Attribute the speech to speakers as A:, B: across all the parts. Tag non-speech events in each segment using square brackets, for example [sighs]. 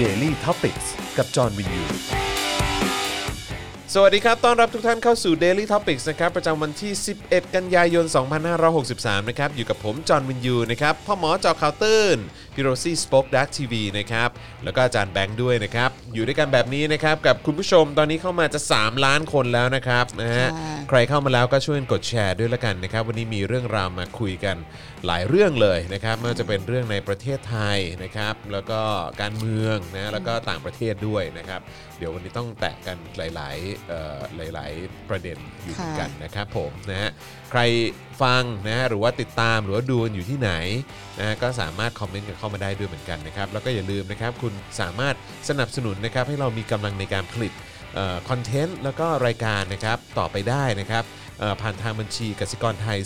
A: Daily t o p i c กกับจอห์นวินยู
B: สวัสดีครับ ต้อนรับทุกท่านเข้าสู่ Daily Topics นะครับ ประจำวันที่ 11 กันยายน 2563 นะครับ อยู่กับผม จอห์นวินยู นะครับ พ่อหมอจอคาวเตอร์พี่โรซี่สป็อคดักทีวีนะครับ แล้วก็อาจารย์แบงค์ด้วยนะครับ อยู่ด้วยกันแบบนี้นะครับ กับคุณผู้ชมตอนนี้เข้ามาจะ 3 ล้านคนแล้วนะครับนะฮะ ใครเข้ามาแล้วก็ช่วยกดแชร์ด้วยละกันนะครับ วันนี้มีเรื่องราวมาคุยกันหลายเรื่องเลยนะครับไม่ว่าจะเป็นเรื่องในประเทศไทยนะครับ แล้วก็การเมืองนะแล้วก็ต่างประเทศด้วยนะครับ เดี๋ยววันนี้ต้องแตะกันหลายๆเอ่อหลาย ๆ ประเด็นอยู่เหมือนกันนะครับผมนะฮะใครฟังนะฮะหรือว่าติดตามหรือว่าดูกันอยู่ที่ไหนนะฮะก็สามารถคอมเมนต์กันเข้ามาได้ด้วยเหมือนกันนะครับ แล้วก็อย่าลืมนะครับคุณสามารถสนับสนุนนะครับให้เรามีกำลังในการผลิต คอนเทนต์แล้วก็รายการนะครับต่อไปได้นะครับเอ่อผ่านทางบัญชีกสิกรไทย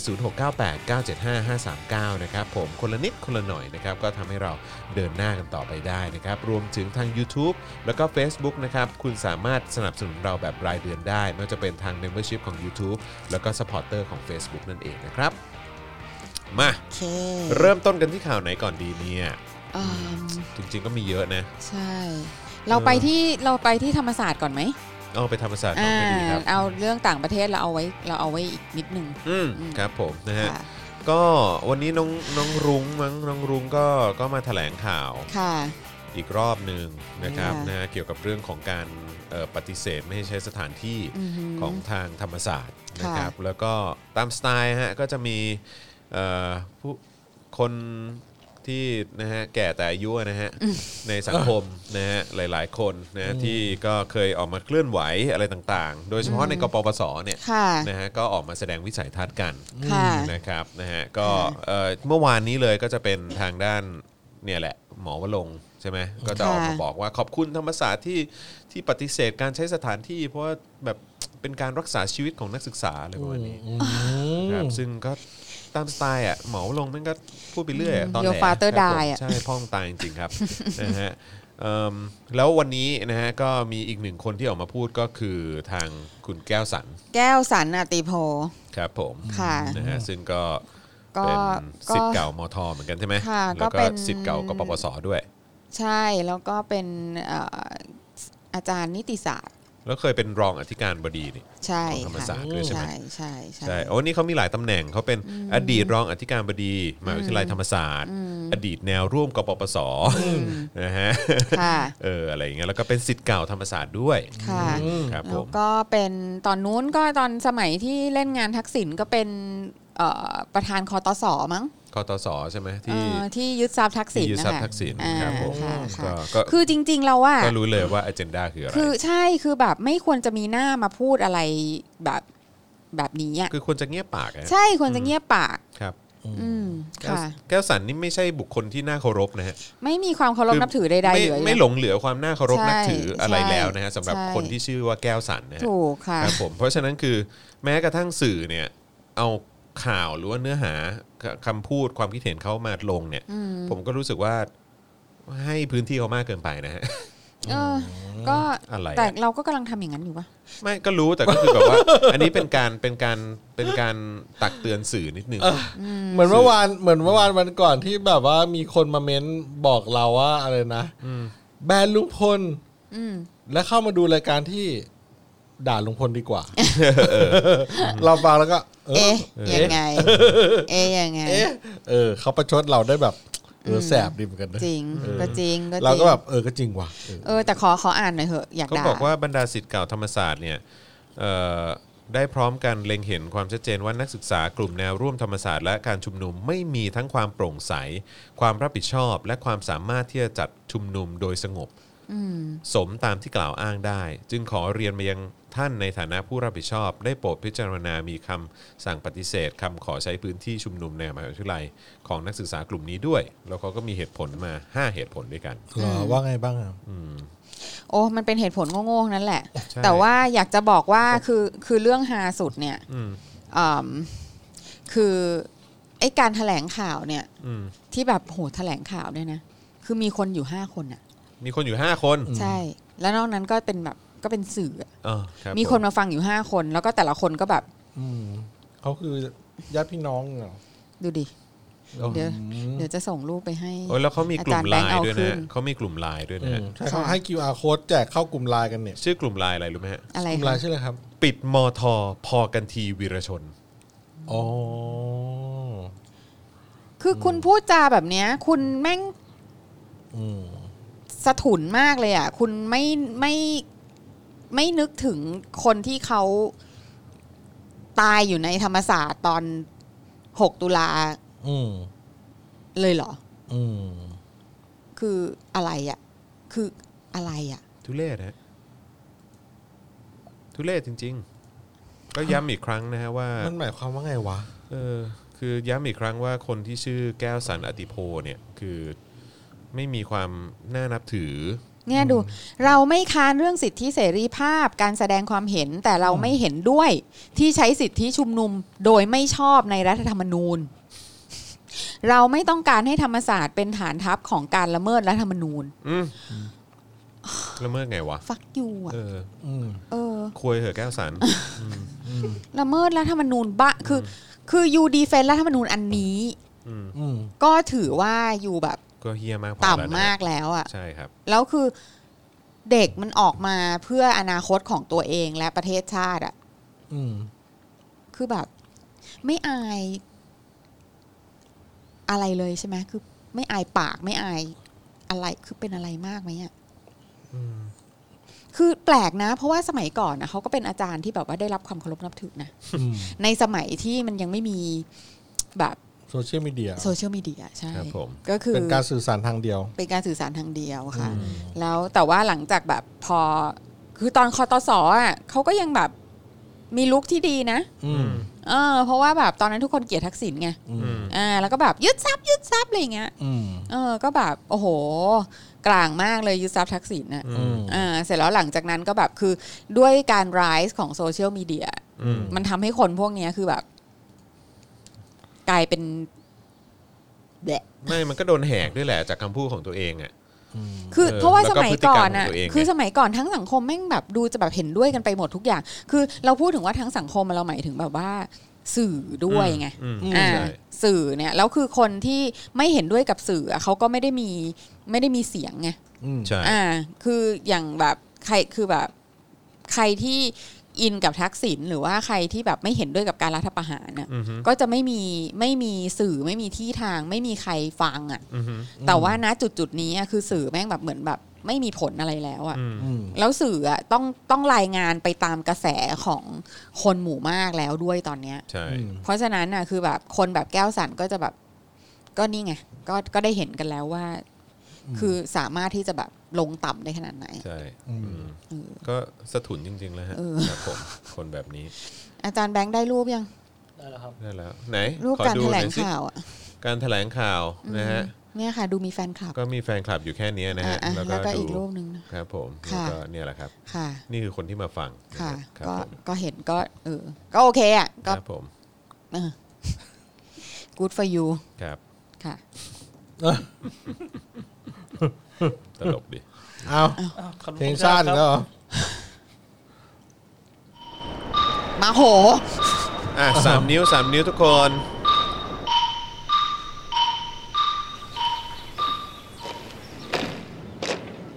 B: 0698975539 นะครับผมคนละนิดคนละหน่อยนะครับก็ทำให้เราเดินหน้ากันต่อไปได้นะครับรวมถึงทาง YouTube แล้วก็ Facebook นะครับคุณสามารถสนับสนุนเราแบบรายเดือนได้ไม่ว่าจะเป็นทาง Membership ของ YouTube แล้วก็ Supporter ของ Facebook นั่นเองนะครับ มา
C: โอเค
B: เริ่มต้นกันที่ข่าวไหนก่อนดีเนี่ย
C: อืม
B: จริง ๆ ก็มีเยอะนะ
C: ใช่ เราไปที่เราไปที่ธรรมศาสตร์ก่อนไหม
B: เอาไปธรรมศาสตร์ก่อน
C: อ่า
B: ก็ดีครับ
C: เอาเรื่องต่างประเทศเราเอาไว้เราเอาไว้อีกนิดนึง
B: อืมครับผมนะฮะ
C: ค่ะ
B: ก็วันนี้น้องน้องรุ้งมั้งน้องรุ้งก็ก็มาแถลงข่าว
C: ค่ะ
B: อีกรอบหนึ่งนะครับ
C: ค่ะ
B: นะฮะเกี่ยวกับเรื่องของการเอ่อปฏิเสธไม่ให้ใช้สถานที่
C: อือหือ
B: ของทางธรรมศาสตร์
C: ค่ะ
B: นะครับ แล้วก็ตามสไตล์ฮะก็จะมีเอ่อผู้คนที่นะฮะแก่แต่อายุนะฮะในสังคมนะฮะหลายๆ คนนะฮะที่ก็เคยออกมาเคลื่อนไหวอะไรต่างๆ โดยเฉพาะในกปปสเนี่ย
C: ค่ะ
B: นะฮะก็ออกมาแสดงวิสัยทัศน์กัน
C: ค่ะ
B: นะครับนะฮะก็
C: ค่ะ
B: เอ่อเมื่อวานนี้เลยก็จะเป็นทางด้านเนี่ยแหละหมอวรงค์ใช่ไหมก็จะออกมา
C: ค่ะ
B: บอกว่าขอบคุณธรรมศาสตร์ที่ที่ปฏิเสธการใช้สถานที่ เพราะว่าแบบเป็นการรักษาชีวิตของนักศึกษาอะไรประมาณนี้ครับซึ่งก็ตามสไตล์อ่ะหมอวรงค์มันก็พูดไปเรื่อยอะตอนแหล
C: Your father
B: ครับผม
C: die อะ
B: ใช่พ่องตายจริงๆครับ [laughs] นะฮะเอิ่มแล้ววันนี้นะฮะก็มีอีกหนึ่งคนที่ออกมาพูดก็คือทางคุณแก้วสัน
C: แก้วสันอาติโพ
B: ครับผม
C: ค่ะ
B: นะฮะซึ่งก็
C: ก็
B: เป็น
C: ก็
B: สิทธิ์เก่ามทเหมือนกันใช่ไหม
C: ค่ะ
B: แล้ว
C: ก็เป็
B: ก็
C: น
B: สิทธิ์เก่ากปปสด้วย
C: ใช่ แล้วก็เป็นเอ่ออาจารย์นิติศาสตร์
B: แล้วเคยเป็นรองอธิการบดีนี่
C: ใช่
B: ของธรรม
C: ค่ะ
B: ศาสตร์ด้วยใช่ไหม
C: ใช่ใช่ใช่
B: ใช่โอ้นี่เขามีหลายตำแหน่งเขาเป็นอดีตรองอธิการบดีมหาวิทยาลัยธรรมศาสตร์ อดีตแนวร่วมกปปสนะฮะ [laughs]
C: ค่ะ
B: เอออะไรอย่างเงี้ยแล้วก็เป็นสิทธิ์เก่าธรรมศาสตร์ด้วย
C: ค่ะ
B: ครับผ
C: แล้ว
B: ม
C: ก็เป็นตอนนู้นก็ตอนสมัยที่เล่นงานทักษิณก็เป็นเอ่อประธานคอตสอมั้ง
B: คอตสใช่ไหม
C: เอ่
B: ที่
C: อที่ยึดทรัพย์ทักษิณ
B: ที่ยึด
C: นะ
B: ทรัพย์
C: คะ
B: ทักษิณ
C: อ่า
B: ครับผม
C: ค่ะค่ะ
B: ก็ก็
C: คือจริงๆเราว่า
B: ก็รู้เลยว่า agenda คืออะไร
C: คือใช่คือแบบไม่ควรจะมีหน้ามาพูดอะไรแบบแบบนี้อ่ะ
B: คือควรจะเงียบปากนะ
C: ใช่ควรจะเงียบปาก
B: ครับ
C: อืม
B: แก้ว
C: ค่ะ
B: แก้วสันนี่ไม่ใช่บุคคลที่น่าเคารพนะฮะ
C: ไม่มีความเคารพ
B: คื
C: นับถือใดๆ
B: ไม่
C: เหลืออยู่
B: ไม่หลงเหลือความน่าเคารพ
C: ใช่
B: นับถืออะไรแล้วนะฮะสำหรับ
C: ใช่
B: คนที่ชื่อว่าแก้วสันนะฮะ
C: ถูกค่ะ
B: ครับผมเพราะฉะนั้นคือแม้กระทั่งสื่อเนี่ยเอาข่าวหรือว่าเนื้อหาคำพูดความคิดเห็นเขามาลงเนี่ย ผมก็รู้สึกว่าให้พื้นที่เขามากเกินไปนะฮะ [laughs]
C: เออ ก็
B: อะไรอะ
C: แต่เราก็กำลังทำอย่างนั้นอยู่วะ
B: ไม่ก็รู้แต่ก็คือแบบว่า อันนี้เป็นการเป็นการเป็นการตักเตือนสื่อนิดนึง
D: เหมือนเมื่อวานเหมือนเมื่อวานวันก่อนที่แบบว่ามีคนมาเม้นบอกเราว่าอะไรนะแบนลุงพล
C: อืม
D: และเข้ามาดูรายการที่ด่าลุงพลดีกว่า เราฟังแล้วก็เออ
C: เอ๊ะยังไง เอ๊ะยังไง
D: เอ๊ะเออเขาประชดเราได้แบบเออแสบดีเหมือนกันนะ
C: จริงก็จริงก็จริง
D: เราก็แบบเออก็จริงว่ะเออ
C: เออแต่ขอขออ่านหน่อยเหอะอยาก
B: เขา
C: ด่า
B: บอกว่าบรรดาศิษย์เก่าธรรมศาสตร์เนี่ยเอ่อได้พร้อมกันเล็งเห็นความชัดเจนว่านักศึกษากลุ่มแนวร่วมธรรมศาสตร์และการชุมนุมไม่มีทั้งความโปร่งใส ความรับผิดชอบ และความสามารถที่จะจัดชุมนุมโดยสงบ
C: อืม
B: สมตามที่กล่าวอ้างได้ จึงขอเรียนมายังท่านในฐานะผู้รับผิดชอบ ได้โปรดพิจารณามีคำสั่งปฏิเสธคำขอใช้พื้นที่ชุมนุมในมหาวิทยาลัยของนักศึกษากลุ่มนี้ด้วย แล้วเขาก็มีเหตุผลมา 5 เหตุผลด้วยกัน
D: เหรอว่าไงบ้างอะ
C: โอ้มันเป็นเหตุผลโง่ๆนั่นแหละ
B: ใช่
C: แต่ว่าอยากจะบอกว่าคือคือเรื่องฮาสุดเนี่ย
B: อืม
C: อืมคือไอการแถลงข่าวเนี่ย
B: อืม
C: ที่แบบโหแถลงข่าวเนี่ยนะคือมีคนอยู่ห้าคนอ่ะ
B: มีคนอยู่ 5 คน
C: ใช่ แล้วนอกนั้นก็เป็นแบบก็เป็นสื่ออะ
B: อ๋อรับ
C: มีคนมาฟังอยู่ห้าคน แล้วก็แต่ละคนก็แบบ
D: อืมเขาคือญาติพี่น้องเหรอ
C: ดูดิ เดี๋ยวเดี๋ยวจะส่งรูปไปให้
B: โอ้ยแล้วเขามีกลุ่ม
C: อาจารย์
B: ไล
C: แบงค์
B: น์
C: เอา
B: ด้วย
C: ขึ้
B: นะ
C: น
B: เขามีกลุ่มไลน์ด้วยนะฮะ
D: ใช่เขาให้ QR code แจกเข้ากลุ่มไลน์กันเนี่ย
B: ชื่อกลุ่มไลน์อะไรรู้ไหมฮะ
C: อะไร
D: กลุ่มไลน์
C: คะ
D: ใช่เลยครับ
B: ปิดมทพอกันทีวีรชน
D: อ๋อ
C: คือคุณพูดจาแบบเนี้ย คุณแม่ง
D: อืม
C: สะถุนมากเลยอ่ะ คุณไม่ไม่ไม่นึกถึงคนที่เขาตายอยู่ในธรรมศาสตร์ตอน 6 ตุลา
D: อืม
C: เลยเหรอ
D: อืม
C: คืออะไรอ่ะ คืออะไรอ่ะ
B: ทุเรศฮะทุเรศจริง ๆ ก็ย้ำอีกครั้งนะฮะว่า
D: มันหมายความว่าไงวะ
B: เออคือย้ำอีกครั้งว่าคนที่ชื่อแก้วสันอติโพเนี่ยคือไม่มีความน่านับถือ
C: เนี่ยดูเราไม่ค้านเรื่องสิทธิเสรีภาพการแสดงความเห็นแต่เราไม่เห็นด้วยที่ใช้สิทธิชุมนุมโดยไม่ชอบในรัฐธรรมนูญ [laughs] เราไม่ต้องการให้ธรรมศาสตร์เป็นฐานทัพของการละเมิดรัฐธรรมนูญ
B: อืมละเมิดไงวะ
C: ฟักยูอ่ะ
B: เออ
D: อืม
C: เออ
B: คุยเหอะแก้วสัน
C: ละเมิดรัฐธรรมนูญบะคือคือยูดีเฟนรัฐธรรมนูญอันนี้
B: อืม
D: อืม
C: ก็ถือว่าอยู่แบบ
B: ก็เฮี้ยมากพอแล้วนะ
C: ต่ำมากแล้วอ่ะ
B: ใช่ครับ
C: แล้วคือเด็กมันออกมาเพื่ออนาคตของตัวเองและประเทศชาติอ่ะ
D: อืม
C: คือแบบ ไม่อายอะไรเลยใช่ไหมคือ ไม่อายปากไม่อายอะไรคือเป็นอะไรมากไหมอ่ะคือแปลกนะ เพราะว่าสมัยก่อนนะเขาก็เป็นอาจารย์ที่แบบว่าได้รับความเคารพนับถือนะ
D: อืม
C: ในสมัยที่มันยังไม่มีแบบ
D: โซเชียลมีเดีย
C: โซเชียลมีเดียใช่
B: ครับผม
C: ก็คือ
D: เป็นการสื่อสารทางเดียว
C: เป็นการสื่อสารทางเดียวค่ะ
D: อืม
C: แล้วแต่ว่าหลังจากแบบพอ คือตอนคอตสอ่ะเขาก็ยังแบบมีลุคที่ดีนะ
D: อืม
C: เออเพราะว่าแบบตอนนั้นทุกคนเกลียดทักษิณไง
D: อืม
C: อ่าแล้วก็แบบยึดทรัพย์ยึดทรัพย์อะไรอย่างเงี้ย
D: อืม
C: เออก็แบบโอ้โห กลางมากเลยยึดทรัพย์ทักษิณนะ
D: อืม
C: อ่าเสร็จแล้วหลังจากนั้นก็แบบคือด้วยการร้ายของโซเชียลมีเดีย
B: อืม
C: มันทำให้คนพวกเนี้ยคือแบบ กลายเป็นแบะ
B: ไม่มันก็โดนแหกด้วยแหละจากคำพูดของตัวเองอ่ะ
D: อืม
C: คือ
B: เออ
C: เพราะว่า
B: แล้
C: ส
B: วก็
C: มัยก่อน
B: พฤติกรรมขอ
C: อ่ะ
B: งตัวเองไง
C: คือสมัยก่อนทั้งสังคมแม่งแบบดูจะแบบเห็นด้วยกันไปหมดทุกอย่าง คือเราพูดถึงว่าทั้งสังคมอะเราหมายถึงแบบว่า สื่อด้วยไง
B: อืม
D: อืม
C: อ่า
B: ใช่
C: สื่อเนี่ยแล้วคือคนที่ไม่เห็นด้วยกับสื่ออะเขาก็ไม่ได้มีไม่ได้มีเสียงไง
D: อืม
B: ใช่
C: อ่า คืออย่างแบบใครคือแบบใครที่อินกับทักษิณหรือว่าใครที่แบบไม่เห็นด้วยกับการรัฐประหารน่ะ
B: อือฮึ
C: ก็จะไม่มีไม่มีสื่อไม่มีที่ทางไม่มีใครฟังอ่ะ
B: อือฮึ
C: แต่ว่าณจุดจุดๆนี้อะคือสื่อแม่งแบบเหมือนแบบไม่มีผลอะไรแล้วอะ
B: อืม
D: อืม
C: แล้วสื่ออะต้องต้องรายงานไปตามกระแสของคนหมู่มากแล้วด้วยตอนเนี้ย
B: ใช่
C: เพราะฉะนั้นน่ะคือแบบคนแบบแก้วสันก็จะแบบ ก็นี่ไงก็ก็ได้เห็นกันแล้วว่า คือสามารถที่จะแบบลงต่ำได้ขนาดไหน
B: ใช่
D: อืม
B: อืมก็สะทุนจริง ๆ แล้วฮะ
C: เออ
B: ครับผมคนแบบนี้
C: อาจารย์แบงค์ได้รูปยัง
E: ได้แล้วครับ
B: ได้แล้ว ไหน
C: รูป
B: ขอ
C: การ
B: ดู
C: แถ
B: ห
C: ล
B: น่
C: ง
B: อยสิ
C: ข่าวอะ
B: การแถลงข่าวนะฮะ
C: เนี่ยค่ะ ดูมีแฟนคลับ
B: ก็มีแฟนคลับอยู่แค่เนี้ยนะ
C: อ่ะ
B: ฮะ
C: อ่ะ
B: แล้ว
C: แล้วก็
B: ก็
C: อีก
B: ดู
C: รูปหนึ่งนะ
B: ครับผม
C: ค่ะ
B: แล้วก็เนี่ยแหละครับ
C: ค่ะ
B: นี่คือคนที่มาฟังน
C: ค่ะ
B: ฮครับ
C: ก็
B: ผม
C: ก็เห็นก็ เออ ก็โอเคอะ
B: ค
C: ก็
B: รับผม
C: เออ good for you
B: ครับ
C: ค่ะ
B: ตลกดิ
D: เอาเพลงชาติอีกแล้วเหรอ
C: มาโห
B: อ่ะสามนิ้วสามนิ้วทุกคน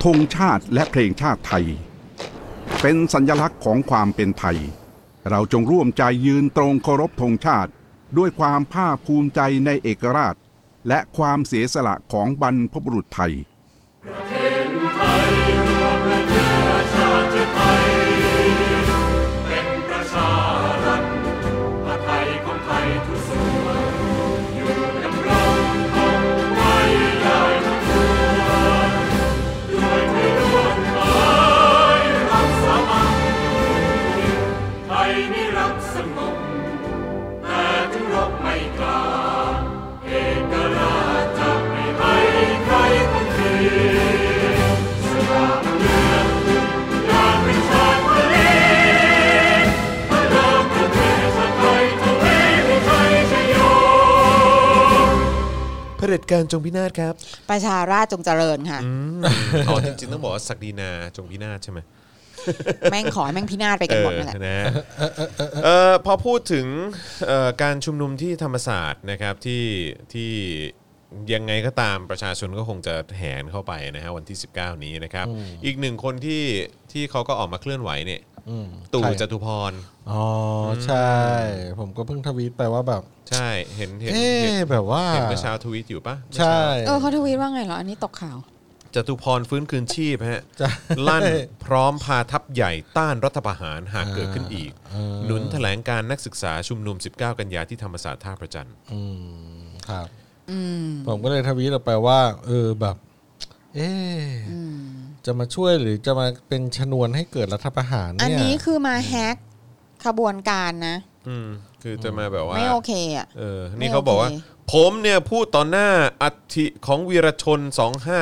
F: ธงชาติและเพลงชาติไทย เป็นสัญลักษณ์ของความเป็นไทย เราจงร่วมใจยืนตรงเคารพธงชาติ ด้วยความภาคภูมิใจในเอกราช และความเสียสละของบรรพบุรุษไทย
G: ประชารัฐประไทยของไทยทุกส่วนอยู่ดำรงคงไว้ได้ทุกวันด้วยเพื่อนร่วมหมายรักสามัคคีไทยนิรักสงบแต่ถึงรบไม่กล้าเอกราชจะไม่ให้ใครคนทีสยามเมืองอยากเป็นชาติทะเล
B: เผด็จการจงพินาศครับ
C: ประชาราชจงเจริญค่ะ
B: อ๋อจริงๆต้องบอกว่าศักดินาจงพินาศใช่ไหม
C: แม่งขอให้แม่งพินาศไปกันหมดนั่นแหละ
B: เออนะเออพอพูดถึงเอ่อการชุมนุมที่ธรรมศาสตร์นะครับที่ที่ยังไงก็ตามประชาชนก็คงจะแหนเข้าไปนะฮะวันที่ 19 นี้นะครับ อีกหนึ่งคนที่ที่เขาก็ออกมาเคลื่อนไหวเนี่ย
D: อืม
B: ตู่
D: ใคร
B: จตุพร
D: อ๋ออใช่ ผมก็เพิ่งทวีตไปว่าแบบ
B: ใช่เห็นเห็น
D: เอ๊
B: เห็
D: ะ
B: น
D: แบบว่า
B: เห็นเมื่อเช้าทวีตอยู่ปะ
D: ใช่
C: เออเขาทวีตว่าไงเหรอ อันนี้ตกข่าว
B: จตุพรฟื้นคืนชีพฮะ
D: ใช่
B: ลั่นพร้อมพาทัพใหญ่ต้านรัฐประหารหากเกิดขึ้นอีก
D: เออ
B: หนุนแถลงการนักศึกษาชุมนุม 19 กันยาที่ธรรมศาสตร์ท่าประจันทร์
D: อืมครับ
C: อืม
D: ผมก็เลยทวีตออกไปว่า เออแบบ เอ๊ะจะมาช่วยหรือจะมาเป็นชนวนให้เกิดรัฐประหารเนี่ย
C: อั
D: อั
C: นนี้คือมาแฮกขบวนการนะ
B: อืมคือจะมาแบบว่า
C: ไม่โอเคอ่ะ
B: เออ
C: ไม่
B: นี่เขาบอกว่า
C: โอเค
B: ผมเนี่ยพูดต่อหน้าอัฐิของวีรชน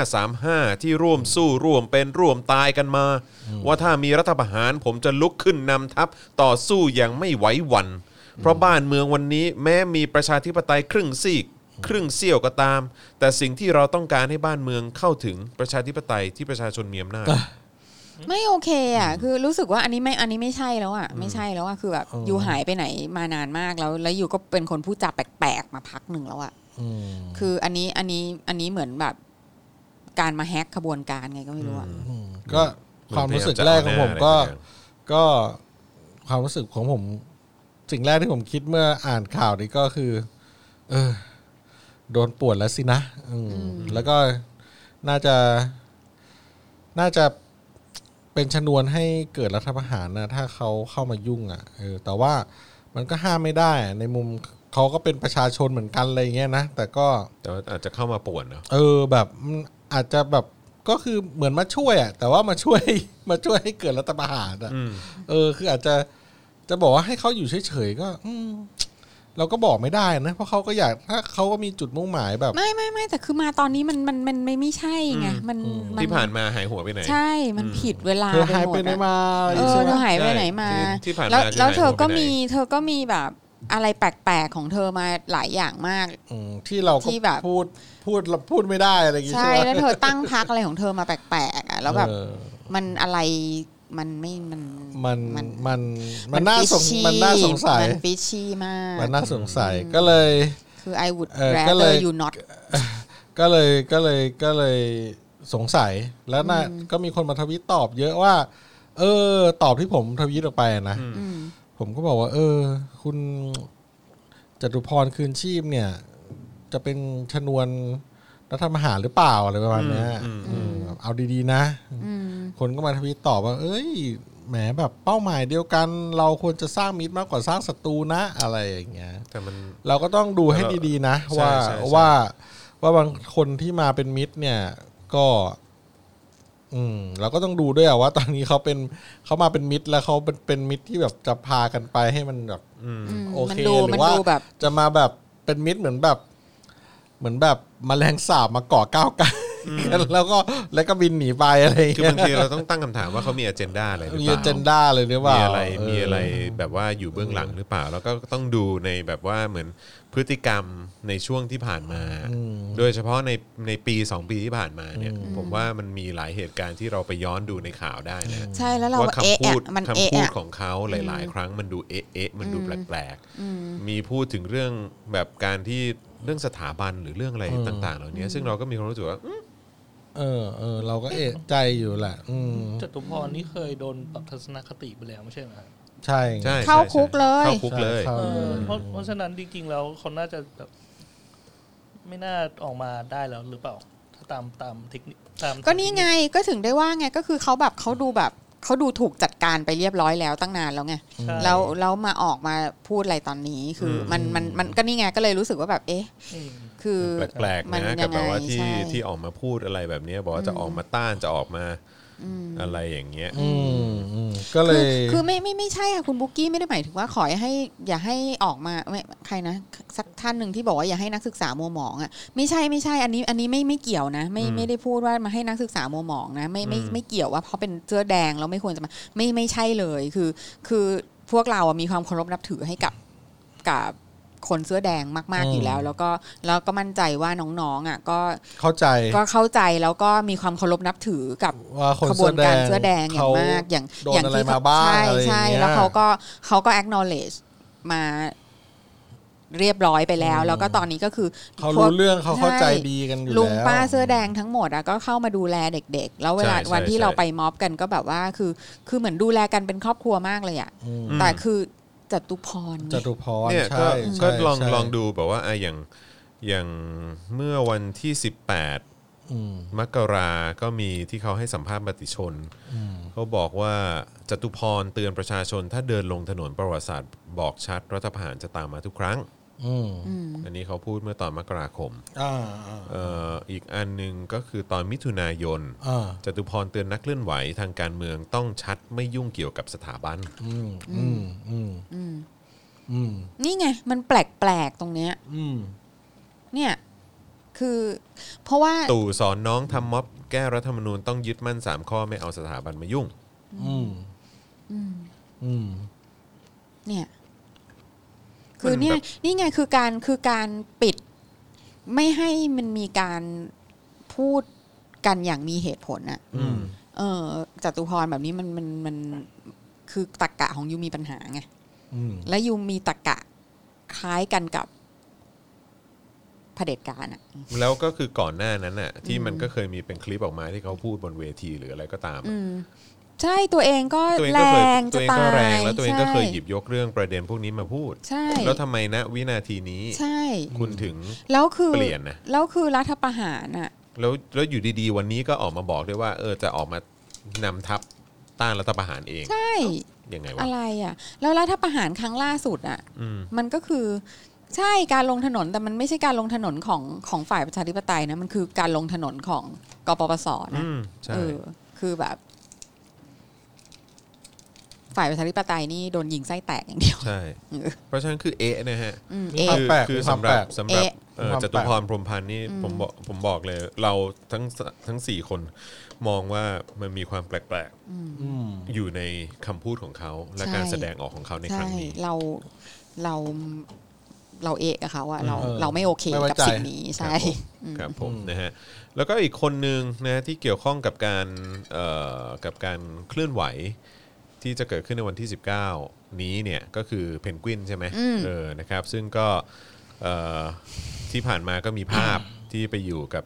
B: 2535 ที่ร่วมสู้ร่วมเป็นร่วมตายกันมา ว่าถ้ามีรัฐประหารผมจะลุกขึ้นนำทัพต่อสู้อย่างไม่ไหวหวัน่นเพราะบ้านเมืองวันนี้แม้มีประชาธิปไตยครึ่งซีก ครึ่งเสี้ยวก็ตาม แต่สิ่งที่เราต้องการให้บ้านเมืองเข้าถึงประชาธิปไตยที่ประชาชนมีอำนาจ
C: ไม่โอเคอ่ะ คือรู้สึกว่าอันนี้ไม่ อันนี้ไม่ใช่แล้วอ่ะ ไม่ใช่แล้วอ่ะ คือแบบอยู่หายไปไหนมานานมากแล้ว แล้วอยู่ก็เป็นคนพูดจาแปลกๆมาพักหนึ่งแล้วอ่ะ คืออันนี้ อันนี้ อันนี้เหมือนแบบ การมาแฮกขบวนการไงก็ไม่รู้อ่ะ
D: ก็ความรู้สึกแรกของผมก็ ก็ความรู้สึกของผม สิ่งแรกที่ผมคิดเมื่ออ่านข่าวนี้ก็คือ เออ โดนปวดแล้วสินะอืมแล้วก็น่าจะ น่าจะเป็นชนวนให้เกิดรัฐประหารนะถ้าเขาเข้ามายุ่งอะ่ะเออแต่ว่ามันก็ห้ามไม่ได้อะในมุมเขาก็เป็นประชาชนเหมือนกันอะไรอย่างเงี้ยนะแต่ก็
B: แต่ว่าอาจจะเข้ามาป่วนเนอะ
D: เออแบบมันอาจจะแบบก็คือเหมือนมาช่วยอ่ะแต่ว่ามาช่วย [laughs] มาช่วยให้เกิดรัฐประหารอ่ะ
B: อืม
D: เออ คืออาจจะจะบอกว่าให้เขาอยู่เฉยๆก็ อืมเราก็บอกไม่ได้นะเพราะเขาก็อยากถ้าเขาก็มีจุดมุ่งหมายแบบ
C: ไม่ไม่ไม่แต่คือมาตอนนี้มันมันมันมันไม่ใช่ไง
B: อืม
C: มันมั
B: ที่ผ่านมาหายหัวไปไหน
C: ใช่ มันผิดเวลา
D: เธอหาย
C: หม
D: ไป
C: ด
D: ไหน
C: อะ
D: มา
C: เออ
D: ใช่
C: เธอ
D: ไหม
C: หายไป
B: ใช่
C: ไหนมา
B: ที่ที่ผ่านมา
C: แล้ว
B: คือ
C: แล้วเธอ
B: หายไปไหน
C: ก็มี เธอก็มีแบบอะไรแปลกๆของเธอมาหลายอย่างมาก
D: อืมที่เราก็
C: ที่แบบ
D: พูดพูดพูดไม่ได้อะไรอย่างงี้
C: ใช่
D: ใช่ไหม
C: แล้วเธอตั้งพักอะไรของเธอมาแปลกๆอ่ะแล้วแบบ
D: เออ
C: มันอะไรมันไม่มัน
D: มัน
C: มั
D: มันมันน่าสง
C: ฟิชชี่
D: มันน่าสงสัย
C: มันฟิชชี่มาก
D: มันน่าสงสัยก็เลย
C: คือ I would
D: เออก็เล
C: rather
D: ย
C: you not
D: ก็เลยก็เลยก็เลยสงสัยแล้วน่ะก็มีคนมาทวีตตอบเยอะว่า เออ ตอบที่ผมทวีตออกไปนะ
C: อืม
D: ผมก็บอกว่า เออ คุณจตุพรคืนชีพเนี่ย จะเป็นชนวนรัฐประหารหรือเปล่าอะไรประมาณเนี้ยอืมเอาดีๆนะ
C: อืม
D: คนก็มาทวีตตอบว่า เอ้ยแหมแบบเป้าหมายเดียวกัน เราควรจะสร้างมิตรมากกว่าสร้างศัตรูนะอะไรอย่างเงี้ย
B: แต่มัน
D: เราก็ต้องดูให้ดีๆนะ
B: ใช่
D: ว่า
B: ใช่ใช่
D: ว่าว่าบางคนที่มาเป็นมิตรเนี่ยก็ อืมเราก็ต้องดูด้วยอะว่า ตอนนี้เขาเป็นเขามาเป็นมิตรแล้วเขาเป็นเป็นมิตรที่แบบจะพากันไปให้มันแบบ
C: อืม
D: โอ
C: มัน
D: เค
C: ดู
D: หรื
C: มัน
D: อว่า
C: ดูแบบ
D: จะมาแบบเป็นมิตรเหมือนแบบ เหมือนแบบแมลงสาบมาเกาะก้าวไกัน [laughs] แล้วก็แล้วก็บินหนีไปอะไรอย่าง
B: คือ
D: เงี้ย
B: บางทีเราต้องตั้งคำถามว่าเขามีอเจนดาอะไรหรือ
D: มี
B: เปล่า
D: เจนด้าเลยหรือเป
B: มี
D: ล่า
B: อะไร
D: เ
B: มีอะไรแบบว่าอยู่เบื้องหลังหรือเปล่า แล้วก็ต้องดูในแบบว่าเหมือนพฤติกรรมในช่วงที่ผ่านมา โดยเฉพาะในในปี 2 ปีที่ผ่านมาเนี่ย ผมว่ามันมีหลายเหตุการณ์ที่เราไปย้อนดูในข่าวได้นะ
C: ใช่แล้วเรา
B: ว่า
C: เอะ
B: คำพูด
C: อะมันเอะ
B: คำพูด
C: อะ
B: ของเขาหลาย ๆ ครั้งมันดูเอะเอะมันดูแปลก
C: อืม
B: ๆมีพูดถึงเรื่องแบบการที่เรื่องสถาบันหรือเรื่องอะไรต่าง ๆ เหล่านี้ซึ่งเราก็มีความรู้สึกว่าอืม
D: เออเออเราก็เอะใจอยู่แหละ อืม
E: จตุพรนี่เคยโดนปรับทัศนคติไปแล้วไม่ใช่ไหมครับ
D: ใช่
B: ใช่ใช่
C: เข้าคุกเลย
B: เข้าคุกเลย
D: ใช่
E: เอ
D: ใช่
E: อเพราะเพราะฉะนั้นจริงๆแล้วเขาน่าจะแบบไม่น่าออกมาได้แล้วหรือเปล่า ถ้าตามตามเทคนิคตาม
C: ก็นี่ไงก็ถึงได้ว่าไงก็คือเขาแบบเขาดูแบบเขาดูถูกจัดการไปเรียบร้อยแล้วตั้งนานแล้วไง
E: ใช่
C: แล้วแล้วมาออกมาพูดอะไรตอนนี้คืออ
B: ม
C: มันมันมันก็นี่ไงก็เลยรู้สึกว่าแบบเอ๊ะ คือ
B: แปลกๆ
C: มั
B: นะ
C: ยังไง
B: กับแบบว่าที่
C: ใช่
B: ที่ออกมาพูดอะไรแบบเนี้ยบอกว่าจะออกมาต้านจะออกมาอะไรอย่างเงี้ย
D: อืมอืมก็เล
C: คือย คือไม่ไม่ไม่ใช่ค่ะคุณบุ๊กกี้ไม่ได้หมายถึงว่าขอให้ อย่าให้ออกมาไม่ใครนะสักท่านหนึ่งที่บอกว่าอย่าให้นักศึกษามัวหมองอ่ะไม่ใช่ไม่ใช่อันนี้อันนี้ไม่ไม่เกี่ยวนะ ไม่ไม่ได้พูดว่ามาให้นักศึกษามัวหมองนะไม่ไม่
B: อืม
C: ไม่เกี่ยวว่าเพราะเป็นเสื้อแดงแล้วไม่ควรจะมาไม่ไม่ใช่เลยคือ คือพวกเราอะมีความเคารพนับถือให้กับกับ คนเสื้อแดงมาก
D: อื
C: ๆ
D: ม
C: อยู่แล้ว แล้วก็แล้วก็มั่นใจว่าน้องๆอ่ะก็
D: เข้าใจ
C: ก็เข้าใจแล้วก็มีความเคารพนับถือกับ
D: ว่าคน
C: ขบ
D: เสื้
C: ว
D: อน แด
C: การ
D: ง
C: เสื้อแดงอย่างมากอย่าง
D: โดน
C: อย่าง
D: อะไร
C: ที่
D: มาบ้าง
C: ใช่
D: อะไรอย่ง
C: ใช่
D: งี้ย
C: แล้วเขาก็เขาก็ acknowledge มาเรียบร้อยไปแล้ว
D: อืม
C: แล้วก็ตอนนี้ก็คือ
D: เขา
C: พว
D: รู้
C: ก
D: เรื่องเขาเข้าใจ
C: ใช่
D: ดีกันอยู่
C: ลุง
D: แล้ว
C: ป้าเสื้อแดงทั้งหมดอะก็เข้ามาดูแลเด็ก ๆ แล้วเวลา
B: ใช่ใช่
C: วันที่
B: ใช่
C: เราไปม็อบกันก็แบบว่าคือ คือเหมือนดูแลกันเป็นครอบครัวมากเลยอะ
D: อืม
C: แต่คือจตุพร
D: จตุพร
B: เนี่ยก็
D: ใช่ใช่
B: ก็ลอง
D: ใช่
B: ลองดูแบบว่าอ่ะอย่างอย่างเมื่อวันที่ 18
D: อืม
B: มกราก็มีที่เขาให้สัมภาษณ์มติชน
D: อืม
B: เขาบอกว่าจตุพรเตือนประชาชน ถ้าเดินลงถนนประวัติศาสตร์บอกชัด รัฐประหารจะตามมาทุกครั้ง
D: อืม
B: อันนี้เขาพูดเมื่อตอนมกราคม
D: อ่าอ่า
B: เอ่ออีกอันหนึ่งก็คือตอนมิถุนายน
D: อ่า
B: จตุพรเตือนนักเคลื่อนไหวทางการเมืองต้องชัดไม่ยุ่งเกี่ยวกับสถาบัน
D: อืมอืมอืม
C: อืม
D: อืม
C: นี่ไง มันแปลกๆตรงเนี้ย
D: อืม
C: เนี่ย คือ เพราะว่า
B: ตู่สอนน้องทำม็อบแก้รัฐธรรมนูญต้องยึดมั่น 3 ข้อไม่เอาสถาบันมายุ่ง
D: อืม
C: อืม
D: อืม
C: เนี่ย คือเนี่ยนี่ไงคือการคือการปิด ไม่ให้มันมีการพูดกันอย่างมีเหตุผลอะ
D: อืม
C: เออจตุพรแบบนี้มันมันมันคือตรกกะของยูมีปัญหาไง
D: อืม
C: และยูมีตรกกะคล้ายกันกับเผด็จการอะ
B: แล้วก็คือก่อนหน้านั้นน่ะที่มันก็เคยมีเป็นคลิปออกมาที่เขาพูดบนเวทีหรืออะไรก็ตามอะ
C: อืม ใช่ตัวเองก็
B: ตัวเอง
C: แร
B: ก็เคย
C: ง
B: ตัวเอง
C: จะตา
B: ก็
C: ย
B: แรงแล้วตัวเองก็เคยหยิ
C: บบ
B: ยกเรื่องประเด็นพวกนี้มาพูด
C: ใช่
B: แล้วทำไมนะวินาทีนี้
C: ใช่
B: คุณถึง
C: แล้วคือ
B: เปลี่ยนนะ
C: แล้วคือรัฐประหารอะ
B: แล้วแล้วอยู่ดีๆ วันนี้ก็ออกมาบอกด้วยว่า เออจะออกมานำทัพต้านรัฐประหารเอง
C: ใช่
B: ยังไงวะ
C: อะไรอ่ะ แล้วรัฐประหารครั้งล่าสุดอ่ะ
B: อืม
C: มันก็คือใช่การลงถนนแต่มันไม่ใช่การลงถนนของของฝ่ายประชาธิปไตยนะมันคือการลงถนนของกปปสนะ
B: อืมใช่
C: เออคือแบบ ฝ่ายประชาธิปไตยนี่โดนยิงไส้แตกอย่างเดียว
B: ใช่
C: เออ
B: เพราะฉะนั้นคือเอะนะฮะ
C: อืม
D: มี
C: เอ๊ะ
D: วาม
B: คือคื
D: แปลก
B: อ
D: มีความ
B: สำหรั
D: แปล
B: บ
D: ก
B: สำหรับ
C: เอ๊ะ
B: เอ่อ
D: ความ
B: จ
D: แปลก
B: ตุพรพรหมพันธ์นี่ผมบอกผมบอกเลย เราทั้งสทั้งสี่คนมองว่ามันมีความแปลก
C: อืม
D: อืม
B: ๆอยู่ในคำพูดของเขาและการแสดงออกของเขาในค
C: ใช่
B: รั้งนี้
C: เราเราเราเอะกับเขาอะเรา
D: เออ
C: เราไม่โอเค
D: ไม่ไว้
C: กับ
D: ใจ
C: สิ่งนี้ใช่
B: ครับผมครับผ
C: อืม
B: มนะฮะแล้วก็อีกคนหนึ่งนะที่เกี่ยวข้องกับการเอ่อกับการเคลื่อนไหว ที่จะเกิดขึ้นในวันที่ 19 นี้เนี่ยก็คือเพนกวินใช่ไหมเออนะครับซึ่งก็เอ่อที่ผ่านมาก็มีภาพที่ไปอยู่กับ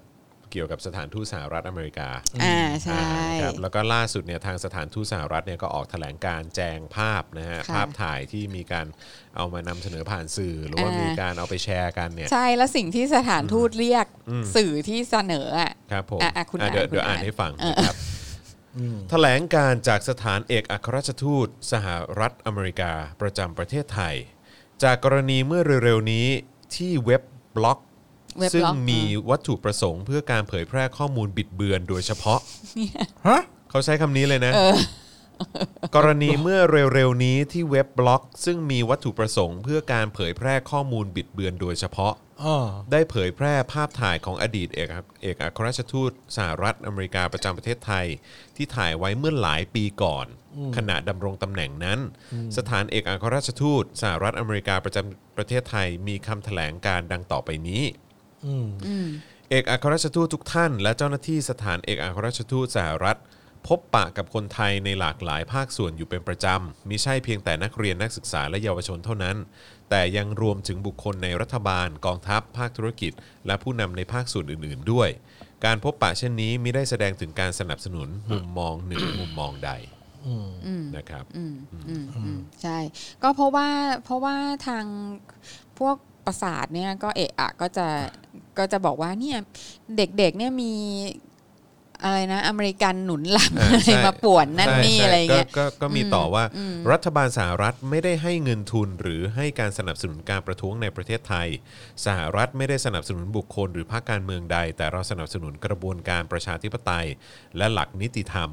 B: เกี่ยวกับสถานทูตสหรัฐอเมริกา
C: อ่าใช่
B: อ่านะครับแล้วก็ล่าสุดเนี่ยทางสถานทูตสหรัฐเนี่ยก็ออกแถลงการแจงภาพนะฮะ
C: ค่ะ
B: ภาพถ่ายที่มีการเอามานำเสนอผ่านสื่อ หรือว่า
C: อ่ามี
B: มีการเอาไปแชร์กันเนี่ย
C: ใช่แล้วสิ่งที่สถานทูตเรียก
B: อืม
C: สื่อที่เสนออ่ะ
B: ครับผม
C: อ่ะอ่ะคุณ
B: อ่ะเดี๋ยว
C: อ่าน
B: เดี๋ยว
C: คุณ
B: อ่าน
C: อ่าน
B: ให้ฟัง
C: เออ
B: นะครับ
D: อืม
B: แถลงการจากสถานเอกอัครราชทูต สหรัฐอเมริกาประจำประเทศไทย จากกรณีเมื่อเร็วๆนี้ที่เว็บบล็อก
C: เว็บ
B: ซึ่ง
C: ล็อก
B: มีวัตถุประสงค์เพื่อการเผยแพร่ข้อมูลบิดเบือนโดยเฉ
C: [laughs]
B: พาะ
D: ฮะ
B: เขาใช้คำนี้เลยนะ กรณีเมื่อเร็วๆนี้ที่เว็บบล็อก ซึ่งมีวัตถุประสงค์เพื่อการเผยแพร่ข้อมูลบิดเบือนโดยเฉพาะ
D: อ่า
B: ได้เผยแพร่ภาพถ่ายของอดีตเอกอัคเอกอัครราชทูตสหรัฐอเมริกาประจำประเทศไทย ที่ถ่ายไว้เมื่อหลายปีก่อน ขณะดำรงตำแหน่งนั้น สถานเอกอัครราชทูตสหรัฐอเมริกาประจำประเทศไทย มีคำแถลงการดังต่อไปนี้
D: อืม
B: เอกอัครราชทูตทุกท่าน และเจ้าหน้าที่สถานเอกอัครราชทูตสหรัฐ พบปะกับคนไทยในหลากหลายภาคส่วนอยู่เป็นประจำมิใช่เพียงแต่นักเรียนนักศึกษาและเยาวชนเท่านั้น แต่ยังรวมถึงบุคคลในรัฐบาล กองทัพ ภาคธุรกิจ และผู้นำในภาคส่วนอื่น ๆ ด้วย การพบปะเช่นนี้มิได้แสดงถึงการสนับสนุนมุมมองหนึ่งมุมมองใดนะครับ
C: อืมอืมอืมใช่ ก็เพราะว่าเพราะว่าทางพวกประสาทเนี่ยก็เอะอะก็จะก็จะบอกว่าเนี่ยเด็กๆเนี่ยมีอะไรนะ อเมริกันหนุนหลัง
B: อ่า
C: อะไร
B: ใช่
C: มาป่วนนั่น
B: ใช่
C: นี่
B: ใช่
C: อะไรเงี้ย
B: ก็ก็ก็มี
C: อืม
B: ต่อว่า
C: อืม
B: รัฐบาลสหรัฐไม่ได้ให้เงินทุนหรือให้การสนับสนุนการประท้วงในประเทศไทย สหรัฐไม่ได้สนับสนุนบุคคลหรือพรรคการเมืองใด แต่เราสนับสนุนกระบวนการประชาธิปไตย และหลักนิติธรรม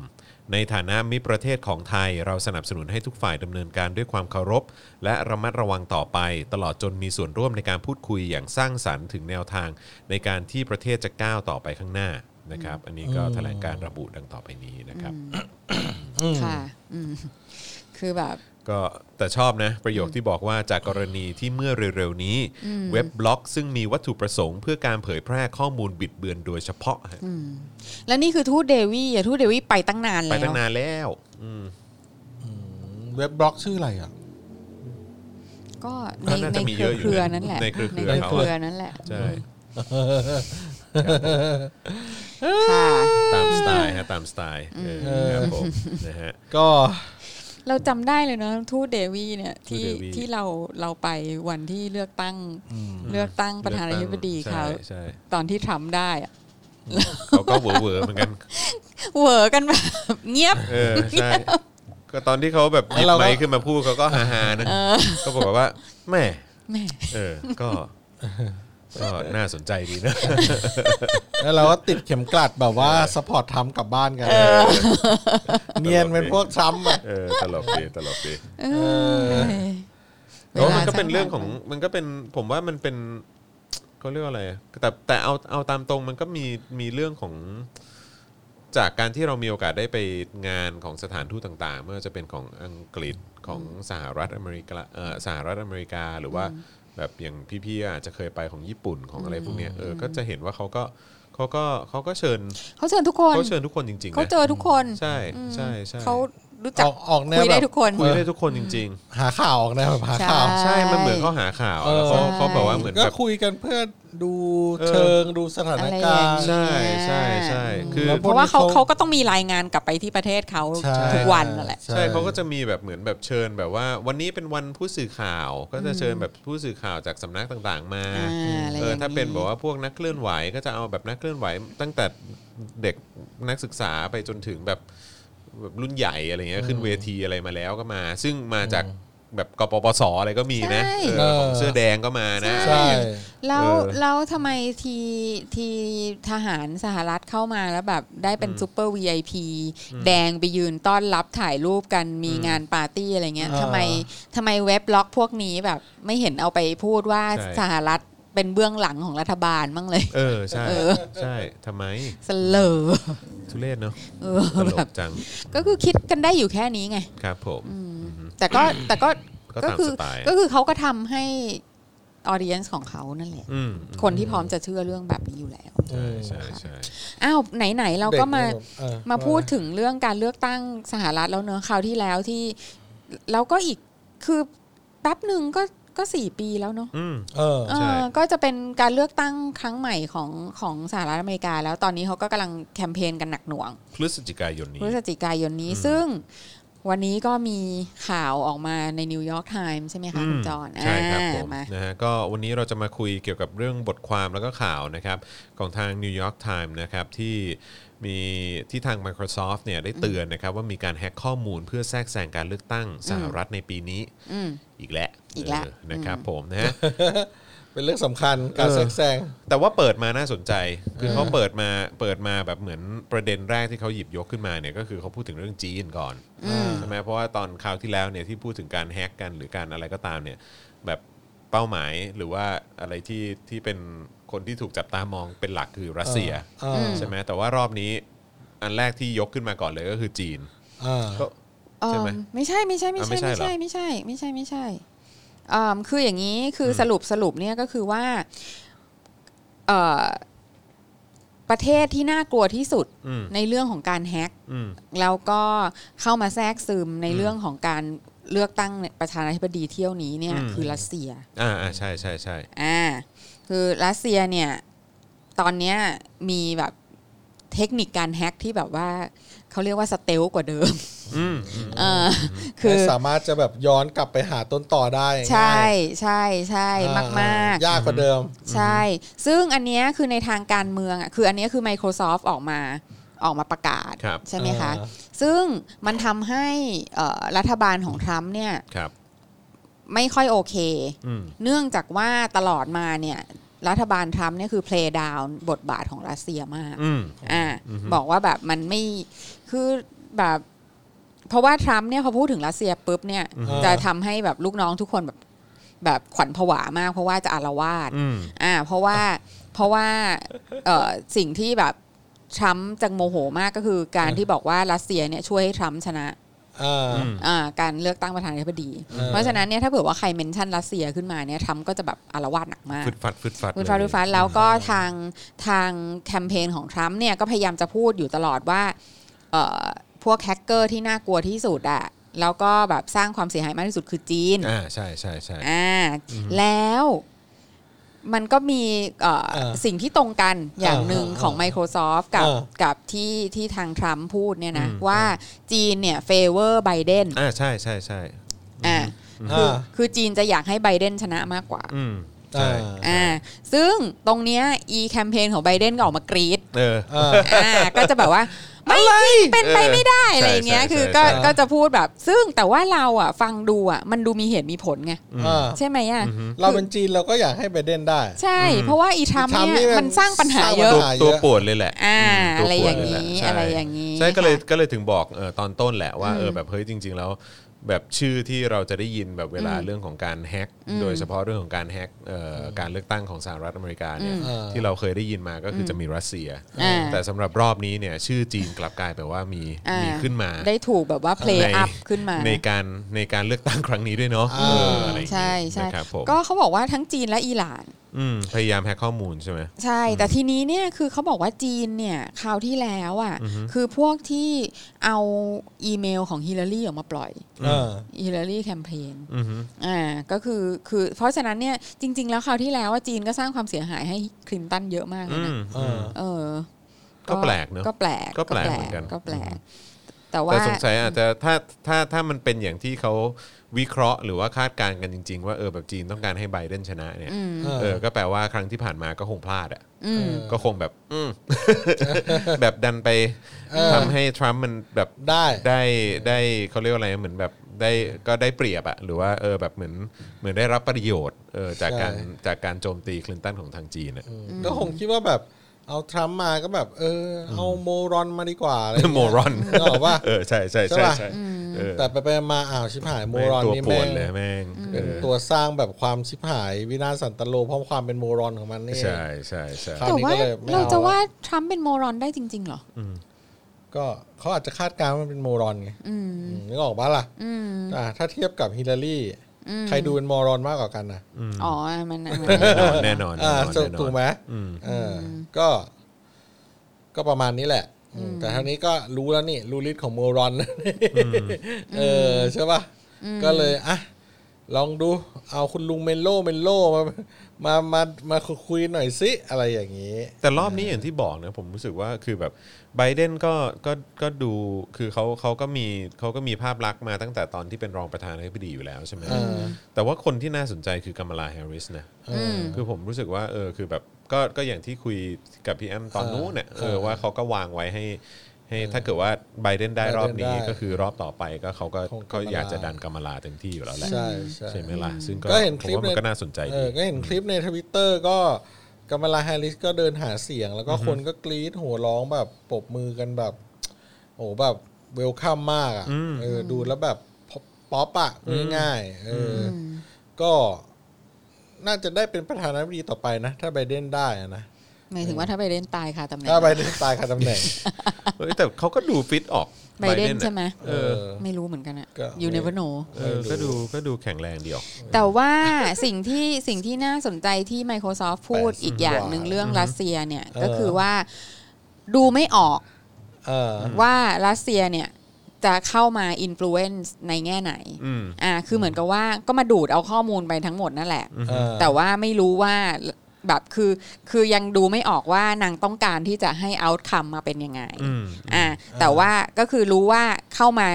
B: ในฐานะมิตรประเทศของไทย เราสนับสนุนให้ทุกฝ่ายดำเนินการด้วยความเคารพ และระมัดระวังต่อไป ตลอดจนมีส่วนร่วมในการพูดคุยอย่างสร้างสรรค์ถึงแนวทาง ในการที่ประเทศจะก้าวต่อไปข้างหน้านะครับ อันนี้ก็แถลงการระบุดังต่อไปนี้นะครับ
C: ค่ะ อืมคือแบบ
B: ก็แต่ชอบนะประโยคที่บอกว่าจากกรณีที่เมื่อเร็วๆนี้ เว็บบล็อกซึ่งมีวัตถุประสงค์เพื่อการเผยแพร่ข้อมูลบิดเบือนโดยเฉพาะฮะ
C: แล้วนี่คือทูตเดวี่อะทูตเดวี่ไปตั้งนาน
B: ไป
C: แล้ว
B: ตั้งนานแล้วอืม
D: เว็บบล็อกชื่ออะไรอ่ะ
C: ก็ใน
B: น่า
C: ใน
B: จะมี
C: เค
B: เย
C: รื
B: อะ
C: อ
B: อยู่
C: เครือ
B: นะ
C: นั่นแหละ
B: ในเครือเครือ
C: เครือนั่นแหละ
B: ใช่
C: ค่ะ
B: ตามสไตล์ฮะตามสไตล์เออครับ
C: [laughs]
B: ผมนะฮะ
D: ก็
C: เราจำได้เลยเนาะทูตเดวี่เนี่ยที่
B: ทูตเดวี่
C: ที่เราเราไปวันที่เลือกตั้งเลือกตั้งประธานาธิบดี
B: เลือกตั้
C: เขา
B: งใช่ใช่
C: ตอนที่ทรัมป์ได้อะ
B: เขาก็เหวอเหวอเหมือนกัน
C: เหวอกันแบบ [laughs] เงียบ
B: เออใช่ก็ตอนที่เขาแบบหยิบไมค์ขึ้นมาพูดเขาก็ฮาฮาๆนะเขาบอกว่าแหม่
C: แหม่
B: เออ ก็ ก็น่าสนใจดีนะ
D: แล้วเราก็ติดเข็มกลัดแบบว่าสปอร์ตทำกลับบ้านกันเนียนเป็นพวกซ้ำอ่ะ
B: เออ ตลกดี ตลกดี
C: เออ
B: แต่ว่ามันก็เป็นเรื่องของ มันก็เป็น ผมว่ามันเป็นเขาเรียกว่าอะไรอะแต่แต่เอา เอาตามตรง มันก็มี มีเรื่องของ จากการที่เรามีโอกาสได้ไปงานของสถานทูตต่างๆ ไม่ว่าจะเป็นของอังกฤษของสหรัฐอเมริกาเอ่อสหรัฐอเมริกาหรือว่าแบบอย่างพี่ๆอาจจะเคยไปของญี่ปุ่นของอะไรพวกเนี้ยเออ ก็จะเห็นว่าเขาก็เขาก็เขาก็เชิญ
C: เขาเชิญทุกคน
B: เขาเชิญทุกคนจริงๆ
C: เขา
B: นะ
C: เจอทุกคน
B: ใช่ใช่ใช่
C: เขารู้
D: อ
C: จัก
D: อกออกแนว
C: คุย
D: แบ
C: ได้
D: บ
C: ทุกคน
B: คุยได้ทุกคนจริง
D: หาข่าวออกแนวแบบหาข่าว
B: ๆ ใช่ มันเหมือนเขาหาข่าวแล้วเขา
D: เออ
B: เขาบอกว่าเหมือน
D: ก็
B: แบบ
D: คุยกันเพื่อดู
B: เออ
D: เชิงดูสถาน
C: อะไรอย่า
D: การ
C: ง
D: ณ์
C: เงี้ย
B: ใช่ใช่ใช่คือ
D: แล้ว
C: เพราะว่าเขาเขาก็ต้องมีรายงานกลับไปที่ประเทศเขา
D: ใช่
C: ทุกวันนั่นแหละ
B: ใช่เขาก็จะมีแบบเหมือนแบบเชิญแบบว่า วันนี้เป็นวันผู้สื่อข่าว ก็จะเชิญแบบผู้สื่อข่าวจากสำนักต่างๆ มา
C: อ่าอะไร
B: เออถ้า
C: อย่างนี้
B: เป็นแบบว่าพวกนักเคลื่อนไหวก็จะเอาแบบนักเคลื่อนไหว ตั้งแต่เด็กนักศึกษาไปจนถึงแบบแบบรุ่นใหญ่อะไรเงี้ยขึ้นเวทีอะไรมาแล้วก็มา ซึ่งมาจากแบบกปปสอะไรก็มีนะเออของเสื้อแดงก็มานะ
D: ใช่
C: แล้ว
B: เออ
C: แล้วทำไมทีทีทหารสหรัฐเข้ามาแล้วแบบได้เป็นซูเปอร์ VIP แดงไปยืนต้อนรับถ่ายรูปกันมีงานปาร์ตี้อะไรเงี้ย
D: อ่า
C: ทำไมทำไมเว็บบล็อกพวกนี้แบบไม่เห็นเอาไปพูดว่า
B: ใช่
C: สหรัฐเป็นเบื้องหลังของรัฐบาลบ้างเลย
B: เออใช่ใช่ทำไม
C: สเลอ
B: ทุเรศเนาะ
C: เออ
B: ตล
C: แบบ
B: กจัง
C: [laughs] ก็คือคิดกันได้อยู่แค่นี้ไง
B: ครับผม
C: แต่ก็แต่ก็
B: ก็
C: ก็
B: ตาม
C: คื
B: สไตล์
C: ก็คือเขาก็ทำให้ออเดียนของเขานั่นแหละ
B: อืม
C: คนที่พร้อมจะเชื่อเรื่องแบบนี้อยู่แล้ว
B: ใช่ใช่ใช่
C: อ้าวไหนๆเราก็มา
D: เด็เออ
C: มาพูดถึงเรื่องการเลือกตั้งสหรัฐแล้วเนอะคราวที่แล้วที่แล้วก็อีกคือแป๊บหนึ่งก็ก็สี่ปีแล้วเนอะ
B: อืม
D: เออ
C: เอ
B: ใช่
C: อก็จะเป็นการเลือกตั้งครั้งใหม่ของของสหรัฐอเมริกา แล้วตอนนี้เขาก็กำลังแคมเปญกันหนักหน่วง
B: พฤศจิกายนนี้
C: พฤศจิกายนนี้
B: อืม
C: ซึ่งวันนี้ก็มีข่าวออกมาในนิวยอร์กไทม์ใช่ไหมคะคุณจอห์น
B: ใช่ครับ
C: อ่า
B: ผม
C: มา
B: นะฮะก็วันนี้เราจะมาคุยเกี่ยวกับเรื่องบทความแล้วก็ข่าวนะครับของทาง New York Times นะครับที่มีที่ทาง Microsoft เนี่ยได้เตือนนะครับว่ามีการแฮ็กข้อมูลเพื่อแทรกแซงการเลือกตั้งสหรัฐในปีนี้
C: อืม
B: อีกแล้ว
C: อีกแล้ว
B: เนะครับผมนะฮะ
D: เป็นเรื่องสำคัญการ
B: เออ
D: แทรกแซง
B: แต่ว่าเปิดมาน่าสนใจ คือเขาเปิดมาเปิดมาแบบเหมือนประเด็นแรกที่เขาหยิบยกขึ้นมาเนี่ยก็คือเขาพูดถึงเรื่องจีนก่อนใช่ไหมเพราะว่าตอนคราวที่แล้วเนี่ยที่พูดถึงการแฮกกันหรือการอะไรก็ตามเนี่ยแบบเป้าหมายหรือว่าอะไรที่ที่เป็นคนที่ถูกจับตามองเป็นหลักคือรัสเซีย
D: เออเออ
B: ใช่ไหมแต่ว่ารอบนี้อันแรกที่ยกขึ้นมาก่อนเลยก็คือจีน
D: อ่า
C: เอิ่
B: ใช่
C: ม
B: ไหม
C: ไม่ใช่ไม่ใช่ไม่
B: อ่ะ
C: ใช่
B: ไม่
C: ไม่
B: ใช่
C: ใช่ไม่ใช่ไม่ใช่ไม่ใช่เอิ่มคืออย่างนี้คืออสรุปสรุปเนี่ยก็คือว่าเอ่อประเทศที่น่ากลัวที่สุด
B: อืม
C: ในเรื่องของการแฮ็ก
B: อืม
C: แล้วก็เข้ามาแทรกซึมในเรื่องของการเลือกตั้งประธานาธิบดีเที่ยวนี้เนี่ย
B: อืม
C: คือรัสเซีย
B: อ่าอ่าใช่ใช่ใช่
C: อ่าคือรัสเซียเนี่ยตอนเนี้ยมีแบบเทคนิคการแฮ็กที่แบบว่าเขาเรียกว่าสเตลกว่าเดิม [laughs]
B: อืม
C: เออคือ
D: และสามารถจะแบบย้อนกลับไปหาต้นต่อได้
C: ใช่
D: ง่าย
C: ใช่ใช่
D: อ่
C: มากมากๆ
D: ยากกว่าเดิม
C: ใช่ ซึ่งอันเนี้ยคือในทางการเมืองอ่ะคืออันเนี้ยคือ Microsoft ออกมาออกมาประกาศ
B: ครับ
C: ใช่ไหมคะ
D: อ่า
C: ซึ่งมันทำให้เอ่อรัฐบาลของทรัมป์เนี่ย
B: ครับ
C: ไม่ค่อยโอเค
B: อืม
C: เนื่องจากว่าตลอดมาเนี่ยรัฐบาลทรัมป์เนี่ยคือ play down บทบาทของรัสเซียมาก
B: อืม
C: อ่าบอกว่าแบบมันไม่คือแบบเพราะว่าทรัมป์เนี่ยพอพูดถึงรัสเซียปุ๊บเนี่ย
D: อือฮะ
C: จะทำให้แบบลูกน้องทุกคนแบบแบบขวัญผวามาก เพราะว่าจะอารวาส
B: อืม
C: อ่า เพราะว่าเพราะว่าเอ่อสิ่งที่แบบทรัมป์จะโมโหมากก็คือการที่บอกว่ารัสเซียเนี่ยช่วยให้ทรัมป์ชนะ
D: เอออ
C: อ่าการเลือกตั้งประธานาธิบดี
D: เออ
C: เพราะฉะนั้นเนี่ยถ้าเผื่อว่าใครเมนชั่นรัสเซียขึ้นมาเนี่ยทรัมป์ก็จะแบบอารวาสหนักมาก
B: ฟึดฟัดฟึดฟัด
C: คุณฟ้า
B: เลย
C: ดูฟ้าแล้วก็ทางทางแคมเปญของทรัมป์เนี่ยก็พยายามจะพูดอยู่ตลอดว่าเอ่อพวกแฮกเกอร์ที่น่ากลัวที่สุดอะแล้วก็แบบสร้างความเสียหายมากที่สุดคือจีน
B: อ่าใช่ใช่ใช่
C: อ่าแล้วมันก็มีเอ่อ
D: เออ
C: สิ่งที่ตรงกันอย่างหนึ่ง
D: เออเออ
C: ของ Microsoft กับ
D: เออ
C: กับที่ที่ทางทรัมป์พูดเนี่ยนะ
B: อืม
C: ว่าจีนเนี่ยเฟเวอร์ไบเดน
B: อ่าใช่ใช่ใช่
C: อ่า
D: อ่า
C: คือจีนจะอยากให้ไบเดนชนะมากกว่า
B: อืมใช่
D: อ่า
C: อ่าซึ่งตรงเนี้ยอีแคมเปญของไบเดนก็ออกมาก
B: [laughs]
C: รีด
B: เออ
D: อ่า
C: อ่า ก็จะแบบว่า ไม่จริงเป็นไปไม่ได้
B: เออ
C: อะไรอย่างเงี้ย
B: ใช่ใช่
C: คือก็
D: ใช่
C: ก็จะพูดแบบ ซึ่งแต่ว่าเราอ่ะฟังดูอ่ะมันดูมีเหตุมีผลไง
D: อ่า
C: ใช่ไหมอ่ะ
D: เราเป็นจีนเราก็อยากให้ไบเดนได้
C: ใช่ เพราะว่าอีทรัมป์
D: อีทรัมป์นี่
C: เนี่ย
D: มัน
C: มันสร้างปัญหาเย
D: ส
C: อะ
D: ร้าง
B: ตัว
D: ปัญหา
B: ตัวปวดเลยแหละ
C: อ่าม
B: ตัว
C: อะไร
B: ปวด
C: อย่างนี้
B: เลแหละใช่
C: อะไรอย่างนี้
B: ใช่ก็เลย
C: ค่ะ
B: ก็เลยถึงบอกเออตอนต้นแหละว่าเออแบบเฮ้ยจริง ๆ แล้ว แบบชื่อที่เราจะได้ยินแบบเวลาเรื่องของการแฮก
C: อืม
B: โดยเฉพาะเรื่องของการแฮกเอ่อการเลือกตั้งของสหรัฐอเมริกาเนี่ย
D: อืม
B: ที่เราเคยได้ยินมาก็คืออจะมีรัสเซีย
C: อ่า
B: แต่สำหรับรอบนี้เนี่ยชื่อจีนกลับกลายเป็นว่ามี
C: อ่ามี
B: มีขึ้นมา
C: ได้ถูกแบบว่าเพล
B: ใน
C: ย์อัพขึ้นมา
B: ในการในการเลือกตั้งครั้งนี้ด้วยเนาะ
D: อ่า
B: เอออะไรอย่างงี้
C: ใช่ใช่
B: นะครับผม
C: ก็เขาบอกว่าทั้งจีนและอิหร่าน
B: อืมพยายามแฮกข้อมูลใช่ไหม
C: ใช่ แต่ทีนี้เนี่ยคือเขาบอกว่าจีนเนี่ยคราวที่แล้วอ่ะคือพวกที่เอาอีเมลของฮิลลารีออกมาปล่อย
D: อ่า
C: ฮิลลารีแคมเปญ
B: อือฮึ
C: อ่าก็คือคือเพราะฉะนั้นเนี่ยจริง ๆ แล้วคราวที่แล้วว่าจีนก็สร้างความเสียหายให้คลินตันเยอะมากเล
B: อื
C: ยนะ
B: ม
D: อ่า
C: เออ
B: ก็แปลกเนอะ
C: ก็แปลก
B: ก็แปลกเหมือนกัน
C: ก็แปลก แต่ว่า
B: แต่สงสัยอาจจะถ้าถ้าถ้ามันเป็นอย่างที่เขาวิเคราะห์หรือว่าคาดการณ์กันจริง ๆ ว่าเออแบบจีนต้องการให้ไบเดนชนะเนี่ย
C: อืม
D: เออ
B: เออก็แปลว่าครั้งที่ผ่านมาก็คงพลาดอ่ะ
C: อืม
B: ก็คงแบบ อืม [laughs] แบบดันไป
D: เออ
B: ทำให้ทรัมป์มันแบบ
D: ได้
B: ได้ได้เขาเรียกว่าอะไรเหมือนแบบได้ก็ได้เปรียบอะหรือว่าเออแบบเหมือนเหมือนได้รับประโยชน์เออจากการ
D: ใช่
B: จากการโจมตีคลินตันของทางจีนอะ
D: ก็คงคิดว่าแบบเอาทรัมป์มาก็แบบ เออ เอาโมรอนมาดีกว่าอะไรย่างเงี้
B: [laughs]
D: ย
B: โมรอน
D: นึกออกปะ
B: เออใช่ใช่ใช่
D: ใช่ปะ
B: ใช่เออ
D: แต่ไปไปมาอ้าวชิบหายโม
B: แม่ง
D: รอน
B: ตัว
D: นี่
B: ปว
D: แม่
B: ด
D: ง
B: เลยแม่ง
D: เป็
B: เอ
D: น
B: อ
D: ตัวสร้างแบบความชิบหายวินาศสันตโลเพราะความเป็นโมรอนของมันนี่
B: ใช่ใช่ใช่
D: ครับ
C: แต่ว่า
D: คราวนี้ก็เลยไม่เอา
C: เราจะว่าทรัมป์เป็นโมรอนได้จริง ๆ เหรอ
D: ก็เขาอาจจะคาดการณ์ว่ามันเป็นโมรอนไง
C: อืม
D: อืมนึกออกปะล่ะ
C: อืม
D: อ่าถ้าเทียบกับฮิลลารี
C: อืม
D: ใครดูเป็นโมรอนมากกว่ากันนะ
C: อ๋อมันอันนั้น
B: แน่นอนแน่
D: อ่าน
B: อน
D: จะ
B: แน่นอน
D: ถูกไหม
B: อืม
D: เออก็ ก็ประมาณนี้แหละอืมแต่เท่านี้ก็รู้แล้วนี่รู้ฤทธิ์ของโมรอนเออใช่ปะก็เลยอ่ะลองดูเอาคุณลุงเมนโลเมนโลมามามามาคุยหน่อยสิอะไรอย่างนี้
B: แต่รอบนี้อย่างที่บอกนะผมรู้สึกว่าคือแบบไบเดนก็ก็ก็ดูคือเขาเขาก็มีเขาก็มีภาพลักษณ์มาตั้งแต่ตอนที่เป็นรองประธานาธิบดีอยู่แล้วใช่ไหม
D: เออ
B: แต่ว่าคนที่น่าสนใจคือกัมลาแฮร์ริสนะ
C: อืม
B: คือผมรู้สึกว่าเออคือแบบก็ก็อย่างที่คุยกับพี่แอมตอนนู้นเนี่ยเออว่าเขาก็วางไว้ให้ให้ถ้าเกิดว่าไบเดนได้รอบนี้
D: ไบเดนได้
B: ก็คือรอบต่อไปก็เขาก็
D: คงกำมะลา
B: ก็อยากจะดันกำมะลาเต็มที่อยู่แล้วแหละ
D: ใช่ใช่
B: ใช่ไหมล่ะซึ่งก็
D: ก็เห็น
B: ผม
D: คลิป
B: ว่า
D: ใน
B: มันก็น่าสนใจ
D: เอ
B: ดี
D: อก็เห็นคลิปในทวิตเตอร์ก็กามลาแฮร์ริสก็เดินหาเสียง แล้วก็คนก็กรี๊ดโหัวร้องแบบปรบมือกันแบบ โอ้โหแบบเวลคัมมากอ่ะเออดูแล้วแบบป๊อปอ่ะพูดง่ายๆเอออก็น่าจะได้เป็นประธานาธิบดีต่อไปนะ ถ้าไบเดนได้อะนะ
C: หมายถึงว่าถ้าไบเดนตายค่ะตำแหน่ง
D: ถ้าไบเดนตายคาตำแหน่ง
B: เอ้ยแต่เขาก็ดูฟิตออก
C: ไบเดน
B: อะ
C: ใช่ไหม
B: เออ
C: ไม่รู้เหมือนกันอะ
D: ก็
C: อยู่ในวโน
B: เออก็ดูก็ดูแข็งแรงดีออก
C: แต่ว่าสิ่งที่สิ่งที่น่าสนใจที่ Microsoft พูด
D: แปดสิบ
C: อีกอย่างหนึ่ง
D: กว่า
C: เรื่องรัสเซียเนี่ย
D: เออ
C: ก็คือว่าดูไม่ออก
D: เออ
C: ว่ารัสเซียเนี่ย จะเข้ามาอิม l u เอนซ์ในแง่ไหน
B: อืม
C: อ่าคือเหมือนกับว่าก็มาดูดเอาข้อมูลไปทั้งหมดนั่นแหละ
D: เออ
C: แต่ว่าไม่รู้ว่าแบบคือคือยังดูไม่ออกว่านางต้องการที่จะให้เอาคัมมาเป็นยังไง
B: อืม
C: อ่าแต่ว่าก็คือรู้ว่าเข้ามา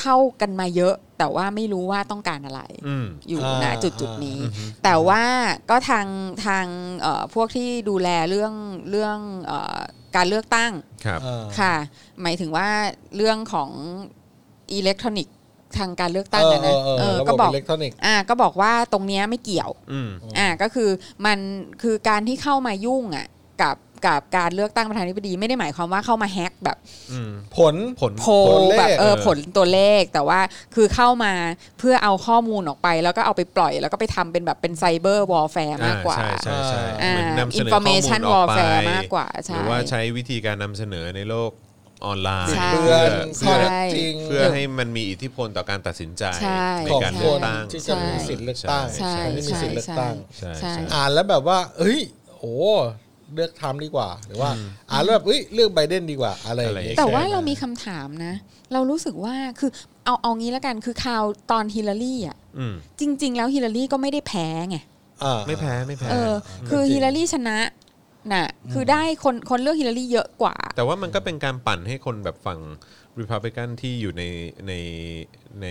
C: เข้ากันมาเยอะ แต่ว่าไม่รู้ว่าต้องการอะไร
B: อืม
C: อยู่
D: อ่า
C: ณจุดจุดๆนี้
B: อ่าอือฮึ
C: แต่ว่าก็ทางทางเอ่อพวกที่ดูแลเรื่องเรื่องเอ่อการเลือกตั้ง
B: ครับ
C: ค่ะ หมายถึงว่าเรื่องของอิเล็กทรอนิกส์ทางการเลือกตั้งอะนะ
D: เออเออเออ
C: ก็บอก
D: ระบบอิเล็กทรอนิกส์
C: อ่าก็บอกว่าตรงเนี้ยไม่เกี่ยว
B: อืม
C: อ่าก็คือมันคือการที่เข้ามายุ่งอ่ะกับกับการเลือกตั้งประธานาธิบดีไม่ได้หมายความว่าเข้ามาแฮกแบบ
B: อืม
D: ผล
B: ผล
C: โพ
D: ผ
C: ล
D: ลเลข
C: แบบเออ
B: เออ
C: ผลตัวเลขแต่ว่าคือเข้ามาเพื่อเอาข้อมูลออกไป แล้วก็เอาไปปล่อย แล้วก็ไปทำเป็นแบบเป็นไซเบอร์วอลแฟร์มากกว่า
B: อ่ใช่ใช่ใช่
C: อ่า
B: เหมือนนำเสนอข้อมูล
C: information
B: ออก
C: warfare
B: ไป
C: มากกว่าใช่
B: หรือว่าใช้วิธีการนำเสนอในโลก ออนไลน์
C: ใช่
D: เตือนข้
B: เพื่
D: อ
B: อ
D: เท็จจริง
B: เพื่อให้มันมีอิทธิพลต่อการตัดสินใจ
C: ใช่
B: ใน
D: ของ
B: การ
D: ค
B: เลือก
D: น
B: ตั้ง
D: ที่จะมี
C: ใช่
D: สิทธิ์เลือกตั้ง
C: ใช่
D: ที่มี
C: ใช่
D: สิทธิ์เลือก
C: ใช่
D: ตั้ง
B: ใช่ใช่
C: ใช่
D: อ่านแล้วแบบว่า เอ้ย โอ้เลือกทรัมป์ดีกว่า หรือว่า อ่านแล้วแบบเอ้ยเลือกไบเดนดีกว่า อะไรอย่าง
B: อะไรอย่งงี้
D: เงี้
B: ย
D: ย
C: แต่ว่าเรามีคำถามนะ เรารู้สึกว่าคือเอาเอางี้แล้วกันคือข่าวตอนฮิลลารีอ่ะ
B: อืม
C: จริง ๆ แล้วฮิลลารีก็ไม่ได้แพ้ไง
D: อ่า
B: ไม่แพ้ไม่แพ้
C: เออคือ
D: จริง
C: ฮิลลารีชนะน่ะคือได้คนคนเลือกฮิลลารีเยอะกว่า
B: แต่ว่ามันก็เป็นการปั่นให้คนแบบฝั่งริพับลิกันที่อยู่ในในใน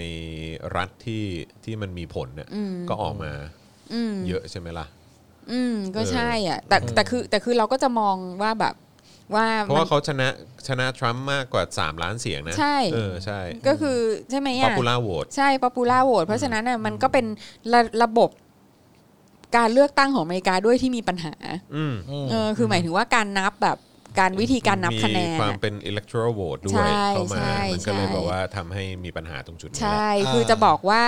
B: รัฐที่ที่มันมีผลเนี่ย
C: อืม
B: ก็ออกมา
C: อืม
B: เยอะใช่ไหมล่ะ
C: อืมก็ใช่อ่ะแต่แต่คือแต่คือเราก็จะมองว่าแบบว่า
B: เพราะ
C: มั
B: ว่าน เขาชนะชนะทรัมป์มากกว่า 3 ล้านเสียงนะ
C: ใช่
B: เออใช่
C: ก็คือใช่ไหม
B: ป๊อ
C: อ่ะ
B: ปปูล่าโหวต
C: ใช่ป๊อปปูล่าโหวตเพราะฉะนั้นน่ะมันก็เป็นระระบบการเลือกตั้งของอเมริกาด้วยที่มีปัญหา
B: อืม
D: อืม
C: เออคือหมายถึงว่าการนับแบบการวิธีการนับคะแนน
B: มีความ
C: น่ะ
B: เป็น electoral vote ด้ว
C: ใช่
B: ยเข้ามา
C: ใช่
B: มันก็เลย
C: ใช่
B: แบบว่าทำให้มีปัญหาตรงจุดนี้แห
C: ใช่
B: ละ
C: คือจะบอกว่า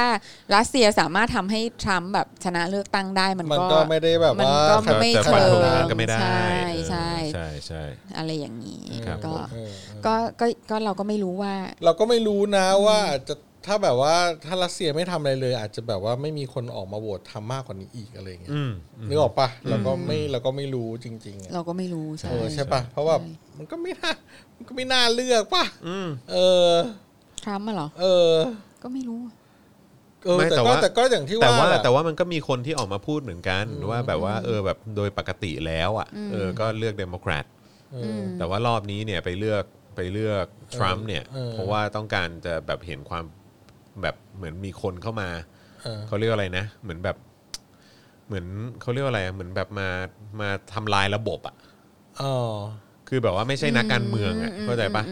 C: รัสเซียสามารถทำให้ทรัมป์แบบชนะเลือกตั้งได้มัน
D: มัน
C: ก็
D: ก็ไม่ได้แบบ
C: มัน
D: ว่า
C: ก็
B: แต่
C: ไม่
B: แต่
C: เชิง
B: ฝันธงงานก็ไม่ได้
C: ใช่
B: เออ
C: ใช่
B: ใช่ใช่
C: อะไรอย่างนี้
B: ครับ
C: ก็
B: ผม
D: เออเออ
C: ก็ก็ก็เราก็ไม่รู้ว่า
D: เราก็ไม่รู้นะว่าจะถ้าแบบว่าถ้ารัสเซียไม่ทำอะไรเลย อาจจะแบบว่าไม่มีคนออกมาโหวตทำมากกว่านี้อีกอะไรอย่างเงี้ย
B: อืม
D: นึกออกปะเราก็ไม่เราก็ไม่รู้จริงๆอะ
C: เราก็ไม่รู้ใช่
D: เออใช่ปะเพราะว่ามันก็ไม่น่ามันก็ไม่น่าเลือกปะ
B: อืม
D: เออ
C: ทรัมป์อะเหรอ
D: เออ
C: ก็ไม่รู้
D: เออ
B: ไม่
D: แต่
B: แต่
D: ก็
B: ว่า
D: แต่ก็อย่างที่
B: แต่ว่า
D: ว่าหละ
B: แต่ว่ามันก็มีคนที่ออกมาพูดเหมือนกันว่าแบบว่าเออแบบโดยปกติแล้วอ่ะเออก็เลือกเดโมแครตแต่ว่ารอบนี้เนี่ยไปเลือกไปเลือกทรัมป์เนี่ย
D: เออ
B: เพราะว่าต้องการจะแบบเห็นความแบบเหมือนมีคนเข้ามา
D: เออ
B: เขาเรียกอะไรนะ เหมือนแบบเหมือนเขาเรียกอะไรเหมือนแบบมามาทำลายระบบอ่ะ
D: อ๋อ
B: คือแบบว่าไม่ใช่นักการเมืองอ่ะเข้าใจปะ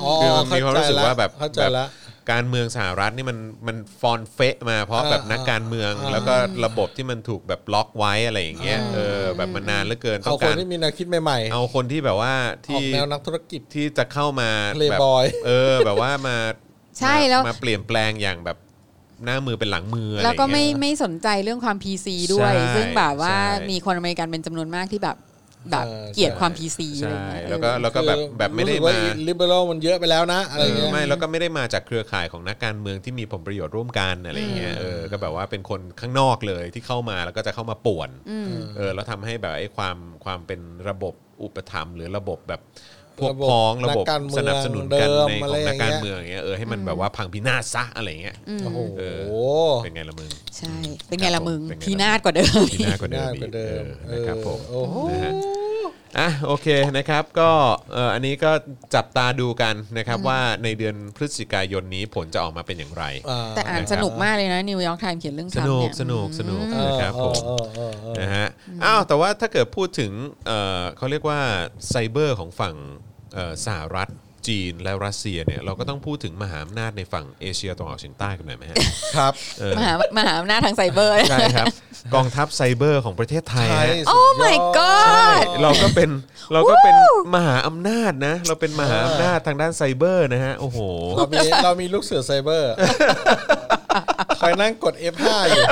D: อ๋อ
B: คือมันมีความรู้สึกว่าแบบ
D: เข้าใจ
B: แบบ
D: ละ
B: การเมืองสหรัฐนี่มันมันฟอนเฟะมาเพราะ
D: เออ
B: แบบนักการเมือง
D: เออ
B: แล้วก็ระบบที่มันถูกแบบล็อกไว้อะไรอย่างเงี้ยเออแบบมันนานเหลือเกินต้
D: เอา
B: อง
D: คน
B: การ
D: ที่มีแนวคิดใหม่ๆอ
B: เอาคนที่แบบว่า
D: อก
B: ที่
D: แนวนักธุรกิจ
B: ที่จะเข้ามาแบบ
D: Playboy
B: เออแบบว่ามา
C: ใช่แล้ว
B: มาเปลี่ยนแปลงอย่างแบบหน้ามือเป็นหลังมืออะไรอ
C: แล้
B: ย่าว ง
C: ก็
B: เงี้ย
C: ไม่ไม่สนใจเรื่องความ PC ด้วย
B: ใช่
C: ซึ่งแบบว่า
B: ใช่
C: มีคนอเมริกันเป็นจำนวนมากที่แบบแบบ
D: เออ
C: เกลียดความ PC อะไร
B: ใช่
C: เงี้ย
B: แล้วก็แล้วก็แบบแบบไม่ได้
D: รู้สึกว่า
B: มา
D: liberal มันเยอะไปแล้วนะ อะไรเงี้ย
B: ไม่แล้วก็ไม่ได้มาจากเครือข่ายของนักการเมืองที่มีผลประโยชน์ร่วมกันอะไรอย่างเงี้ยเออก็แบบว่าเป็นคนข้างนอกเลยที่เข้ามาแล้วก็จะเข้ามาป่วนเออแล้วทำให้แบบไอ้ความความเป็นระบบอุปถัมภ์หรือระบบแบบพวกพ้องระบบสนับสนุนกันในของนักการเมืองอย่างเงี้ยเออให้มันแบบว่าพังพินาศซะอะไรอย่างเงี้ย
D: โอ้โห
B: เออเป็นไงละมึง
C: ใช่ เป็นไง
B: ครั
C: ล่ะ
B: บ
C: มึง
B: ผมเป็นไงล่ะ
C: พีนาศกว่าเดิม
B: พินาศกว่าเดิม
D: พินาศกว่าเดิม
B: อีกเออนะครับผม
D: เออโอ้โห
B: นะฮะอ่ะโอเคนะครับก็เอ่ออันนี้ก็จับตาดูกันนะครับว่าในเดือนพฤศจิกายนนี้ผลจะออกมาเป็นอย่างไร
D: อ่า
C: แต่อ่านสนุกมากเลยนะนิวยอร์กไทม์เขียนเรื่อง
B: ส
C: ทรัม
B: นุ
C: ป์
B: ก
C: เนี่ย
B: สนุกสนุก
D: เออ
B: นะครับผม
D: เออเออเออ
B: นะฮะอ้าวแต่ว่าถ้าเกิดพูดถึงเอ่อเขาเรียกว่าไซเบอร์ของฝั่งเอ่อสหรัฐจีนและรัสเซียเนี่ยเราก็ต้องพูดถึงมหาอำนาจในฝั่งเอเชียตะวันออกเฉียงใต้กันหน่อยไหม
D: [laughs]
B: ฮะ
D: ครับ
B: เออ
C: มหามหาอำนาจทางไซเบอร์
B: ใช่ครับ กองทัพไซเบอร์ของประเทศไทย
D: ไทย
B: ฮะ
D: สุดย
C: Oh
D: ด
C: my god
B: เราก็เป็นเราก็เป็นมหาอำนาจนะ เราเป็นมหาอำนาจทางด้านไซเบอร์นะฮะ โอ้โห
D: [laughs] เรามีเรามีลูกเสือไซเบ
B: [laughs]
D: อร์ คอยนั่งกด F5 อยู่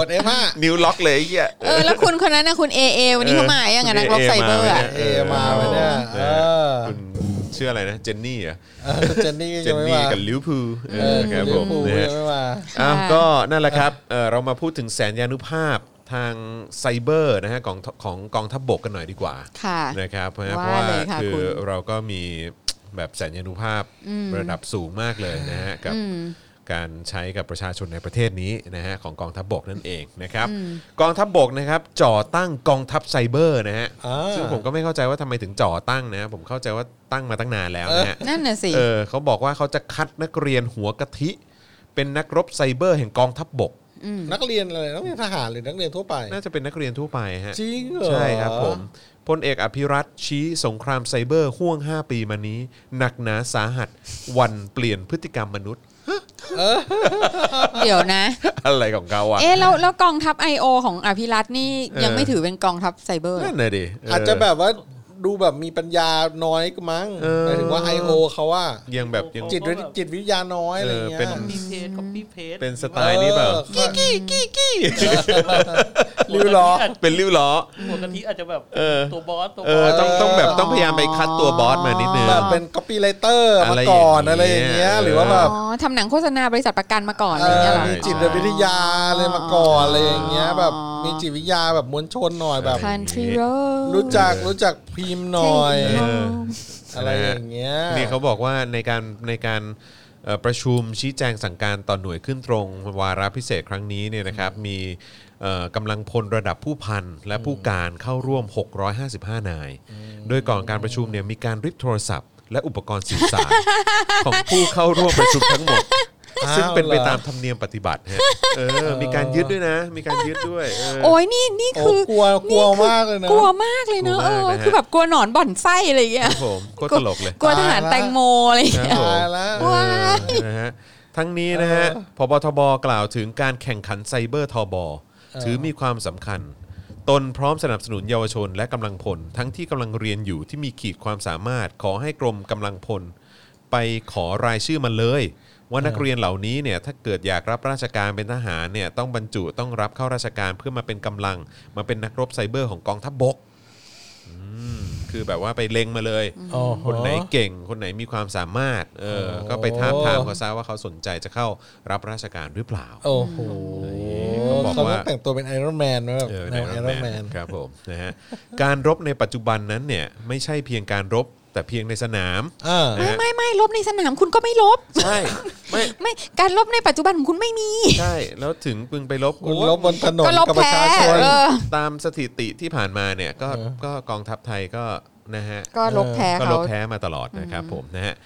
D: กด F5
B: นิ้วล็อกเลยไอ้เหี้ย
C: เออแล้วคุณคนนั้นนะคุณเอเอวันนี้เขามาอย่างไงนักรบไซเบอร์อะ
D: เอมาไหมเนี่ยเออ
B: คุณชื่ออะไรนะ เจนนี่เหรอ่ะ
D: เออเจนนี่
B: เจ
D: ยัง
B: น
D: ไม่
B: นี่
D: มา
B: กับลิวพูลเอ
D: เอ
B: อ
D: อ
B: ครับ
D: ลิ
B: ผม
D: เวอร์พูล
B: นะฮะ
D: ยังไม่มา
B: อ้าว
C: ค่ะ
B: ก็นั่นแหละครับเออเรามาพูดถึงแสนยานุภาพทางไซเบอร์นะฮะของของกองทัพบกกันหน่อยดีกว่า
C: ค่ะ
B: นะครับเพราะ
C: ว่า
B: เพราะว่า
C: เลยค่ะ
B: คื
C: คุ
B: อ
C: ณ
B: เราก็มีแบบสัญญานุภาพระดับสูงมากเลยนะฮะกับการใช้กับประชาชนในประเทศนี้นะฮะของกองทัพบบกนั่นเองนะครับกองทัพบบกนะครับจ่อตั้งกองทัพไซเบอร์นะฮะ
D: อ่า
B: ซึ่งผมก็ไม่เข้าใจว่าทำไมถึงจ่อตั้งนะ ผมเข้าใจว่าตั้งมาตั้งนานแล้วนะฮะ
C: นั่นน่ะสิ
B: เออเขาบอกว่าเขาจะคัดนักเรียนหัวกะทิ เป็นนักรบไซเบอร์แห่งกองทัพบบก
D: นักเรียนอะไรนักเรียนทหารหรือนักเรียนทั่วไป
B: น่าจะเป็นนักเรียนทั่วไปฮะ
D: จริงเหรอ
B: ใช่ครับผมพลเอกอภิรัตน์ชี้สงครามไซเบอร์ห่วง 5 ปีมานี้ หนักหนาสาหัส วันเปลี่ยนพฤติกรรมมนุษย์
C: เดี๋ยวนะ
B: อะไรของเขาอ่ะ
C: เอ๊ะแล้วแล้วกองทัพ I.O. ของอภิรัตน์นี่ยังไม่ถือเป็นกองทัพไซเบอร์
B: นั่นเลยดิเ
D: อาจจะแบบว่า ดูแบบมีปัญญาน้อยก็มั้ง
B: เออ
D: หมายถึงว่า I.O. เขาว่า
B: ยังแบบยัง
E: โอ้
D: จิตวิทจิตวิทยาน้อยอะไรเงี้
B: เออ
D: ย
B: เป็น
E: copy paste copy paste
B: เป็นสไตล์นี้เปล่า
D: กี้กี้กี้กี้ริว
E: หัวกะทิ
D: ล้อ
E: าจ
B: เป็นริ้วล้อ
E: หัวกะทิอาจจะแบบ
B: เออ
E: ตัวบอสตัว
B: เอบ อ
E: อส
B: ต้องต้องแบบต้องพยายามไปคัดตัวบอสมานิดนึง
D: แบบเป็น copywriter
B: อะ
D: มา
B: ไร
D: ก่อน
B: อย่างเงี้ย
D: อะ
B: เออ
D: ไรอย่างเงี้ยหรือว่าแบบ
C: อ๋อทำหนังโฆษณาบริษัทประกันมาก่อนอะไรอย่าง
D: เอ
C: เงี้ย
D: อ
C: เหรอ
D: มีจิตวิทยาอะไรมาก่อนอะไรอย่างเงี้ย แบบ
C: อ๋อ
D: มีจิตวิทยาแบบมวลชนหน่อยแบบ
C: Country Road
D: รู้จักรู้จักพิมพ์หน่อย
C: เออ
D: อะไรอย่างเงี้ย
B: นี่เขาบอกว่าในการในการเอ่อประชุมชี้แจงสั่งการต่อหน่วยขึ้นตรง วาระพิเศษครั้งนี้เนี่ยนะครับมีเอ่อกำลังพลระดับผู้พันและผู้การเข้าร่วม 655 นาย โดยก่อนการประชุมเนี่ยมีการริบโทรศัพท์ และอุปกรณ์สื่อสาร [laughs] ของผู้เข้าร่วมประชุมทั้งหมด
D: อ้าว
B: ซึ่งเป็นไป
D: เหรอ
B: ตามธรรมเนียมปฏิบัติฮะเออมีการยึดด้วยนะ มีการยึดด้วยเออ
C: โอ้ยนี่นี่
D: โอ้
C: คือ
D: กลัวกลัวมากเลยนะ
C: กลัวมากเลยเนอะ
B: กลัว
C: เอ
B: มาก
C: อ
B: นะฮะ
C: คือแบบกลัวหนอนบ่อนไส้อะไรอย่างเงี้
B: ค
C: ย
B: รับผมโคตรตลกเลย
C: กลัวทหารแตงโมอะไรอย่าง
B: ค
C: เงี้ย
B: รับผม
D: ตายแล้ว
B: เออนะฮะทั้งนี้นะฮะพบทบกล่าวถึงการแข่งขันไซเบอร์ทบถือมีความสำคัญ ตนพร้อมสนับสนุนเยาวชนและกำลังพล ทั้งที่กำลังเรียนอยู่ที่มีขีดความสามารถขอให้กรมกำลังพล ไปขอรายชื่อมาเลย ว่านักเรียนเหล่านี้เนี่ยถ้าเกิดอยากรับราชการเป็นทหารเนี่ยต้องบรรจุต้องรับเข้าราชการเพื่อมาเป็นกำลังมาเป็นนักรบไซเบอร์ของกองทัพบบกอืมคือแบบว่าไปเล็งมาเลย
D: อ๋อ
B: คนไหนเก่ง คนไหนมีความสามารถ เออ
D: โอ้
B: ก็ไปถามถามเขาซะว่าเขาสนใจจะเข้ารับราชการหรือเปล่า
D: โอ้โห
B: เขาบอก
D: เขา
B: ว่า
D: ต้องแต่งตัวเป็นไอรอนแมนแบบ
B: เออ
D: แนวไอรอนแมน
B: ครับผม นะฮะ การรบในปัจจุบันนั้นเนี่ย ไม่ใช่เพียงการรบ แต่เพียงในสนาม
D: อ่า
C: ไม่ไม่ไม่ลบในสนามคุณก็ไม่ลบ
B: ใช่ ไม่
C: ไม่การลบในปัจจุบันของคุณไม่มี
B: ใช่ แล้วถึงพึงไปรบ
D: คุณ
B: โอ้ย
D: ลบบนถนน
C: ก็ลบ
D: กับประ
C: แพ้
D: ชาชน
C: เออ
B: ตามสถิติที่ผ่านมาเนี่ย ก็
D: เออ
B: ก็กองทัพไทยก็ นะฮะ
C: ก็ลบแพ้
B: ก็ล
C: เขา
B: บแพ้มาตลอดนะครับผมนะฮะ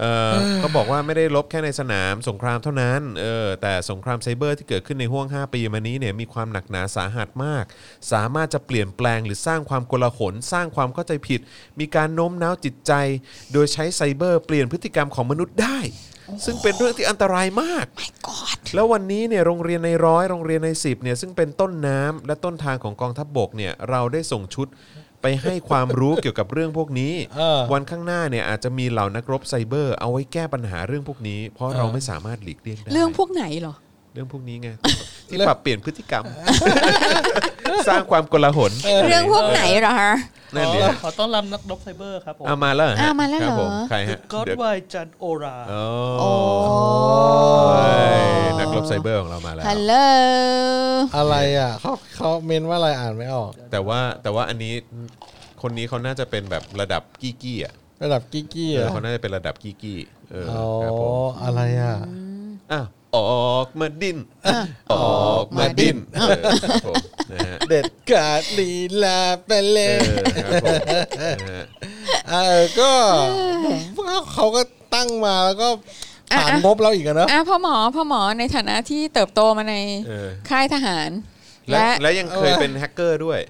B: เอ่อก็บอกว่าไม่ได้ลบแค่ในสนามสงครามเท่านั้นเออแต่สงครามไซเบอร์ที่เกิดขึ้นในห่วง 5 ปีมานี้เนี่ยมีความหนักหนาสาหัสมาก สามารถจะเปลี่ยนแปลงหรือสร้างความโกลาหลสร้างความเข้าใจผิด มีการโน้มน้าวจิตใจ โดยใช้ไซเบอร์เปลี่ยนพฤติกรรมของมนุษย์ได้ ซึ่งเป็นเรื่องที่อันตรายมาก แล้ววันนี้เนี่ยโรงเรียนในร้อยโรงเรียนในสิบเนี่ยซึ่งเป็นต้นน้ำและต้นทางของกองทัพบบกเนี่ยเราได้ส่งชุดไปให้ความรู้ เกี่ยวกับเรื่องพวกนี้
D: เออ
B: วันข้างหน้าเนี่ยอาจจะมีเหล่านักรบไซเบอร์ เอาไว้แก้ปัญหาเรื่องพวกนี้ เพราะเราไม่สามารถหลีกเลี่ยงได้
C: เรื่องพวกไหนเหรอ
B: เรื่องพวกนี้ไง ที่ปรับเปลี่ยนพฤติกรรม สร้างความโกลาหล
C: เรื่องพวกไหนเหรอฮะ
B: นั่นเดียว
E: ขอต้อนรับนักรบไซเบอร์ครับผม
B: เอามาแล้วเหรอฮะ
C: อ่ะมาแล้ว
B: คบผ
C: เหรอ
B: ใครฮะ
E: ก็อด
B: เดี๋ยว
E: ไวจันโอรา
B: โอ้
C: โอ้
B: ยนักรบไซเบอร์ของเรามาแล้ว
C: ฮัลโหล
D: อะไรอ่ะเขาเขาเมนว่าอะไรอ่านไม่ออก
B: แต่ว่าแต่ว่าอันนี้คนนี้เขาน่าจะเป็นแบบระดับกี้กี้อ่ะ
D: ระดับกิ๊กกี้
B: เออ
D: อ่ะ
B: เขาน่าจะเป็นระดับกี้กี้เออ
D: อ๋อ
B: ครับผม
D: อะไรอ่ะ
B: อ้าวออกมาดิ้นออกมาดิ้นเออครับผมนะฮะ
D: เด็ดขาดลีลาไปเล
B: เอย อครับผมนะฮะ
D: เออก็เขาก็ตั้งมาแล้วก็ผ่านงบเราอีกอะเนอะ
C: อ่ะพ่อหมอพ่อหมอในฐานะที่เติบโตมาใน
B: เออ
C: ค่ายทหาร
B: และ
C: และ
B: และยังเคยเป็นแฮกเกอร์ด้วย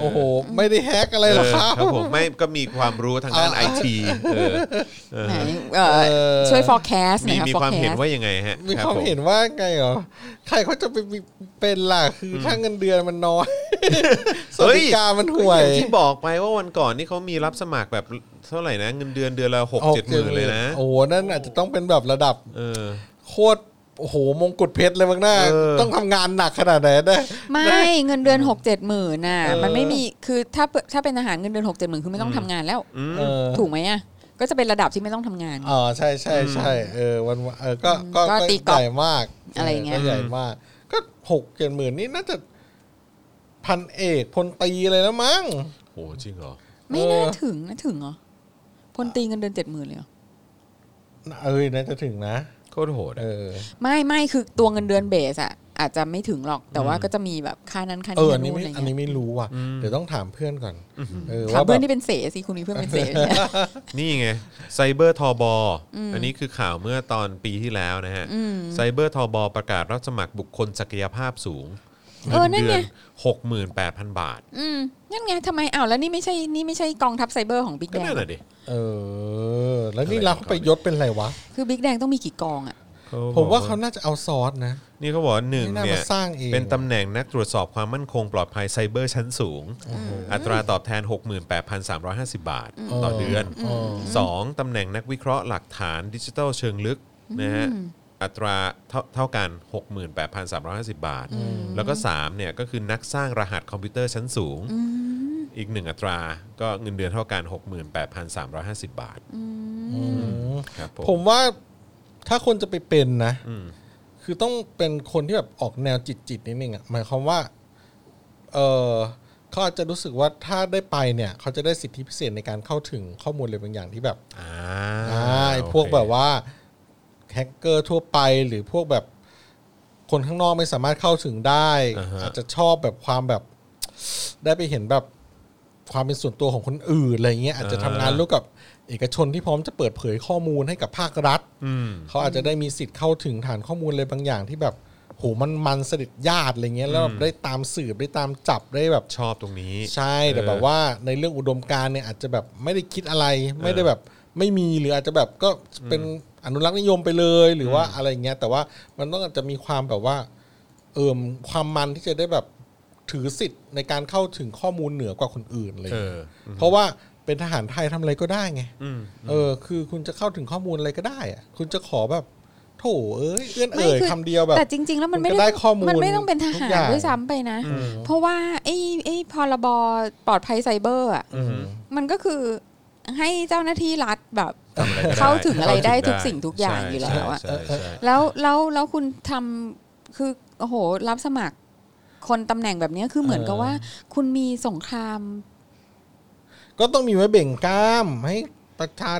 D: โอ้โห ไม่ได้แฮกอะไร
B: เอ
D: หร
B: อ
D: อกครั
B: ครับ บผมไม่ก็มีความรู้ทางด้านไอทีเออ
D: [laughs]
B: เออ
C: ไหนเอ่อ
D: เอ่อ
C: ช่วย forecast หน่
B: มี
C: อยครับ
B: มีความเห็น
C: forecast
B: ว่ายังไงฮะ
D: มี
B: รับ
D: ความเห็นว่าไงเหรอใครเขาจะไปเป็นล่ะคือถ้าเงินเดือนมัน
B: [laughs]
D: น้อยสวัสดิการมันห่วย
B: อย่างที่บอกไปว่าวันก่อนนี่เขามีรับสมัครแบบเท่าไหร่นะเงินเดือนเดือนละหกเจ็ดหมื่นเลยนะ
D: โอ้โหนั่นอาจจะต้องเป็นแบบระดับ
B: เออ
D: โคตรโอ้โหมงกุฎเพชรเลยมั้งหน้า
B: เออ
D: ต้องทำงานหนักขนาดไหนนะ
C: ไม่เงินเดือนหกเจ็ดหมื่นน่ะ
D: เออ
C: มันไม่มีคือถ้าถ้าเป็นทหารเงินเดือนหกเจ็ดหมื่นคือไม่ต้องทำงานแล้ว
D: เออ
C: ถูกไหมอ่ะก็จะเป็นระดับที่ไม่ต้องทำงาน
D: อ๋อใช่ใช่ใช่เออวันเออก็ก็
C: ก็ตีกอล์ฟ
D: ใหญ่มาก
C: อะไรเงี้ย
D: ก็ใหญ่มาก ก็หกเจ็ดหมื่นนี่น่าจะพันเอกพลตรีเลยแล้วมั้ง
B: โหจริงเหรอ
C: ไม่น่า
D: เออ
C: ถึงนะถึงเหรอพลตีเงินเดือนเจ็ดหมื่นเลยเหรอ
D: เอ้ยน่าจะถึงนะ
B: โคตรโหด
D: เอ
B: อะ
D: อ
C: ไม่ไม่คือตัวเงินเดือนเบสอะอาจจะไม่ถึงหรอกแต่ว่าก็จะมีแบบค่านั้นค่า
D: เอ
C: นี้
D: ออั
C: ค่าน
D: นี้
C: นู้น
D: ไม่
C: อะไร
D: อัน
C: เงี้
D: นี้
C: ย
D: ไม่รู้ว่ะเดี๋ยวต้องถามเพื่อนก่อนเออ
C: ถาม
D: ว่าแบ
C: เพื่อบ นที่เป็นเสสิคุณมีเพื่อนเป็นเสเนี่ย
B: นี่ไงไซเบอร์ทบอันนี้คือข่าวเมื่อตอนปีที่แล้วนะฮะ
C: อืม
B: ไซเบอร์ทบประกาศรับสมัครบุคคลศักยภาพสูง
C: เออนั่นไง
B: หกหมื่นแปดพัน68,000 บาท
C: อืมนั่นไงทำไมอ้าวแล้วนี่ไม่ใช่นี่ไม่ใช่กองทัพไซเบอร์ของบิ๊ก
B: ก็
C: แดง
B: นั่นแหละดิ
D: เออ แล้วนี่เราไปยศเป็นอะไรวะ
C: คือบิ๊กแดงต้องมีกี่กองอะ
B: เขบ
D: ผม
B: อก
D: ว่าเขาน่าจะเอาซอสนะ
B: นี่เขาบอกว่าหนึ่ง
D: นี่น่า
B: เนี่ย
D: มาสร้างเอง
B: เป็นตำแหน่งนักตรวจสอบความมั่นคงปลอดภัยไซเบอร์ชั้นสูง อัตราตอบแทน 68,350 บาท ต่อเดือน 2 ตำแหน่งนักวิเคราะห์หลักฐานดิจิทัลเชิงลึกนะฮะอัตราเท่าเท่ากัน 68,350 บาท แล้วก็3เนี่ยก็คือนักสร้างรหัสคอมพิวเตอร์ชั้นสูง อีกหนึ่งอัตราก็เงินเดือนเท่ากัน 68,350 บาทครับผม
D: ผมว่าถ้าคนจะไปเป็นนะ
B: อืม
D: คือต้องเป็นคนที่แบบออกแนวจิตจิตๆนิดนึงอ่ะหมายความว่าเออเขาอาจจะรู้สึกว่าถ้าได้ไปเนี่ย เขาจะได้สิทธิพิเศษในการเข้าถึงข้อมูลอะไรบางอย่างที่แบบ
B: อ่า
D: อ่าไอ้
B: โอเค
D: พวกแบบว่าแฮกเกอร์ทั่วไปหรือพวกแบบคนข้างนอกไม่สามารถเข้าถึงได้
B: อ่าฮะ
D: อาจจะชอบแบบความแบบ ได้ไปเห็นแบบความเป็นส่วนตัวของคนอื่นอะไรเงี้ยอาจจะทำงานร่วมกับเอกชนที่พร้อมจะเปิดเผยข้อมูลให้กับภาครัฐ
B: อืม
D: เขาอาจจะได้มีสิทธิ์เข้าถึงฐานข้อมูลอะไรบางอย่างที่แบบโหมันมันสนิทญาติอะไรเงี้ยแล้วแบบได้ตามสืบได้ตามจับได้แบบ
B: ชอบตรงนี้
D: ใช่แต่แบบว่าในเรื่องอุดมการณ์เนี่ยอาจจะแบบไม่ได้คิดอะไร ไม่ได้แบบไม่มีหรืออาจจะแบบก็เป็นอนุรักษ์นิยมไปเลยหรือว่าอะไรเงี้ยแต่ว่ามันต้องอาจจะมีความแบบว่าเอิ่มความมันที่จะได้แบบถือสิทธิ์ในการเข้าถึงข้อมูลเหนือกว่าคนอื่นอะไร
B: เอ
D: เลย
B: อ
D: เพราะว่าเป็นทหารไทยทำอะไรก็ได้ไง
B: อืม
D: เออคือคุณจะเข้าถึงข้อมูลอะไรก็ได้อะคุณจะขอแบบโถเอ้ยเอื้อน
C: ไม่
D: เอ่ย
C: คือ
D: คำเดียวแบบ
C: แต่จริง ๆ แล้วมันไม่
D: มันก็ได้ข้อมูล
C: มันไม่ต้องเป็นท
D: ทุ
C: หากร
D: อย่าง
C: ด้วยซ้ำไปนะ เพราะว่าไอ้ไอ้พรบปลอดภัยไซเบอร์อ่ะมันก็คือให้เจ้าหน้าที่รัฐแบบ
B: ทำอะไรก็ด้
C: เข้าถึงอะไรได้
B: เข้าถึ
C: ทุกสิ่งทุกอย่างอยู่แล้วอะ
B: ใช่ใช่ใช่
C: แล้วแล้วแล้วคุณทำคือโอ้โหรับสมัคร คนตำแหน่งแบบเนี้ยคือเหมือนกับว่า คุณมีสงคราม
D: ก็ต้องมีไว้เบ่งกล้ามให้ประชา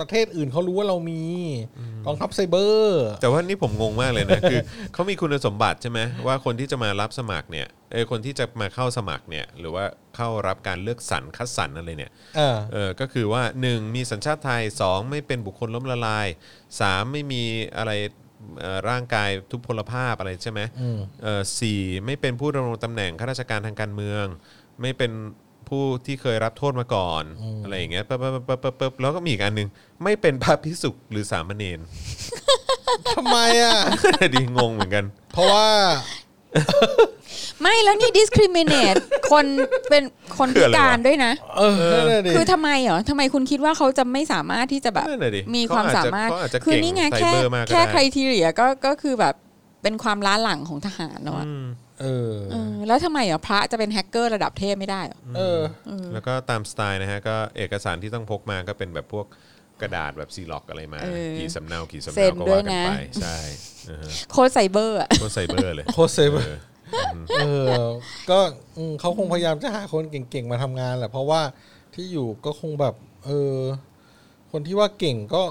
D: ประเทศอื่นเขารู้ว่าเรามีกองทัพไซเบอร์
B: แต่ว่านี่ผมงงมากเลยนะ [laughs] คือเขามีคุณสมบัติใช่ไหมว่าคนที่จะมารับสมัครเนี่ยเออคนที่จะมาเข้าสมัครเนี่ยหรือว่าเข้ารับการเลือกสรรคัดสรรอะไรเนี่ย
D: เออ
B: เออก็คือว่า 1. มีสัญชาติไทย 2. ไม่เป็นบุคคลล้มละลาย 3. ไม่มีอะไรเอ่อร่างกายทุพพลภาพอะไรใช่ไหม
D: อืม
B: เออสี่ไม่เป็นผู้ดำรงตำแหน่งข้าราชการทางการเมือง ไม่เป็นผู้ที่เคยรับโทษมาก่อนอะไรอย่างเงี้ยปั๊บปั๊บปั๊บปั๊บปั๊บแล้วก็มีอีกอันหนึ่งไม่เป็นพระภิกษุหรือสามเณร [laughs]
D: ทำไมอ่ะ
B: ดีงงเหมือนกัน
D: เพราะว่า
C: ไม่แล้วนี่ discriminate คนเป็นคน
B: คืออะ
C: พิ
B: ไรวะ
C: การด้วยนะ
D: เออนั่นนะดิ
C: คือทำไมเหรอทำไมคุณคิดว่าเขาจะไม่สามารถที่จะแบบ
B: นั่นน่ะดิ
C: มีความสามารถ
B: เขาอาจจะ
C: คื
B: เก่ง
C: นี่ไง
B: ไซ
C: แค่
B: เบอร์มากก็
C: แค่
B: ได้
C: ใครทีเรียก็ก็คือแบบเป็นความล้าหลังของทหารเนาะ
B: อืม
D: เออ
C: เออแล้วทำไมเหรอพระจะเป็นแฮกเกอร์ระดับเทพไม่ได้เหรอ
D: เออ
B: แล้วก็ตามสไตล์นะฮะก็เอกสารที่ต้องพกมาก็เป็นแบบพวกกระดาษแบบซีล็อกอะไรมา กี่สำเนากี่สำเนาก็ว่ากันไปใช่ [laughs] นะฮะ
C: โคดไซเบอร์อะ
B: โคตรไซเบอร์เลย
D: โคตรไซเบอร์ เออ ก็อืมเขาคงพยายามจะหาคนเก่งๆมาทำงานแหละเพราะว่าที่อยู่ก็คงแบบ เออ คนที่ว่าเก่งก็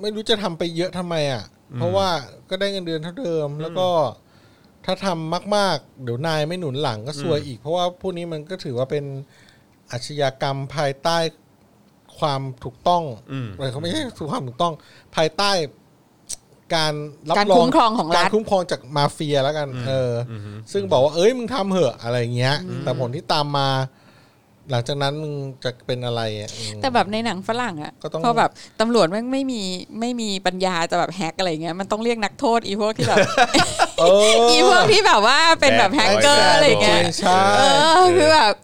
D: ไม่รู้จะทำไปเยอะทำไมอ่ะ เพราะว่าก็ได้เงินเดือนเท่าเดิม แล้วก็ถ้าทำมาก ๆ เดี๋ยวนายไม่หนุนหลังก็ซวยอีก เพราะว่าพวกนี้มันก็ถือว่าเป็นอาชญากรรมภายใต้ความถูกต้องเออเขาไม่ใช่ถูกความถูกต้อง ภายใต้การรับ
C: การ
D: รอ
C: คุ้
D: ง
C: มครองของ
D: การ
C: รัฐ
D: คุ้มครองจากมาเฟียแล้วกัน เอออซึ่งบอกว่าเอ้ยมึงทำเหอะอะไรเงี้ย แต่ผลที่ตามมา หลังจากนั้นมึงจะเป็นอะไรอ่ะอืม
C: แต่แบบในหนังฝรั่งอะ
D: ก็ต้อง
C: พอแบบตำรวจแม่งไม่มีไม่มีปัญญาจะแบบแฮกอะไรเงี้ยมันต้องเรียกนักโทษอีพวกที่แบบ อีพวกที่แบบว่าเป็นแบบแฮกเกอร์อะไรเงี้ย
D: ใช่
C: เออคือแบบ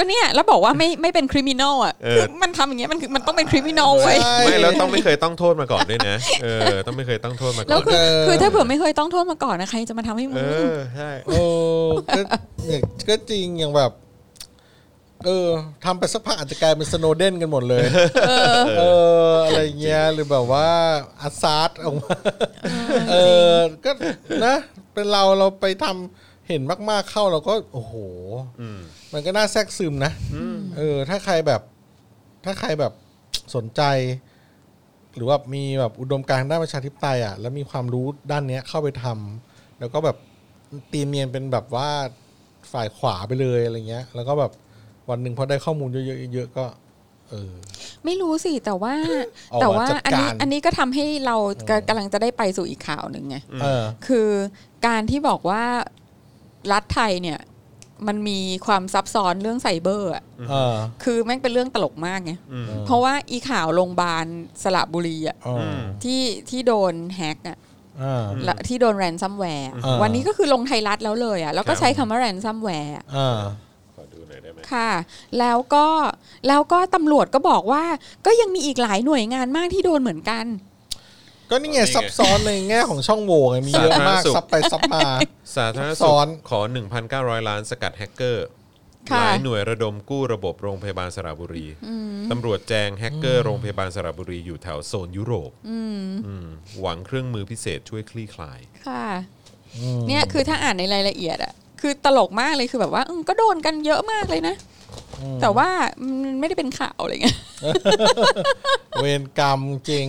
C: ก็เนี่ยแล้วบอกว่าไม่ไม่เป็นคริมินอลอ่ะคือมันทำอย่างเงี้ยมันคือมันต้องเป็นคริมินอลเว้ย
D: ใช่
B: ไม่แล้วต้องไม่เคยต้องโทษมาก่อนด้วยนะเออต้องไม่เคยต้องโทษมาก่อน
C: แล้วคือ
D: เออ
C: คือถ้าเผื่อไม่เคยต้องโทษมาก่อนนะใครจะมาทำให้มึ
B: เอง อใช่
D: โอ้ก็เนี่ยก็จริงอย่างแบบ เออทำไปสักพักอาจจะกลายเป็นสโนเดนกันหมดเลย เออ อะไรเงี้ยหรือแบบว่าอาซาร์ดออกมา เออ ก็นะ เป็นเราเราไปทำเห็นมาก ๆเข้าเราก็ โอ้โห มันก็น่าแทรกซึมนะเออ ถ้าใครแบบ ถ้าใครแบบสนใจ หรือว่ามีแบบอุดมการณ์ด้านประชาธิปไตยอ่ะแล้วมีความรู้ด้านเนี้ยเข้าไปทำแล้วก็แบบตีเนียนเป็นแบบว่าฝ่ายขวาไปเลยอะไรเงี้ย แล้วก็แบบวันหนึ่งพอได้ข้อมูลเยอะๆเยอะๆก็ เออ
C: ไม่รู้สิแต่ว่า
D: ออกมา
C: แต่ว่า
D: จัด
C: อัน
D: การ
C: นี้อันนี้ก็ทำให้เรากำกำลังจะได้ไปสู่อีกข่าวหนึ่งไง
D: เออ
C: คือการที่บอกว่ารัฐไทยเนี่ย มันมีความซับซ้อนเรื่องไซเบอร์อะ
D: เออ
C: คือแม่งเป็นเรื่องตลกมากไง
B: อืม
C: เพราะว่าอีข่าวโรงพยาบาลสระบุรีอะ
D: เออ
C: ที่ที่โดนแฮกอะ
D: อ่า
C: และที่โดนแรนซัมแวร์
D: อ่า
C: วันนี้ก็คือลงไทยรัฐแล้วเลยอ่ะแล้วก็ใช้คำว่าแรนซัมแวร์
D: อ่า
B: ขอดูหน่อยได้ไหม
C: ค่ะ แล้วก็แล้วก็ตำรวจก็บอกว่า ก็ยังมีอีกหลายหน่วยงานมากที่โดนเหมือนกัน
D: ก็นี่ไงซับซ้อนในแง่ของช่องโหว่ไงมีเยอะมากซับไปซับมา
B: สาธารณ
D: ซ้
B: สุข
D: อน
B: ขอ 1,900 ล้านสกัดแฮกเกอร์
C: ค่ะ
B: หลายหน่วยระดมกู้ระบบโรงพยาบาลสระบุรีตำรวจแจงแฮกเกอร์โรงพยาบาลสระบุรีอยู่แถวโซนยุโรปอืมหวังเครื่องมือพิเศษช่วยคลี่คลาย
C: ค่ะ เนี่ยคือถ้าอ่านในรายละเอียดอ่ะ คือตลกมากเลยคือแบบว่าอืมก็โดนกันเยอะมากเลยนะ แต่ว่ามันไม่ได้เป็นข่าวอะไรเงี้ย [laughs]
D: เวรกรรมจริง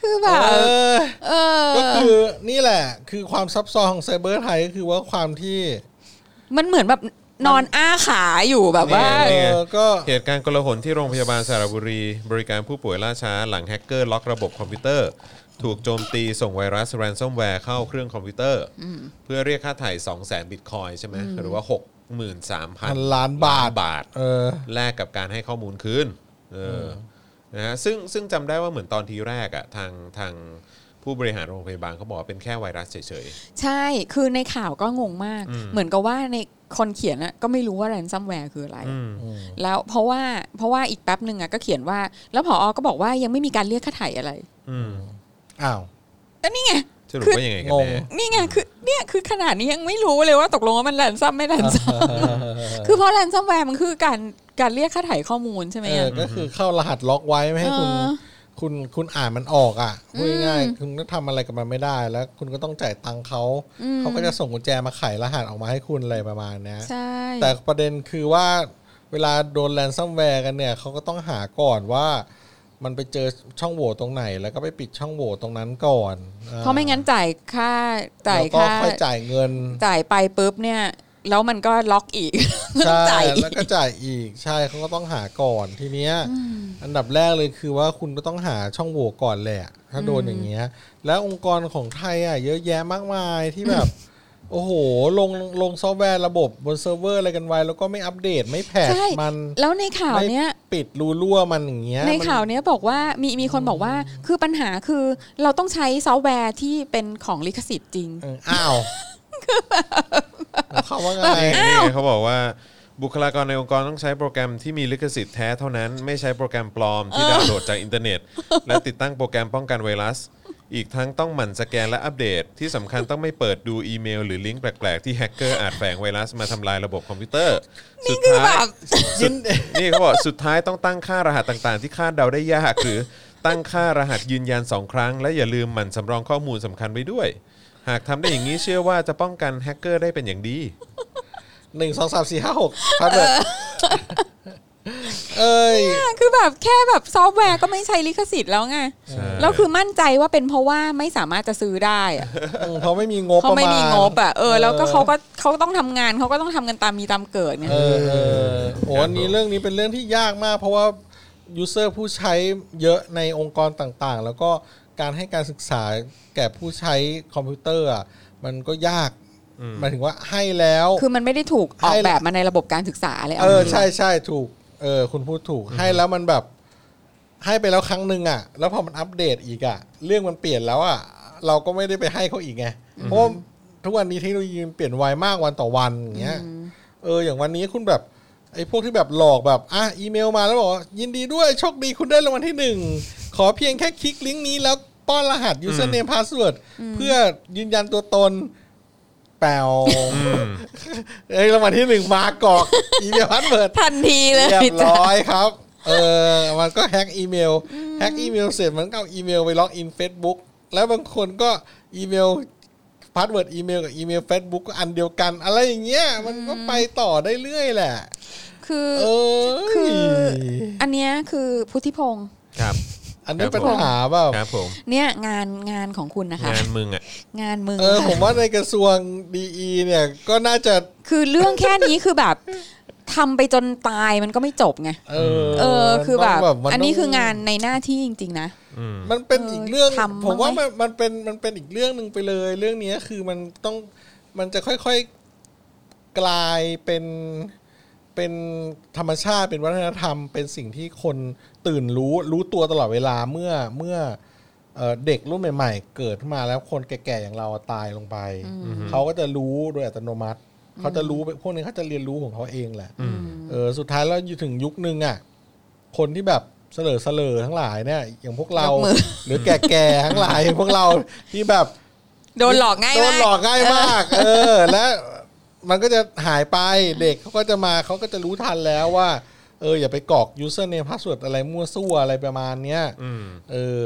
C: คือแบ
D: เอบ อ
C: เออ
D: ก็คือนี่แหละ คือความซับซ้อนของไซเบอร์ไทยก็คือว่าความที่
C: มันเหมือนแบบนอนอ้าขาอยู่แบบว่า
B: เนี่ย
D: เออก็
B: เหตุการณ์กลาหลที่โรงพยาบาลสระบุรี บริการผู้ป่วยล่าช้าหลังแฮกเกอร์ล็อกระบบคอมพิวเตอร์ ถูกโจมตีส่งไวรัสแรนซ o มแวร์เข้าเครื่องคอมพิวเตอร์ เพื่อเรียกค่าไถ่2 0 0แสนบิตคอยใช่ไหมหรือว่า
D: พัน
B: 63,000
D: ล้านบาท
B: บาท
D: เออ
B: แลกกับการให้ข้อมูลคืนเอออนะฮะซึ่งซึ่งจำได้ว่าเหมือนตอนทีแรกอะทางทางผู้บริหารโรงพยาบาลเขาบอกว่าเป็นแค่ไวรัสเฉย
C: ใช่ คือในข่าวก็งงมาก
B: อืม
C: เหมือนกับว่าในคนเขียนอะก็ไม่รู้ว่าแรนซัมแวร์คืออะไร
B: ๆอืม
C: แล้วเพราะว่าเพราะว่าอีกแป๊บหนึ่งอะก็เขียนว่า แล้วผอก็บอกว่ายังไม่มีการเรียกค่าไถ่อะไร
B: อืม
D: อ้าว
C: แล้วนี่ไง
B: สรุปว่ายังไงกั
D: ง
B: น
D: ง
B: แน่
C: นี่ไงคือเนี่ยคือขนาดนี้ยังไม่รู้เลยว่าตกลงว่ามันแลนซัมไม่แลนซัมคือเพราะแลนซัมแวร์มันคือการการเรียกค่าไถ่ายข้อมูลใช่ไหม
D: เออ
C: อะ
D: ก็คือเข้ารหัสล็อกไว้ไม่ให้คุณ
C: เออ
D: คุณคุณอ่านมันออกอ่ะพูดง่าย
C: อืม
D: ๆคุณก็ทำอะไรกับมันไม่ได้แล้ว คุณก็ต้องจ่ายตังค์เขาเขาก็จะส่งกุญแจมาไขรหัสออกมาให้คุณอะไรประมาณเนี้ย
C: ใช่
D: แต่ประเด็นคือว่าเวลาโดนแรนซัมแวร์กันเนี่ยเขาก็ต้องหาก่อนว่า มันไปเจอช่องโหว่ตรงไหน แล้วก็ไปปิดช่องโหว่ตรงนั้นก่อน
C: เพราะไม่งั้นจ่ายค่าจ่าย
D: แล้วก็
C: ค่า
D: ค่อยจ่ายเงิน
C: จ่ายไปปุ๊บเนี่ย แล้วมันก็ล็อกอีก [laughs]
D: ใช่
C: จ่ายอีก
D: แล้วก็จ่ายอีกใช่เขาก็ต้องหาก่อนทีเนี้ยอันดับแรกเลยคือว่าคุณก็ต้องหาช่องโหว่ก่อนแหละ ถ้าโดนอย่างเงี้ย แล้วองค์กรของไทยอ่ะเยอะแยะมากมายที่แบบ โอ้โหลงลงซอฟต์แวร์ระบบบนเซิร์ฟเวอร์อะไรกันไว้ แล้วก็ไม่อัปเดตไม่แพทช์
C: ใช่
D: มัน
C: แล้วในข่าวเนี้ย
D: ไม่ปิดรูรั่วมันอย่างเงี้ย
C: ใน
D: มั
C: ข่าวเนี้ยบอกว่ามีมีคนบอกว่าคือปัญหาคือเราต้องใช้ซอฟต์แวร์ที่เป็นของลิขสิทธิ์จริง
D: เอออ้าวเขาว่าไง
B: นี่นี่ไงเขาบอกว่าบุคลากรในองค์กรต้องใช้โปรแกรมที่มีลิขสิทธิ์แท้เท่านั้น ไม่ใช้โปรแกรมปลอมที่ดาวน์โหลดจากอินเทอร์เน็ต และติดตั้งโปรแกรมป้องกันไวรัส อีกทั้งต้องหมั่นสแกนและอัปเดต ที่สำคัญต้องไม่เปิดดูอีเมล หรือลิงก์แปลกๆที่แฮกเกอร์อาจแฝงไวรัสมาทำลายระบบคอมพิวเตอร์สุด
C: คือ
B: ท้า
C: แบ
B: ย
C: บ
B: สุดนี่เขาบอกสุดท้ายต้องตั้งค่ารหัสต่างๆ ที่คาดเดาได้ยากหรือตั้งค่ารหัสยืนยัน 2 ครั้ง และอย่าลืมหมั่นสำรองข้อมูลสำคัญไว้ด้วย หากทำได้อย่างนี้เชื่อว่าจะป้องกันแฮกเกอร์ได้เป็นอย่างดี
D: หนึ่งสองสามสี่ห้าหกพาเบิร์ดเอ้ย
C: คือแบบแค่แบบซอฟต์แวร์ก็ไม่ใช้ลิขสิทธิ์แล้วไง
B: ใช่
C: แล้วคือมั่นใจว่าเป็นเพราะว่าไม่สามารถจะซื้อได้อะ
D: เพราะไม่มีงบ
C: เขา
D: ประมาณ
C: ไม่มีงบอ่ะเออแล้วก็เขาก็เขาต้องทำงานเขาก็ต้องทำกันตามมีตามเกิดไง
D: เออเออโอ้อันนี้เรื่องนี้เป็นเรื่องที่ยากมาก เพราะว่ายูเซอร์ผู้ใช้เยอะในองค์กรต่างๆ แล้วก็การให้การศึกษาแก่ผู้ใช้คอมพิวเตอร์อะมันก็ยากหมายถึงว่าให้แล้ว
C: คือมันไม่ได้ถูกออกแบบมาในระบบการศึกษาเลย
D: เอ
C: เอา
D: อ
C: จริงๆ
D: ใช่ใช่ถูกเออคุณพูดถูกให้แล้วมันแบบ ให้ไปแล้วครั้งหนึ่งอ่ะ แล้วพอมันอัปเดตอีกอ่ะ เรื่องมันเปลี่ยนแล้วอ่ะ เราก็ไม่ได้ไปให้เขาอีกไงเพราะว่าทุกวันนี้เทคโนโลยีมันเปลี่ยนไวมากวันต่อวันอย่างเงี้ยเอออย่างวันนี้คุณแบบไอ้พวกที่แบบหลอกแบบอ่ะอีเมลมาแล้วบอกว่ายินดีด้วยโชคดีคุณได้รางวัลที่หนึ่งขอเพียงแค่คลิกลิงก์นี้แล้วป้อนรหัส username password เพื่อยืนยันตัวตนแปลว เอ้ยรางวัลที่หนึ่งมากอก อีเมลพัดเปิด
C: ทันทีเลย
D: เรียบ
C: จ้ะ
D: ร้อยครับ เออมันก็แฮ็กอีเมลแฮ็กอีเมลเสร็จมันก็เอาอีเมลไปล็อกอิน Facebook แล้วบางคนก็อีเมลพาสเวิร์ดอีเมลกับอีเมล Facebook ก็อันเดียวกัน อะไรอย่างเงี้ยมันก็ไปต่อได้เรื่อยแหละ
C: คือ
D: เออ
C: คือ อันเนี้ยคือพุทธิพงศ์
B: ครับ
D: อันนี้
B: ครับ
D: ปัญหาเปล่า
B: ครับผม
C: เนี่ยงานงานของคุณนะคะ
B: งานมึงอ่ะ
C: งานมึง
D: เออ
C: ค่ะ
D: ผมว่าในกระทรวงดีเนี่ยก็น่าจะ
C: คือเรื่องแค่นี้คือแบบทำไปจนตายมันก็ไม่จบไง
D: เออ
C: เออ คือแบบ
D: มัต้ง
C: อันนี้คืองานในหน้าที่จริง ๆ นะ
D: มันเป็น
C: เอออี
D: อีกเรื่อง
C: ทำ
D: ผมว่า
C: บ้างไหม
D: มันมันเป็นมันเป็นอีกเรื่องหนึ่งไปเลย เรื่องเนี้ยคือมันต้องมันจะค่อยๆกลายเป็นเป็นธรรมชาติเป็นวัฒนธรรม เป็นสิ่งที่คนตื่นรู้รู้ตัวตลอดเวลาเมื่อเมื่อเ เอ่อเด็กรุ่นใหม่ๆ เกิดขึ้นมาแล้วคนแก่ๆอย่างเราอะตายลงไป เขาก็จะรู้โดยอัตโนมัติ เขาจะรู้ไปพวกนี้เขาจะเรียนรู้ของเขาเองแหละ
B: อืม
D: เออสุดท้ายแล้วอยู่ถึงยุคนึงอ่ะคนที่แบบเสลอเสลอทั้งหลายเนี่ยอย่างพวกเราย
C: กมือ
D: หรือแก่ๆทั้งหลาย [laughs] พวกเราที่แบบ
C: โดนหลอกง่าย
D: โด
C: มาน ก
D: หลอกง่ายมาก เออ และมันก็จะหายไปเด็กเขาก็จะมาเขาก็จะรู้ทันแล้วว่า เอออย่าไปกรอก username password อะไรมั่วซั่วอะไรประมาณเนี้ย
B: อืม
D: เออ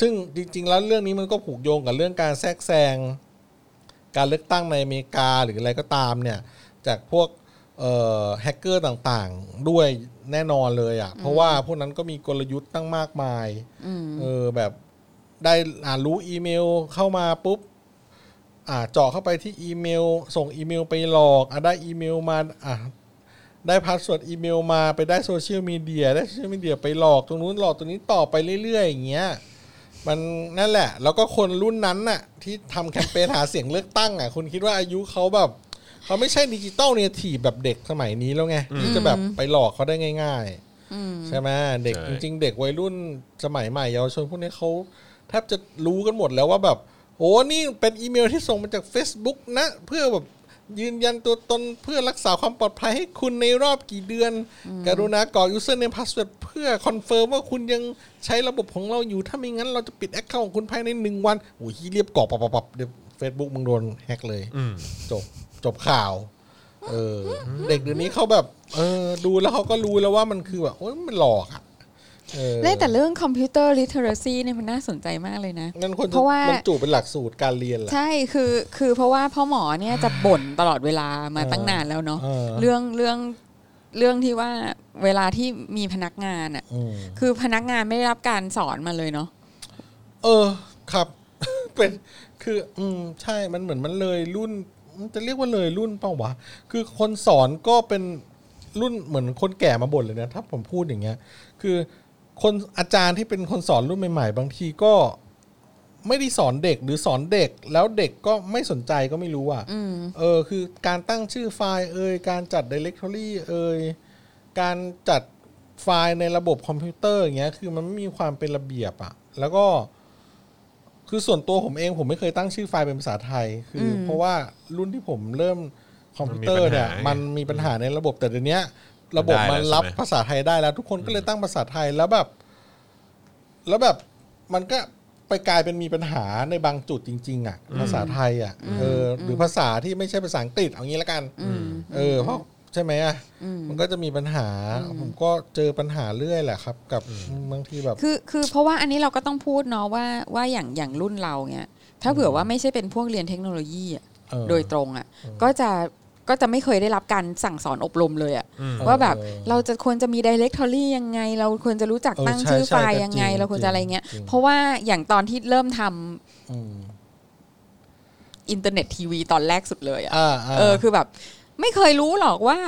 D: ซึ่งจริง ๆ แล้วเรื่องนี้มันก็ผูกโยงกับเรื่องการแทรกแซง การเลือกตั้งในอเมริกาหรืออะไรก็ตามเนี่ย จากพวกเอ่อแฮกเกอร์ต่างๆ ด้วยแน่นอนเลยอะ่ะ เพราะว่าพวกนั้นก็มีกลยุทธ์ตั้งมากมาย
C: อืม
D: เออแบบได้อ่านรู้อีเมลเข้ามาปุ๊บ อ่าเจาะเข้าไปที่อีเมล ส่งอีเมลไปหลอกอ่ะได้อีเมลมาอ่ะได้พาสเวิร์ดอีเมลมาไปได้โซเชียลมีเดียได้โซเชียลมีเดียไปหลอกตรงนู้นหลอกตรงนี้ต่อไปเรื่อย ๆ อย่างเงี้ยมันนั่นแหละ แล้วก็คนรุ่นนั้นน่ะ ที่ทำแคมเปญหาเสียงเลือกตั้งอ่ะคุณคิดว่าอายุเขาแบบเขาไม่ใช่ดิจิตอลเนทีฟแบบเด็กสมัยนี้แล้วไงที่จะแบบไปหลอกเขาได้ง่าย ๆ
C: อืม
D: ใช่ไหมเด็ก
B: ใช่
D: จริง ๆ เด็กวัยรุ่นสมัยใหม่เยาวชนพวกนี้เขาแทบจะรู้กันหมดแล้วว่าแบบโอ้นี่เป็นอีเมลที่ส่งมาจาก Facebook นะ เพื่อแบบยืนยันตัวตนเพื่อรักษาความปลอดภัยให้คุณในรอบกี่เดือน กรุณากรอก username password เพื่อคอนเฟิร์มว่าคุณยังใช้ระบบของเราอยู่ ถ้าไม่งั้นเราจะปิดแอคเคาท์ของคุณภายในหนึ่งวันโอ้ยเรียบกรอกปับปับปับเดี๋ยวเฟซบุ๊กมึงโดนแฮกเลย
B: อืม
D: จบจบข่าว เออ เด็กเดี๋ยวนี้เขาแบบ เออ ดูแล้วเขาก็รู้แล้วว่ามันคือแบบโอ้ยมันหลอกอ่ะเออ
C: เล่นแต่เรื่องคอมพิวเตอร์ลิเทอเรซีเนี่ยมันน่าสนใจมากเลยนะ
D: งั้นคน
C: เพราะว่า
D: บรรจุเป็นหลักสูตรการเรียนแหละ
C: ใช่คือคือเพราะว่าพ่อหมอเนี่ยจะบ่นตลอดเวลามา
D: เออ
C: ตั้งนานแล้วเนาะ
D: เออ
C: เรื่องเรื่องเรื่องที่ว่าเวลาที่มีพนักงานอ่ะ
D: อืม
C: คือพนักงานไม่ได้รับการสอนมาเลยเนาะ
D: เออ ครับ [laughs] เป็นคือ อืม ใช่มันเหมือนมันเลยรุ่นมันจะเรียกว่าเลยรุ่นเปล่าวะ คือคนสอนก็เป็นรุ่นเหมือนคนแก่มาบ่นเลยนะ ถ้าผมพูดอย่างเงี้ย คือคนอาจารย์ที่เป็นคนสอนรุ่นใหม่ๆ บางทีก็ ไม่ได้สอนเด็กหรือสอนเด็ก แล้วเด็กก็ไม่สนใจก็ไม่รู้อ่ะ
C: อืม
D: เออคือการตั้งชื่อไฟล์เอ่ยการจัด directory เอ่ยการจัดไฟล์ในระบบคอมพิวเตอร์อย่างเงี้ยคือมันไม่มีความเป็นระเบียบอะแล้วก็คือส่วนตัวผมเองผมไม่เคยตั้งชื่อไฟล์เป็นภาษาไทย คืออ
C: ม
D: เพราะว่ารุ่นที่ผมเริ่มคอมพิวเตอร์เนี่ย
B: มั
D: มัน
B: นมี
D: มี
B: ปั
D: ปัญ
B: ญ
D: หา
B: หา
D: ในระบบแต่เดี๋ยวนี้ระบบ
B: มันได้
D: มัน
B: แล้ว
D: รับ
B: ใช่ไหม
D: ภาษาไทยได้แล้วทุกคนก็เลยตั้งภาษาไทยแล้วแบบ แล้วแบบมันก็ไปกลายเป็นมีปัญหาในบางจุดจริง ๆ อ่ะ ภาษาไทยอ่ะเอออหรือภาษาที่ไม่ใช่ภาษาอังกฤษเอางี้ละกัน
C: อืม
D: เออเพราะใช่ไหมอ่ะมันก็จะมีปัญหา ผมก็เจอปัญหาเรื่อยแหละครับ กับบางทีแบบ
C: คือคือเพราะว่าอันนี้เราก็ต้องพูดเนาะว่าว่าอย่างอย่างรุ่นเราเนี่ยถ้าเผื่อว่าไม่ใช่เป็นพวกเรียนเทคโนโลยีอะ
D: เออ
C: โดยตรงอ่ะก็จะก็จะไม่เคยได้รับการสั่งสอนอบรมเลยอ่ะ
B: อืม
C: ว่าแบบ
D: เออ
C: เราจะควรจะมี directory ยังไง เราควรจะรู้จัก
D: เออ
C: ตั้ง
D: ใช่
C: ชื่อไฟ
D: ใช่
C: ล์
D: ก็
C: ยังไง
D: จริง
C: เราควรจะอะไรเงี้ย
D: จริง
C: เพราะว่าอย่างตอนที่เริ่มท
D: อืม
C: ำอินเทอร์เน็ตทีวีตอนแรกสุดเลยอะ
D: อ่า
C: เออคือแบบ ไม่เคยรู้หรอกว่า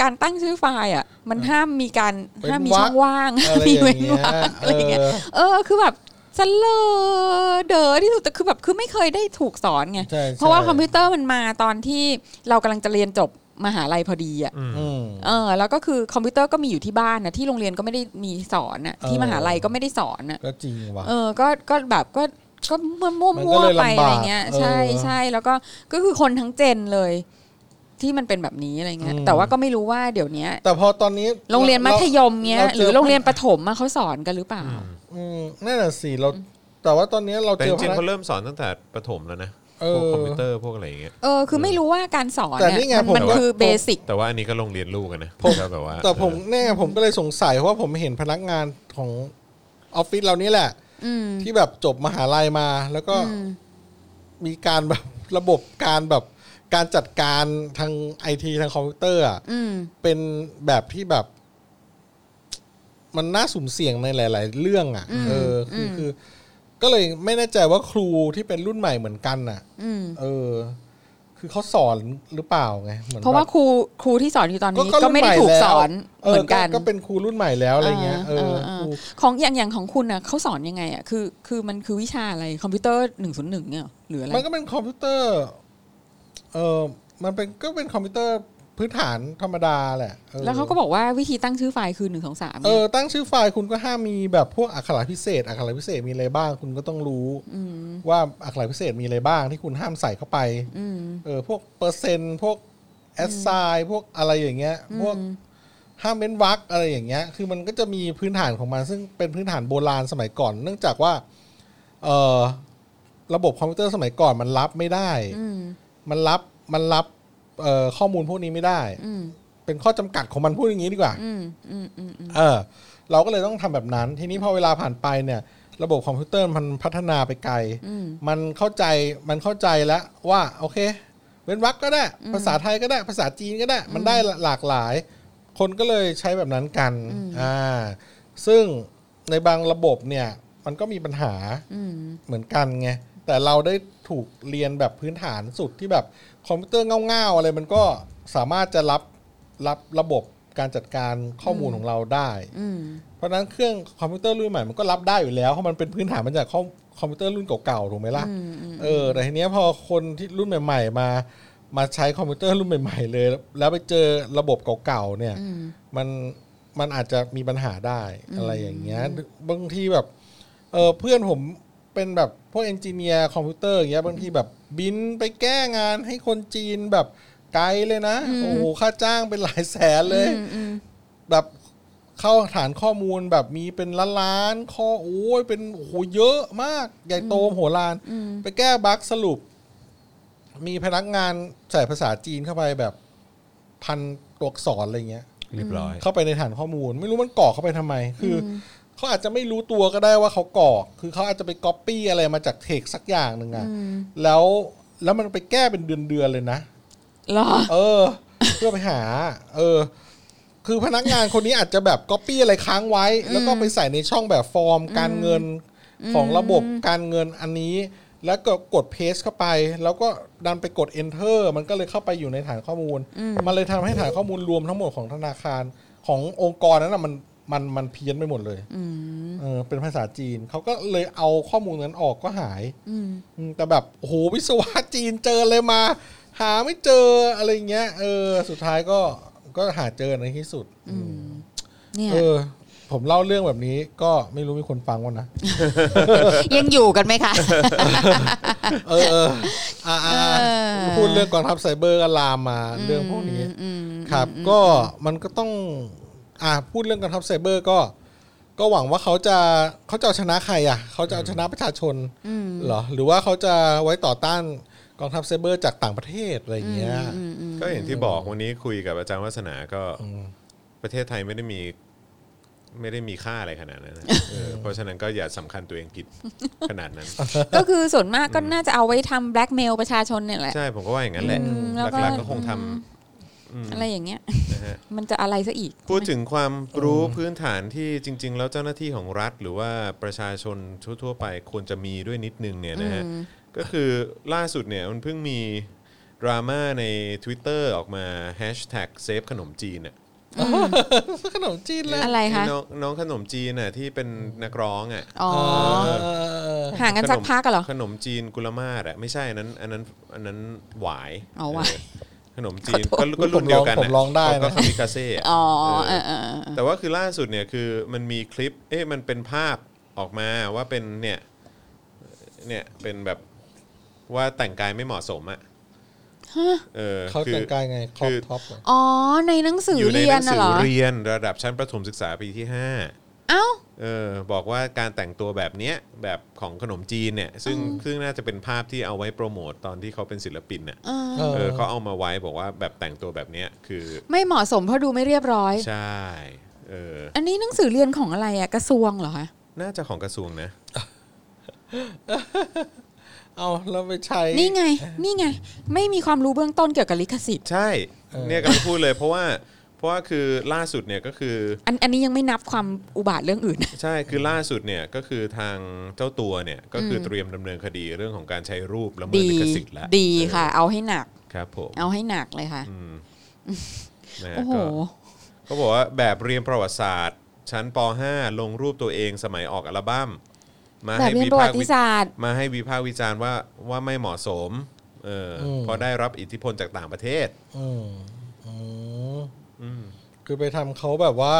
C: การตั้งชื่อไฟล์อ่ะ มันห้ามมีการห้ามมีช่องว่างห้าม
D: อะไร
C: มี
D: อย่า
C: เว้น
D: งเงี้ย
C: ว่างอะไรเงี้ย
D: เออ
C: เออคือแบบสเลอเดอที่สุดแต่คือแบบคือไม่เคยได้ถูกสอนไง
D: ใช่ใช่
C: เพราะว่าคอมพิวเตอร์มันมาตอนที่เรากำลังจะเรียนจบมหาลัยพอดีอ่ะ
D: อืม
C: เออแล้วก็คือคอมพิวเตอร์ก็มีอยู่ที่บ้านนะที่โรงเรียนก็ไม่ได้มีสอนนะ
D: เออ
C: ที่มหาลัยก็ไม่ได้สอนนะ
D: ก็จริงว่ะ
C: เออก็ก็แบบก็ก็มั่วมั่ว
D: มันก็
C: มั่ว
D: เลย
C: ไป
D: ลำบาก
C: อะไรเงี้ย
D: เออ
C: ใช่ใช่แล้วก็ก็คือคนทั้งเจนเลย ที่มันเป็นแบบนี้อะไรเงี้ย
D: อืม
C: แต่ว่าก็ไม่รู้ว่าเดี๋ยวนี้
D: แต่พอตอนนี้
C: โรงเรียนมัธยมเงี้ย
D: าจ
C: หรือโรงเรียน
D: ปัญ
C: ป
D: หา
C: ระถมอะเขาสอนกันหรือเปล่า
D: อืมนั่นแหะสิเราแต่ว่าตอนนี้เรา
B: แต่
D: เจ
B: จ
D: อ
B: ริงๆ
D: พ
B: เขา
D: นัก
B: เริ่มสอนตั้งแต่ประถมแล้วนะ
D: เอ
B: พ
D: อ
B: วกคอมพิวเตอร์พวกอะไรอย่างเงี้ย
C: เออคือไม่รู้ว่าการสอน
D: แต่
C: เนี่ย
D: นี่ไง
C: มัน
D: ผม
C: มัน
D: ว่า
C: คือเบสิก
B: แต่ว่าอันนี้ก็โรงเรียนลูกอะนะก็แบบว่า
D: แต่ผม
B: เออ
D: แน่ผมก็เลยสงสัยเพราะว่าผมเห็นพนักงานของออฟฟิศเรานี่แหละ
C: อืม
D: ที่แบบจบมหาลัยมา แล้วก็
C: อืม
D: มีการแบบ ระบบการแบบการจัดการทางไอทีทางคอมพิวเตอร์อะ
C: อืม
D: เป็นแบบที่แบบ มันน่าสุ่มเสี่ยงในหลาย ๆ เรื่องอ่ะ
C: อืม
D: เออคือ
C: ม
D: คือ ก็เลยไม่แน่ใจว่าครูที่เป็นรุ่นใหม่เหมือนกันอ่ะ
C: อืม
D: เออ คือเขาสอนหรือเปล่าไงหมือน
C: เพราะว่า
D: แบบ
C: ครูครูที่สอนอยู่ตอนนี้
D: ก็
C: ก็ไม่ได้
D: รุ่นให
C: ถูก
D: แล้ว
C: สอนเหมือนกัน
D: ก็เป็นครูรุ่นใหม่แล้วอะไรเงี้ย เออ
C: เออ
D: ครู
C: ของอย่างอย่างของคุณนะเขาสอนยังไงอ่ะคือคือมันคือวิชาอะไรคอมพิวเตอร์หนึ่งศูนย์หนึ่งเนี่ยหรอหรืออะไร
D: มันก็เป็นคอมพิวเตอร์ เออมันเป็นก็เป็นคอมพิวเตอร์ พื้นฐานธรรมดาแหละออ
C: แล้วเขาก็บอกว่าวิธีตั้งชื่อไฟล์คือหนึ่งสองสาม
D: เออตั้งชื่อไฟล์คุณก็ห้ามมีแบบพวกอักขระพิเศษอักขระพิเศษมีอะไรบ้าง คุณก็ต้องรู้ว่าอักขระพิเศษมีอะไรบ้างที่คุณห้ามใส่เข้าไป
C: ม
D: เออพวกเปอร์เซ็นต์พวกแอสไซพวกอะไรอย่างเงี้ย พวกห้ามเว้นวรรคอะไรอย่างเงี้ย คือมันก็จะมีพื้นฐานของมันซึ่งเป็นพื้นฐานโบราณสมัยก่อน เนื่องจากว่าเออระบบคอมพิวเตอร์สมัยก่อนมันรับไม่ได้
C: อืม
D: มันรับมันรับเอ่อข้อมูลพวกนี้ไม่ได้
C: อืม
D: เป็นข้อจำกัดของมันพูดอย่างนี้ดีกว่า
C: อืมอืมอืมอืม
D: เออ เราก็เลยต้องทำแบบนั้น ทีนี้พอเวลาผ่านไปเนี่ย ระบบคอมพิวเตอร์มันพัฒนาไปไกล
C: อืม
D: มันเข้าใจมันเข้าใจแล้วว่าโอเค เว้นวรรคก็ได้ ภาษาไทยก็ได้ ภาษาจีนก็ได้ มันได้หลากหลาย คนก็เลยใช้แบบนั้นกันอ่าซึ่งในบางระบบเนี่ย มันก็มีปัญหา
C: อืม
D: เหมือนกันไงแต่เราได้ถูกเรียนแบบพื้นฐานสุดที่แบบคอมพิวเตอร์เง่าๆอะไรมันก็สามารถจะรับรับระบบการจัดการข้อมูลของเราได้
C: อืม
D: เพราะฉะนั้นเครื่องคอมพิวเตอร์รุ่นใหม่มันก็รับได้อยู่แล้วเพราะมันเป็นพื้นฐานมาจากคอมคอมพิวเตอร์รุ่นเก่าๆถูกไหมล่ะ
C: อืมอืม
D: เออแต่ทีเนี้ยพอคนที่รุ่นใหม่ ๆ มา มาใช้คอมพิวเตอร์รุ่นใหม่ ๆ เลย แล้วไปเจอระบบเก่าๆเนี่ย
C: อืม
D: มันมันอาจจะมีปัญหาได้อะไรอย่างเงี้ยบางทีแบบเออเพื่อนผมเป็นแบบพวกเอนจิเนียร์คอมพิวเตอร์อย่างเงี้ยบางทีแบบบินไปแก้งานให้คนจีนแบบไกลเลยนะ โอ้โหค่าจ้างเป็นหลายแสนเลย
C: อืมอืม
D: แบบเข้าฐานข้อมูลแบบมีเป็นล้านล้านๆข้อโอ้ยเป็นโอ้โหเยอะมาก ใหญ่โตมโหฬาร
C: อืม
D: ไปแก้บั๊กสรุป มีพนักงานใส่ภาษาจีนเข้าไปแบบพันตัวอักษรอะไรเงี้ย
B: เรียบร้อย
D: เข้าไปในฐานข้อมูล ไม่รู้มันก่อเข้าไปทำไม คืออเขาอาจจะไม่รู้ตัวก็ได้ว่าเขาก่อ คือเขาอาจจะไปก๊อปปี้อะไรมาจากเทคสักอย่างหนึ่งอะแล้วแล้วมันไปแก้เป็นเดือนๆเลยนะ
C: เหรอ
D: เออ เพื่อไปหา เออ คือพนักงานคนนี้อาจจะแบบก๊อปปี้อะไรค้างไว้ แล้วก็ไปใส่ในช่องแบบฟอร์ม การเงินของระบบการเงินอันนี้ แล้วก็กดเพสเข้าไป แล้วก็ดันไปกด enter มันก็เลยเข้าไปอยู่ในฐานข้อมูล มันเลยทำให้ฐานข้อมูลรวมทั้งหมดของธนาคารขององค์กรนั้นนะมันมันมันเพี้ยนไปหมดเลยเออเป็นภาษาจีนเขาก็เลยเอาข้อมูลนั้นออกก็หาย อืมแต่แบบโอ้โหวิศวะจีนเจอเลยมา หาไม่เจออะไรเงี้ยเออ สุดท้ายก็ก็หาเจอในที่สุด
C: เนี่ย
D: เออ ผมเล่าเรื่องแบบนี้ก็ไม่รู้มีคนฟังวะนะ
C: ยังอยู่กันไหมคะ
D: เออเอออ่าอ่า
C: เออ
D: พูดเรื่องกองทัพไซเบอร์ก็ลามมาเรื่องพวกนี้
C: อืม
D: ครับก็มันก็ต้องอ่าพูดเรื่องกองทัพไซเบอร์ก็ ก็หวังว่าเขาจะเขาจะเอาชนะใครอ่ะเขาจะเอาชนะประชาชนเหรอหรือว่าเขาจะไว้ต่อต้านกองทัพไซเบอร์จากต่างประเทศอะไรอย่างเงี้ย
B: ก็อย่างที่บอกวันนี้คุยกับอาจารย์วัฒนาก็ประเทศไทยไม่ได้มีไม่ได้มีค่าอะไรขนาดนั้นนะเออเพราะฉะนั้นก็อย่าสำคัญตัวเองผิดขนาดนั้น
C: ก็คือส่วนมากก็น่าจะเอาไว้ทำแบล็กเมลประชาชนเนี่ยแหละ
B: ใช่ผมก็ว่าอย่างนั้นแหละ
C: อืมแล้วก็
B: หลักๆก็คงทำ
C: อะไรอย่างเงี้ย
B: นะฮะ
C: มันจะอะไรซะอีก
B: พูดถึงความรู้พื้นฐานที่จริง ๆ แล้วเจ้าหน้าที่ของรัฐ หรือว่าประชาชนทั่วๆไปควรจะมีด้วยนิดนึงเนี่ยนะฮะก็คือล่าสุดเนี่ยมันเพิ่งมีดราม่าใน Twitter ออกมาแฮชแท็กเซฟขนมจีนอะ
D: ขนมจีนเลย
C: อะไรคะ
B: น้องน้องขนมจีนน่ะที่เป็นนักร้องอ่ะ
C: อ๋อ
D: เออ
C: ห่างกันสักพักกันเหรอ
B: ขนมจีนกุลมาศอ่ะไม่ใช่อันนั้นอันนั้นอันนั้นหวาย
C: อ๋อหวาย
B: เออขนมจีนก็ก็รุ่นเดียวกัน
D: ผ
B: น่ะ
D: มร้องได้
B: ก็
D: นะ
B: คามิกาเซ่อะ
C: อ๋อ
B: เอ
C: เอ
B: อ
C: อเออเออ
B: แต่ว่าคือล่าสุดเนี่ยคือมันมีคลิปเอ๊ะมันเป็นภาพออกมาว่าเป็นเนี่ยเนี่ยเป็นแบบว่าแต่งกายไม่เหมาะสมอ่ะเออ
D: เขา
B: คือ
D: แต่งกายไงครอ
B: คือ
D: ปท็อปเหรอ
C: อ๋อ ในหนังสือ
B: อยู่ใน
C: เรีย
B: ห
C: น
B: นัง
C: น่ะ
B: สื
C: เหร
B: อ
C: อ
B: เรียนระดับชั้นประถมศึกษาปีที่ห้า
C: เอ้า
B: เออบอกว่าการแต่งตัวแบบเนี้ยแบบของขนมจีนเนี่ยซึ่งซึ่งน่าจะเป็นภาพที่เอาไว้โปรโมตตอนที่เขาเป็นศิลปินเนี่ย
D: เอ
B: เออ
D: อ
B: เขาเอามาไว้บอกว่าแบบแต่งตัวแบบเนี้ยคือ
C: ไม่เหมาะสมเพราะดูไม่เรียบร้อย
B: ใช่เออ
C: อันนี้หนังสือเรียนของอะไรอะกระทรวงเหรอคะ
B: น่าจะของกระทรวงนะ
D: เอาแล้วไปใช้
C: นี่ไง นี่ไง ไม่มีความรู้เบื้องต้นเกี่ยวกับลิขสิทธิ์
B: ใช่เนี่ยกำลังพูดเลยเพราะว่าเพราะว่าคือล่าสุดเนี่ยก็คือ
C: อันอันนี้ยังไม่นับความอุบาทเรื่อง
B: [laughs]
C: อื่น
B: ใช่คือล่าสุดเนี่ยก็คือทางเจ้าตัวเนี่ยก็คือเตรียมดำเนินคดีเรื่องของการใช้รูปละเมิด
C: ดี
B: ลิขสิทธิ์แล้ว
C: ดีค่ะ เอาให้หนัก
B: ครับผม
C: เอาให้หนักเลยค่ะ
B: อืมนะฮะ
C: โอ้โห
B: ก็ เขาบอกว่าแบบเรียนประวัติศาสตร์ ชั้นป .5 ลงรูปตัวเองสมัยออกอัลบั้มมา
C: แบบ
B: ให้
C: เรียน
B: วิ
C: ประ
B: พา
C: วั
B: กษ์
C: ติ
B: วิจารณ์
C: ศาสตร์
B: มาให้วิพากษ์วิจารณ์ว่าว่าไม่เหมาะสมเอออเพราะได้รับอิทธิพลจากต่างประเทศ
D: อืมอืม คือไปทำเขาแบบว่า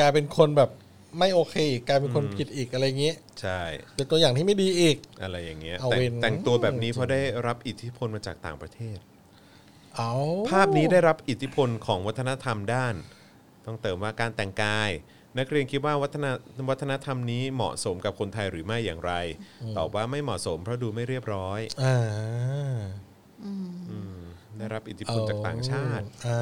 D: กลายเป็นคนแบบไม่โอเคอีกกลายเป็นคนผิดอีกอะไรเงี้ย
B: ใช่
D: เป็นตัวอย่างที่ไม่ดีอีก
B: อะไรอย่างเงี้ย
D: เอา
B: แต่ง
D: เว้น
B: แต่งตัวแบบนี้เพราะได้รับอิทธิพลมาจากต่างประเทศ
D: เอา
B: ภาพนี้ได้รับอิทธิพลของวัฒนธรรมด้าน ต้องเติมว่าการแต่งกาย นักเรียนคิดว่าวัฒนวัฒนธรรมนี้เหมาะสมกับคนไทยหรือไม่อย่างไร ตอบว่าไม่เหมาะสมเพราะดูไม่เรียบร้อย
D: อ่า
B: ได้รับอิทธิพลจากต่างชาติ
D: อ่า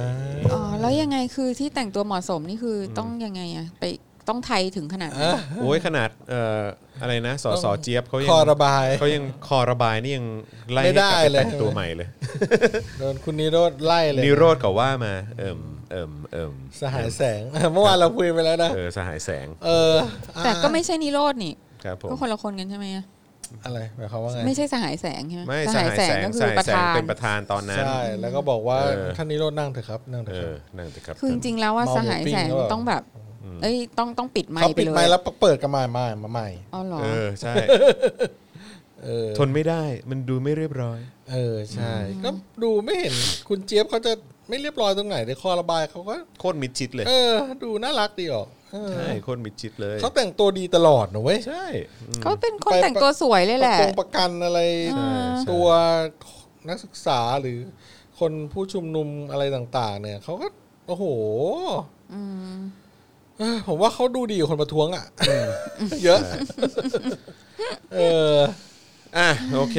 C: อ๋อแล้วยังไงคือที่แต่งตัวเหมาะสมนี่คือต้องยังไงอะไปต้องไทยถึงขนาดนั้น
D: อ่ะ
B: โอ้ยขนาดเอ่ออะไรนะสอสอเจี๊ยบเขายั
D: คอระบาย
B: เขายังคอระบายนี่ยังไล่
D: ไม่
B: ให้
D: ได้
B: กลับไป
D: เลย
B: แต่งตัวใหม่เลย
D: โดนคุณนิโรธไล่เลย
B: นิโรธก็ว่ามาเอิ่มเอิ่มเอิ่ม
D: สหายแสง [laughs] เมื่อวานเราคุยไปแล้วนะ
B: เออสหายแสง
D: เอออ่ะ
C: แต่ก็ไม่ใช่นิโรธนี่
B: ครับผม
C: ก็คนละคนกันใช่ไหมอะ
D: อะไรหมายความว่าไง
C: ไม่ใช่สหายแสงใช่ไหม
B: ไม่สหายแสง
C: ก็
B: ส
C: คือ
B: หาย
C: ประ
B: แสง
C: ธาน
B: เป็นประธานตอนนั้น
D: ใช่ แล้วก็บอกว่า
B: เออ
D: ท่านนิโรธนั่งเถอะครับนั่งเถ
B: เอ
D: อะครับ
B: อนั่นสิครับ
C: คือจริงๆแล้วว่า
D: เมาหมู
C: สหายแสง
D: ปิ้งหรือเปล่า
C: ต้องแบบ เอ้ยต้องต้องปิดไม
D: เขา
C: ค์ไป
D: ปิด
C: เล
D: ไม้
C: ย
D: แล้วเปิดกันมาใหม่มาใหม่
C: เอาเหรอ
B: เออใช่
D: เออ
B: ทนไม่ได้มันดูไม่เรียบร้อย
D: เออใช่ก็ดูไม่เห็นคุณเจี๊ยบเขาจะไม่เรียบร้อยตรงไหนในคอระบายเขาก็
B: โคตรมิดชิดเลย
D: เออ ดูน่ารักดีออกเออ
B: ใช่โคตรมิดชิดเลย
D: เขาแต่งตัวดีตลอดนะเว้ย
B: ใช่อืม
C: ก็เป็นคน
D: ไป
C: แต่งตัวสวยเลย
D: ป
C: แห
D: ระ
C: ละ
D: กงประกันอะไร
B: ใช
C: ใช่
B: ่
D: ตัวนักศึกษาหรือคนผู้ชุมนุมอะไรต่าง ๆ เนี่ยเขาก็โอ้โห
C: อืม
D: เออผมว่าเขาดูดีกว่าคนประท้วงอ่ะเยอะเออ
B: อ่ะโอเค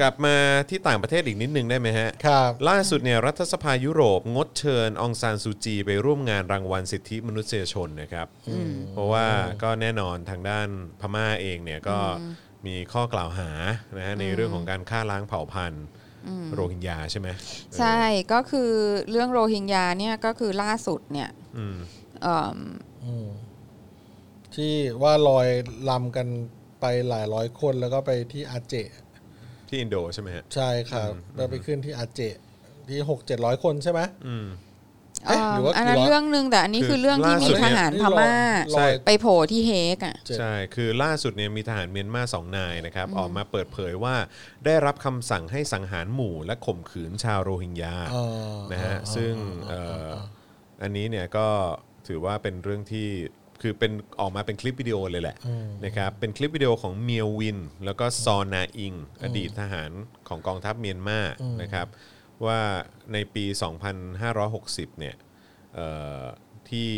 B: กลับมาที่ต่างประเทศอีกนิดนึงได้ไหมฮะ
D: ครับ
B: ล่าสุดเนี่ยรัฐสภายุโรป งดเชิญองซานซูจีไปร่วมงานรางวัลสิทธิมนุษยชนนะครับ เพราะว่าก็แน่นอนทางด้านพม่าเองเนี่ยก็มีข้อกล่าวหานะฮะในเรื่องของการฆ่าล้างเผ่าพันธุ์โรฮิงญาใช่ไหม
C: ใช่ก็คือเรื่องโรฮิงญาเนี่ยก็คือล่าสุดเนี่ย
B: อืม
C: เอิ่ม
D: อืมที่ว่าลอยลำกันไปหลายร้อยคนแล้วก็ไปที่อาเจ
B: ที่อินโดใช่ไหมฮะ
D: ใช่ครับแล้วไปขึ้นที่อาเจ ที่หกเจ็ดร้อยคนใช่ไหม
B: อืม
D: เอ๊ะหรือว่า
C: เอิ่มอันนั้น
D: กี่ร้อย
C: เรื่องหนึ่งแต่อันนี้
B: คื
C: คือ อเรื่องที่
B: ล่า
C: มี
B: สุดเนี่ย
C: ทหารพม่า
D: ลอย
C: ไปโผล่ที่เฮกอ่ะ
D: เจ็ด
B: ใช่ คือล่าสุดเนี่ยมีทหารเมียนมาสองนายนะครับ ออกมาเปิดเผยว่าได้รับคำสั่งให้สังหารหมู่และข่มขืนชาวโรฮิงญา
D: อ๋อ
B: นะฮะ ซึ่งเอ่ออันนี้เนี่ยก็ถือว่าเป็นเรื่องที่ คือเป็นออกมาเป็นคลิปวิดีโอเลยแหละนะครับ เป็นคลิปวิดีโอของเมียววิน แล้วก็ซอนาอิง อดีตทหารของกองทัพเมียนมา นะครับ ว่าในปี 2560 เนี่ย เอ่อที่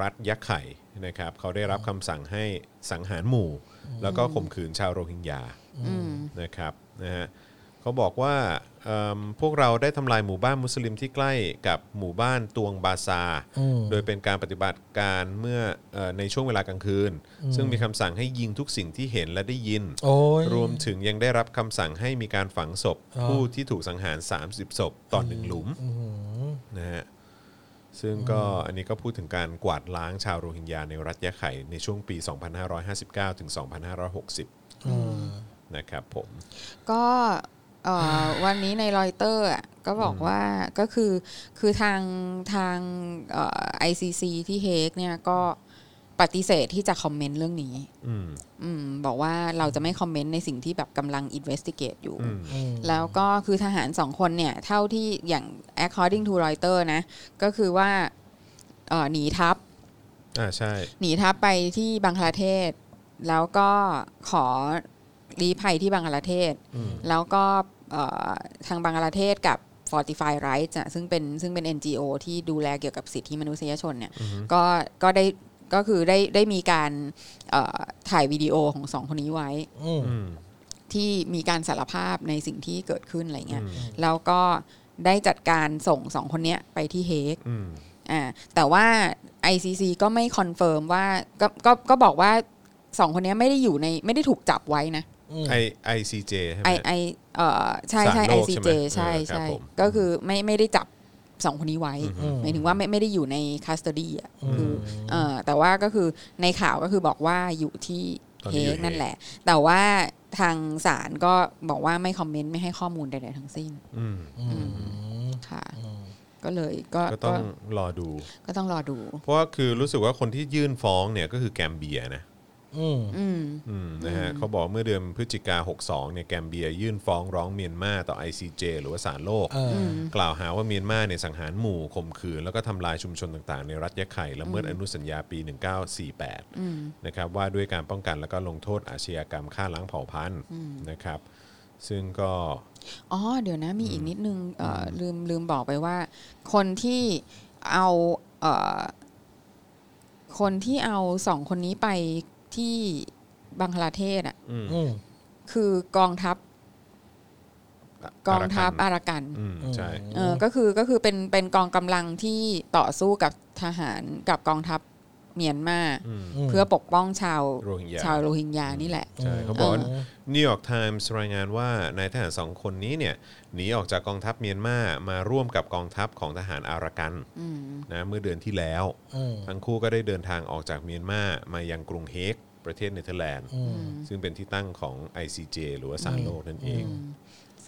B: รัฐยะไข่นะครับเขาได้รับคำสั่งให้สังหารหมู่ แล้วก็ข่มขืนชาวโรฮิงญานะครับนะฮะเขาบอกว่าเอิ่มพวกเราได้ทำลายหมู่บ้านมุสลิมที่ใกล้กับหมู่บ้านตวงบาซา โดยเป็นการปฏิบัติการเมื่อเอ่อในช่วงเวลากลางคืน ซึ่งมีคำสั่งให้ยิงทุกสิ่งที่เห็นและได้ยิน
D: โอ้ย
B: รวมถึงยังได้รับคำสั่งให้มีการฝังศพ
D: อ่า
B: ผู้ที่ถูกสังหาร 30 ศพต่อหนึ่งหลุมนะฮะซึ่งก็อันนี้ก็พูดถึงการกวาดล้างชาวโรฮิงญาในรัฐยะไข่ ในช่วงปี 2559 ถึง 2560 นะครับผม
C: ก็เอ่ [sighs] อ วันนี้ในรอยเตอร์อะก็บอกว่าก็คือคือทางทางไอซีซีที่เฮกเนี่ยก็ปฏิเสธที่จะคอมเมนต์เรื่องนี้
B: อืม
C: อืมบอกว่าเราจะไม่คอมเมนต์ในสิ่งที่แบบกำลังอินเวสติเกตอยู่
B: อืม
D: อืม
C: แล้วก็คือทหารสองคนเนี่ย เท่าที่อย่าง according to Reuters นะ ก็คือว่าเอ่อหนีทัพ
B: อ่าใช่
C: หนีทัพไปที่บังคลาเทศ แล้วก็ขอรีภัยที่บังคลาเทศ แล้วก็เอ่อทางบังคลาเทศกับ Fortify Rights อะซึ่งเป็นซึ่งเป็น NGO ที่ดูแลเกี่ยวกับสิทธิมนุษยชนเนี่ยก็ก็ได้ก็คือได้ได้มีการเอ่อถ่ายวิดีโอของสองคนนี้ไว้
D: อืม
B: อืม
C: ที่มีการสารภาพในสิ่งที่เกิดขึ้นอะไรเงี้ย
B: อืม
C: แล้วก็ได้จัดการส่งสองคนเนี้ยไปที่เฮก
B: อืม
C: อ่าแต่ว่า ICC ก็ไม่คอนเฟิร์มว่าก็ก็ก็บอกว่าสองคนเนี้ยไม่ได้อยู่ในไม่ได้ถูกจับไว้นะ
D: อืม
B: ไอไอซีเจใช่ไห
C: ไอ
B: ม
C: ไอเอ่อใช่ใช่
B: ศาลโลกใช่
C: ICJ
B: ไหม
C: ใช่
B: เออครับ
C: ใช่
B: ผม
C: ก็คือไม่ไม่ได้จับสองคนนี้ไว้
D: อืม
C: หมายถึงว่าไม่ไม่ได้อยู่ในคัสตอดี้อ่ะ
D: อืม
C: คือเอ่อแต่ว่าก็คือในข่าวก็คือบอกว่าอยู่ที่
B: ตอน
C: เฮ
B: นี้อยู่
C: ก
B: เฮก
C: นั่นแหละ แต่ว่าทางศาลก็บอกว่าไม่คอมเมนต์ไม่ให้ข้อมูลใดๆทั้งสิ้น
B: อืม
C: อืมค่ะ ก็เลยก็
B: ก็ต้อง
C: ก็
B: รอดู
C: ก็ต้องรอดู
B: เพราะว่าคือรู้สึกว่าคนที่ยื่นฟ้องเนี่ยก็คือแกมเบียนะ
D: อืม
C: อืม
B: อืมนะฮะเขาบอกเมื่อเดือนพฤศจิกา 62 เนี่ยแกมเบียยื่นฟ้องร้องเมียนมาต่อ ICJ หรือว่าศาลโลก
D: เอออืม
B: กล่าวหาว่าเมียนมาเนี่ยสังหารหมู่ข่มขืน แล้วก็ทำลายชุมชนต่างๆ ในรัฐยะไข่ละเมิดอนุสัญญาปี 1948 นะครับว่าด้วยการป้องกันแล้วก็ลงโทษอาชญากรรมฆ่าล้างเผ่าพันธุ์นะครับ ซึ่งก็
C: อ๋อเดี๋ยวนะมีอีกนิดนึงเอ่อลืมลืมบอกไปว่า คนที่เอาเอ่อคนที่เอาสองคนนี้ไปที่บังคลาเทศอ่ะ
B: อืม
D: อืม
C: คือกองทัพกองทัพอารักัน
B: อืมใช่
C: เออก็คือก็คือเป็นเป็นกองกำลังที่ต่อสู้กับทหารกับกองทัพเมียนมา
B: อืม
C: เพื่อปกป้องชาว
B: โรฮิงญา
C: ชาวโรฮิงญานี่แหละ
B: ใช่เขาบอกว่า
C: เออ
B: นิวยอร์กไทมส์รายงานว่านายทหารสองคนนี้เนี่ยหนีออกจากกองทัพเมียนมามาร่วมกับกองทัพของทหารอารักัน
C: อืม
B: นะเมื่อเดือนที่แล้ว
D: อืม
B: ทั้งคู่ก็ได้เดินทางออกจากเมียนมามายังกรุงเฮกประเทศเนเธอร์แลนด์
D: อืม
B: ซึ่งเป็นที่ตั้งของ ICJ หรือว่าศาลโลกนั่นเอง
C: อืม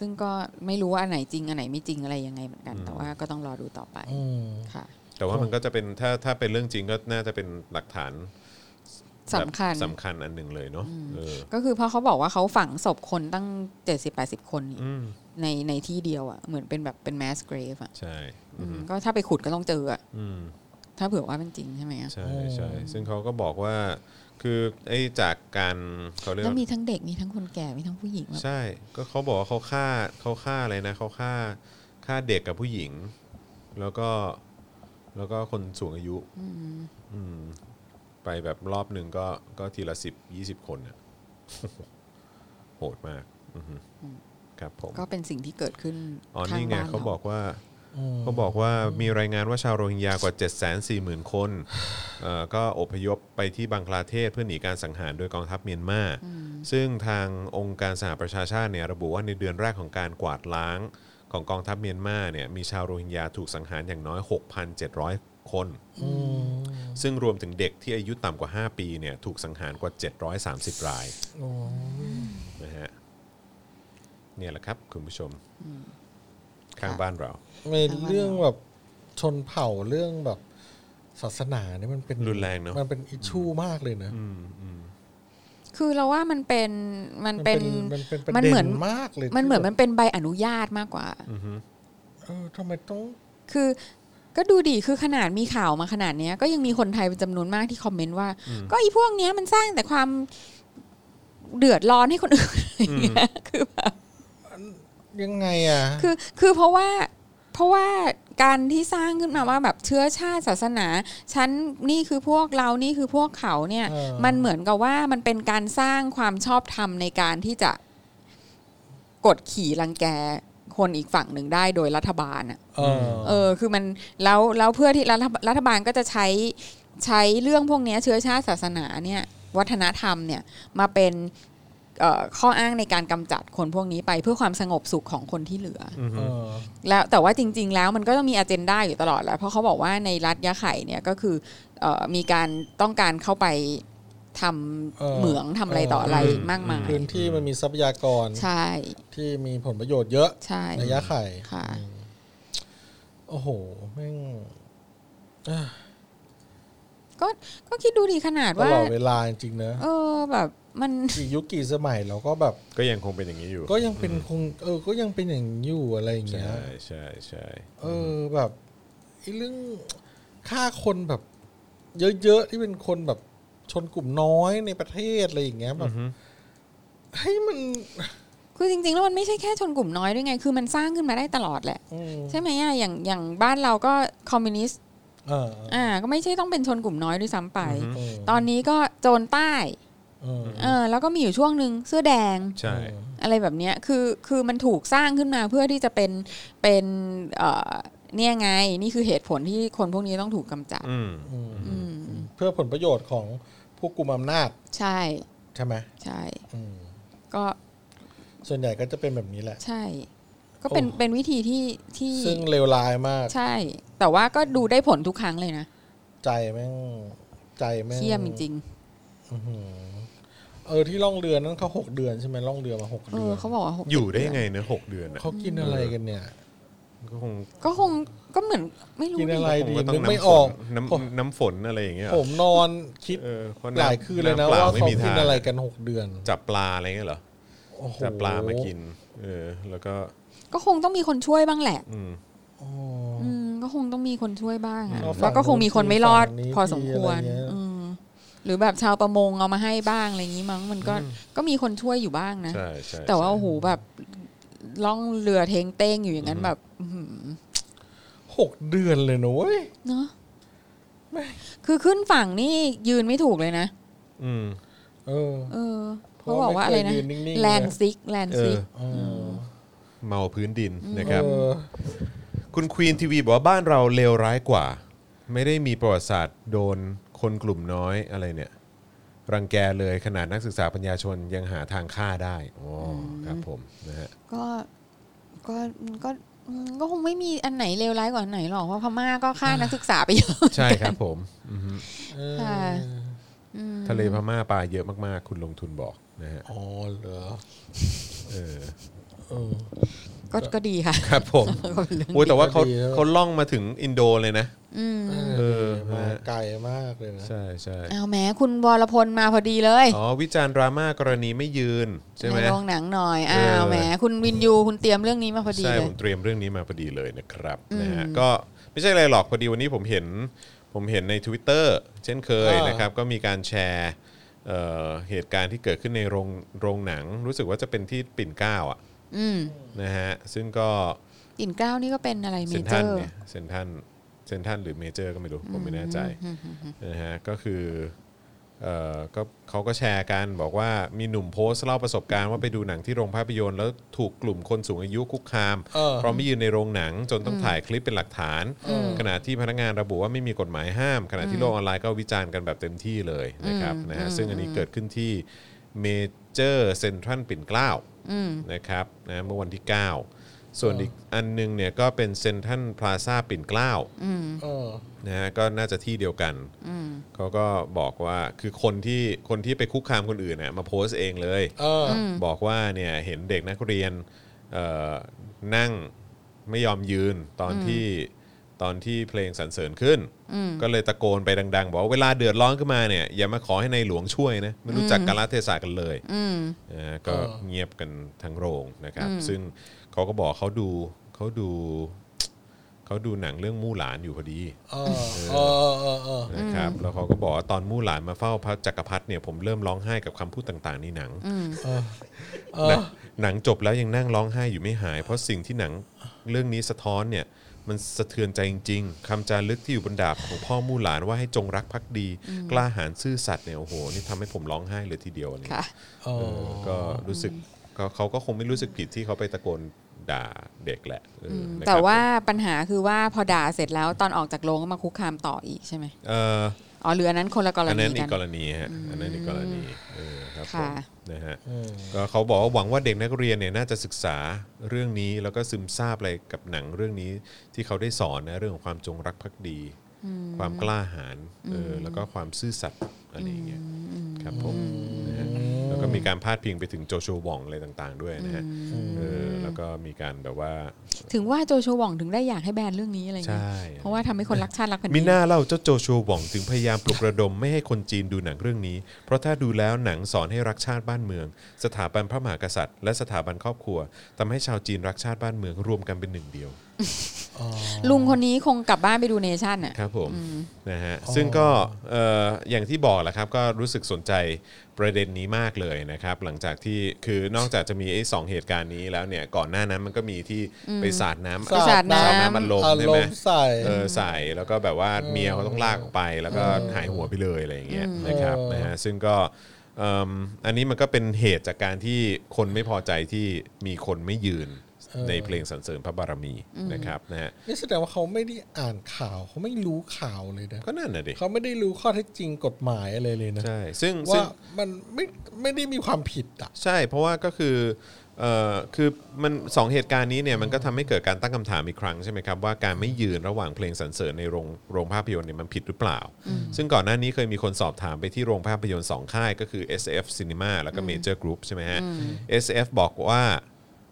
C: ซึ่งก็ไม่รู้ว่าอันไหนจริงอันไหนไม่จริงอะไรยังไงเหมือนกัน แต่ว่าก็ต้องรอดูต่อไป
D: อืม
C: ค่ะ
B: แต่ว่ามันก็จะเป็นถ้าถ้าเป็นเรื่องจริงก็น่าจะเป็นหลักฐาน
C: สำคัญ
B: สำคัญอันหนึ่งเลยเนาะเออ
C: ก็คือเพราะเขาบอกว่าเขาฝังศพคนตั้ง 70-80 คนนี่
B: อืม
C: ในในที่เดียวอ่ะ เหมือนเป็นแบบเป็นแมสเกรฟอ่ะ
B: ใช่
C: อื
B: อื
C: ม
B: ม
C: ก็ถ้าไปขุดก็ต้องเจออ่ะ
B: อืม
C: ถ้าเผื่อว่าเป็นจริงใช่ไหมอะ
B: ใช่ใช่ซึ่งเขาก็บอกว่าคือไอ้จากการเขาเรียก
C: แล้ว
B: ว่า
C: มีทั้งเด็กมีทั้งคนแก่มีทั้งผู้หญิงแบบ
B: ใช่ ก็เขาบอกว่าเขาฆ่าเขาฆ่าอะไรนะเขาฆ่าฆ่าเด็กกับผู้หญิง แล้วก็แล้วก็คนสูงอายุ
C: อืม
B: อืมไปแบบรอบหนึ่งก็ก็ทีละสิบยี่ [laughs] สิบคนน่ะ โหดมากอือฮึครับผม
C: ก็เป็นสิ่งที่เกิดขึ้น
B: อ๋อ
C: ข้าง
B: นี่ไง
C: บ้าน
B: เขาบอกว่า
D: อืม
B: เขาบอกว่ามีรายงานว่าชาวโรฮิงญากว่า 7 4 0 0 0 0 คนเอ่อก็อพยพไปที่บังคลาเทศเพื่อหนีการสังหารโดยกองทัพเมียนมา ซึ่งทางองค์การสหประชาชาติเนี่ยระบุว่าในเดือนแรกของการกวาดล้างของกองทัพเมียนมาเนี่ยมีชาวโรฮิงญาถูกสังหารอย่างน้อย 6,700 คน
D: อืม
B: ซึ่งรวมถึงเด็กที่อายุต่ำกว่า 5 ปีเนี่ยถูกสังหารกว่า 730 ราย
D: โอ้
B: นะฮะเนี่ยแหละครับคุณผู้ชมข้างบ้านเรา
D: ไม่เรื่องแบบชนเผ่าเรื่องแบบศาสนาเนี่ยมันเป็น
B: รุนแรงเนอะ
D: มันเป็นอิชชูมากเลยนะ
B: อืมอืม
C: คือเราว่ามันเป็นมันเป็น
D: มันเป็นประ
C: มัน
D: เด็
C: เหมือน น
D: มากเลย
C: มันเหมือน
D: ที่
C: มันเป็นใบอนุญาตมากกว่า
B: อือฮึ
D: เออทำไมต้อง
C: คือก็ดูดิคือขนาดมีข่าวมาขนาดเนี้ย ก็ยังมีคนไทยเป็นจำนวนมากที่คอมเมนต์ว่า ก็อีพวกเนี้ยมันสร้างแต่ความเดือดร้อนให้คนอื่นอะไรเงี้ยคือแบบ
D: ยังไงอ่ะ
C: คือคือเพราะว่าเพราะว่าการที่สร้างขึ้นมาว่าแบบเชื้อชาติศาสนาฉันนี่คือพวกเรานี่คือพวกเขาเนี่ย
D: เออ
C: มันเหมือนกับว่ามันเป็นการสร้างความชอบธรรมในการที่จะกดขี่รังแกคนอีกฝั่งหนึ่งได้โดยรัฐบาลอะ
D: เออ
C: เออคือมันแล้วแล้วเพื่อที่รัฐรัฐบาลก็จะใช้ใช้เรื่องพวกเนี้ยเชื้อชาติศาสนาเนี่ยวัฒนธรรมเนี่ยมาเป็นเอ่อข้ออ้างในการกำจัดคนพวกนี้ไปเพื่อความสงบสุขของคนที่เหลืออ
D: เออ
C: แล้วแต่ว่าจริง ๆ แล้วมันก็ต้องมีอเจนดาอยู่ตลอดแหล้ว เพราะเขาบอกว่าในรัฐยะไข่เนี่ยก็คือเออมีการต้องการเข้าไปทำเหมืองทำอะไรต่ออะไรมากมาย
D: พื้นที่มันมีทรัพยากร
C: ใช่
D: ที่มีผลประโยชน์เยอะ
C: ใช่
D: ระยะไข่
C: ค่ะ
D: โอ้โหแม่ง
C: ก็ก็คิดดูดีขนาด
D: ต
C: ว่า
D: ลอดเวลาจริงๆนะ
C: เออแบบมัน
D: กี่ยุคกี่สมัยเราก็แบบ
B: ก็ยังคงเป็นอย่างนี้อยู่
D: ก็ยังเป็นคงเออ ก็ยังเป็นอย่างนี้อยู่อะไรอย่างเงี้ย
B: ใช่ใช่ใช่
D: เออแบบไอ้เรื่องฆ่าคนแบบ เยอะๆที่เป็นคนแบบชนกลุ่มน้อยในประเทศอะไรอย่างเงี้ยแบบให้ยมัน
C: คือจริงๆ แล้วมันไม่ใช่แค่ชนกลุ่มน้อยด้วยไง คือมันสร้างขึ้นมาได้ตลอดแหละ
D: อืม
C: ใช่ไหมอะอย่างอย่างบ้านเราก็คอมมิวนิสต์
D: เออ
C: อ่า ก็ไม่ใช่ต้องเป็นชนกลุ่มน้อยด้วยซ้ำไป
B: อือฮึ
D: เออ
C: ตอนนี้ก็โจรใต้
D: เออ
C: เออ แล้วก็มีอยู่ช่วงหนึ่งเสื้อแดง
B: ใช่
C: อะไรแบบเนี้ย คือ คือมันถูกสร้างขึ้นมาเพื่อที่จะเป็น เป็น เอ่อ เนี่ยไง นี่คือเหตุผลที่คนพวกนี้ต้องถูกกำจัด
B: อืม
C: อืม
D: เพื่อผลประโยชน์ของผู้กลุ่มอำนาจ
C: ใช่
D: ใช่ไหม
C: ใช่
D: อืม
C: ก็
D: ส่วนใหญ่ก็จะเป็นแบบนี้แหละ
C: ใช่ ก็เป็น
D: โอ้
C: เป็นวิธีที่ ที่
D: ซึ่งเลวร้ายมาก
C: ใช่ แต่ว่าก็ดูได้ผลทุกครั้งเลยนะ
D: ใจแม่งใจแม่ง
C: เที่ยมจริงๆ
D: อื้อหือเออที่ล่องเรือนั้นเขาหกเดือนใช่ไหมล่องเรือมาหก
C: เอ
D: เดื
C: อ
D: อน
C: เขาบอกว่าหก
B: อยู่ได้
C: เดืน
B: ไงเนอะหกเดือนอะ
D: เขากินอะไรกันเนี่ย
B: ก็คง
C: ก็คงก็เหมือนไม่รู้
D: กินอะไร
C: ดิ
B: คง
D: ดี
B: ก็ต้
D: นึ
B: อง
D: ก
B: น้ำ
D: ไม่
B: ฝ
D: ออก
B: นน้ำน้ำฝนอะไรอย่างเงี้ยเหรอ
D: ผมนอนคิด
B: เออเพระ
D: หลายคืนเลยนะ
B: ำป
D: ว่า
B: ไม่
D: เขา
B: มี
D: กิน
B: ทง
D: อะไรกันหกเดือน
B: จับปลาอะไรเงี้ยเหรอ
D: โอ้โห
B: จับปลามากินเออแล้วก็
C: ก็คงต้องมีคนช่วยบ้างแหละ
B: อืม
D: โอ้
C: อืมก็คงต้องมีคนช่วยบ้างอะ
D: ก็ฝั่ง
C: แล้วก็คงมีคนไม่รอด
D: นู้นที
C: พอสมควร
D: อะไรเงี้ย
C: อืมหรือแบบชาวประมงเอามาให้บ้างอะไรอย่างนี้มั้งมันก็ก็มีคนช่วยอยู่บ้างนะ
B: ใช่ใช่
C: แต่ว่า
B: ใช่
C: โอ้โหแบบล่องเรือเทงเต้งอยู่อย่างนั้นแบบอื้อหือ
D: หกเดือนเลยนะเว้ย
C: เนาะ
D: ไม่
C: คือขึ้นฝั่งนี่ยืนไม่ถูกเลยนะ
B: อืม
D: เออ
C: เออเขาบอกว่าอะไรนะ
D: เพราะว่าไม่เคยยืนนิ่งๆ
C: แลนซิกแลนซิก
B: เออ
D: เออ
B: เมาพื้นดินนะครับ
D: เออ
B: คุณควีนทีวีบอกว่าบ้านเราเลวร้ายกว่า ไม่ได้มีประวัติศาสตร์โดนคนกลุ่มน้อยอะไรเนี่ย รังแกเลยขนาดนักศึกษาปัญญาชนยังหาทางฆ่าได้อ๋ออครับผมนะฮะ
C: ก็ก็ก็อืมก็คงไม่มีอันไหนเลวร้ายกว่าอันไหนหรอกเพราะพม่าก็ฆ่านักศึกษาไปเยอะ
B: ใช่ครับ [laughs] ผมอือฮึ
D: เออ
C: ค่ะ อืม
B: ทะเลพม่าปลาเยอะมากๆ คุณลงทุนบอกนะฮะ
D: อ๋อเหรอ
B: เออ
D: เออ
C: ก็ก็ดีค่ะ
B: ครับผมโอ้ยแต่ [laughs] ว่าเขา
D: ดีแล้ว
B: เขาล่องมาถึงอินโดเลยนะ
C: อืม
D: เออ
B: เออ
D: มาไกลมากเลยนะ
B: ใช่ใช่
C: เอาแหม้คุณวรพลมาพอดีเลย
B: อ๋อวิจารณ์ดราม่ากรณีไม่ยืนใช่ไหม
C: โรงหนังหน่อย
B: เอออ้
C: อ้าวแหมคุณวินยูคุณเตรียมเรื่องนี้มาพอดี
B: ใช่
C: เล
B: ผ
C: ย
B: มเตรียมเรื่องนี้มาพอดีเลยนะครับ
C: อืม
B: นะฮะก็ไม่ใช่อะไรหรอกพอดีวันนี้ผมเห็นผมเห็นใน Twitter เช่นเคยนะครับ ก็มีการแชร์เอ่อเหตุการณ์ที่เกิดขึ้นในโรงโรงหนัง รู้สึกว่าจะเป็นที่ปิ่นเกล้าอ่ะ
C: อืม
B: นะฮะซึ่งก็
C: อินเกล้านี่ก็เป็นอะไรเม
B: เซน
C: เจ
B: ทั
C: อน ร์
B: เนี่ยเซนทันเซนทันหรือเมเจอร์ก็ไม่รู้ ผมไม่แน่ใจ
C: อืมอืมอืม
B: นะฮะก็คือเอ่อก็เขาก็แชร์กันบอกว่ามีหนุ่มโพสต์เล่าประสบการณ์ว่าไปดูหนังที่โรงภาพยนตร์แล้วถูกกลุ่มคนสูงอายุคุกคาม
D: เออ
B: เพราะไม่ยืนในโรงหนังจนต้องถ่ายคลิปเป็นหลักฐาน ขณะที่พนักงานระบุว่าไม่มีกฎหมายห้าม ขณะที่โลกออนไลน์ก็วิจารณ์กันแบบเต็มที่เลยนะครับนะฮะซึ่งอันนี้เกิดขึ้นที่เมเจอร์เซ็นทรัลปิ่นเกล้า
C: อืม
B: นะครับนะเมื่อวันที่ 9 ส่วนอีกอันหนึงเนี่ยก็เป็นเซ็นทรัลพลาซาปิ่นเกล้า
C: อืม
D: เออ
B: นะฮะก็น่าจะที่เดียวกัน
C: อืม
B: เขาก็บอกว่าคือคนที่คนที่ไปคุกคามคนอื่นน่ะมาโพสต์เองเลย
D: เออ
B: บอกว่าเนี่ยเห็นเด็กนักเรียนเอ่อนั่งไม่ยอมยืนตอนที่ตอนที่เพลงสรรเสริญขึ้น
C: อืม
B: ก็เลยตะโกนไปดัง ๆ บอกว่าเวลาเดือดร้อนขึ้นมาเนี่ยอย่ามาขอให้ในายหลวงช่วยนะไม่รู้จัก
C: อืม
B: กาลเทศะกันเลย
C: อืม
B: อ่าก็
D: เออ
B: เงียบกันทั้งโรงนะครับ
C: อืม
B: ซึ่งเขาก็บอกเขาดูเขาดูเขาดูหนังเรื่องมู่หลานอยู่พอดี
D: เออเออเออเออ
B: นะครับแล้วเขาก็บอกว่าตอนมู่หลานมาเฝ้าพระจักรพรรดิเนี่ยผมเริ่มร้องไห้กับคำพูดต่างๆในหนัง
D: เอ
B: หนั
D: อง
B: หนังจบแล้วยังนั่งร้องไห้อยู่ไม่หาย เพราะสิ่งที่หนังเรื่องนี้สะท้อนเนี่ยมันสะเทือนใจจริง ๆคำจารึกที่อยู่บนดาบของพ่อมู่หลานว่าให้จงรักภักดี กล้าหาญซื่อสัตย์เนี่ยโอ้โหนี่ทำให้ผมร้องไห้เลยทีเดียวเนี่ย
C: ค่ะ
D: เอ
B: เอ
D: อ
B: อก็รู้สึกก็เขาก็คงไม่รู้สึกผิดที่เขาไปตะโกนด่าเด็กแหละเอออนะครับ
C: แต่ว่าปัญหาคือว่าพอด่าเสร็จแล้วตอนออกจากโรงก็มาคุกคามต่ออีกใช่ไหม
B: เออ
C: อ๋อหรืออันนั้นคนละกร
B: อัน
C: ณี
B: นั้นอี
C: กั
B: ก
C: น
B: กรณีฮะอันนั้นอีกกรณีเออครับผม
C: ค่ะ
B: นะฮะ
D: เออ
B: ก็เขาบอกว่าหวังว่าเด็กนักเรียนเนี่ยน่าจะศึกษาเรื่องนี้แล้วก็ซึมซาบอะไรกับหนังเรื่องนี้ที่เขาได้สอนนะเรื่องของความจงรักภักดี ความกล้าหาญเออแล้วก็ความซื่อสัตย์อะไรอย่างเงี้ยครับผมนะฮะแล้วก็มีการพาดพิงไปถึงโจโฉวองอะไรต่างๆ ด้วยนะฮะเออแล้วก็มีการแบบว่า
C: ถึงว่าโจโชว่องถึงได้อยากให้แบนเรื่องนี้อะไรอย่างเงี้ย
B: ใช่
C: เพราะว่าทำให้คนรักชาติรักแผ่น
B: มิ
C: ดิน
B: น่าเล่าเจ้าโจโฉวองถึงพยายามปลุกระดมไม่ให้คนจีนดูหนังเรื่องนี้ เพราะถ้าดูแล้วหนังสอนให้รักชาติบ้านเมือง สถาบันพระมหากษัตริย์ และสถาบันครอบครัวทำให้ชาวจีนรักชาติบ้านเมืองรวมกันเป็นหนึ่งเดียว
C: ลุงคนนี้คงกลับบ้านไปดูเนชั่นอ่ะ
B: ครับผมนะฮะซึ่งก็เอ่ออย่างที่บอกแหละครับก็รู้สึกสนใจประเด็นนี้มากเลยนะครับ หลังจากที่คือนอกจากจะมีไอ้สองเหตุการณ์นี้แล้วเนี่ยก่อนหน้านั้นมันก็มีที่ไปสาดน้ำ
C: ไปสาดน้ำ
B: มันลม
D: อา
B: ใช่
D: ร
B: ไหม
D: มณ์ใส่
B: เออใส่แล้วก็แบบว่าเมียเขาต้องลากออกไป แล้วก็หายหัวไปเลยอะไรอย่างเงี้ยนะครับนะฮะซึ่งก็เอิ่มอันนี้มันก็เป็นเหตุจากการที่คนไม่พอใจที่มีคนไม่ยืนในเพลงสรรเสริญพระบารมีนะครับนะฮะ
D: นี่แสดงว่าเขาไม่ได้อ่านข่าวเขาไม่รู้ข่าวเลยนะ
B: ก็นั่นน่ะดิ
D: เขาไม่ได้รู้ข้อเท็จจริงกฎหมายอะไรเลยนะ
B: ใช่ซึ่งซึ่
D: ว่าง มันไม่ไม่ได้มีความผิดอ่ะ
B: ใช่เพราะว่าก็คือเอ่อคือมันสองเหตุการณ์นี้เนี่ยมันก็ทำให้เกิดการตั้งคำถามอีกครั้งใช่ไหมครับว่าการไม่ยืนระหว่างเพลงสรรเสริญในโรงโรงภาพยนตร์เนี่ยมันผิดหรือเปล่า ซึ่งก่อนหน้านี้เคยมีคนสอบถามไปที่โรงภาพยนตร์สองค่ายก็คือ SF Cinema แล้วก็ Major Group ใช่ไหมฮะ SF บอกว่า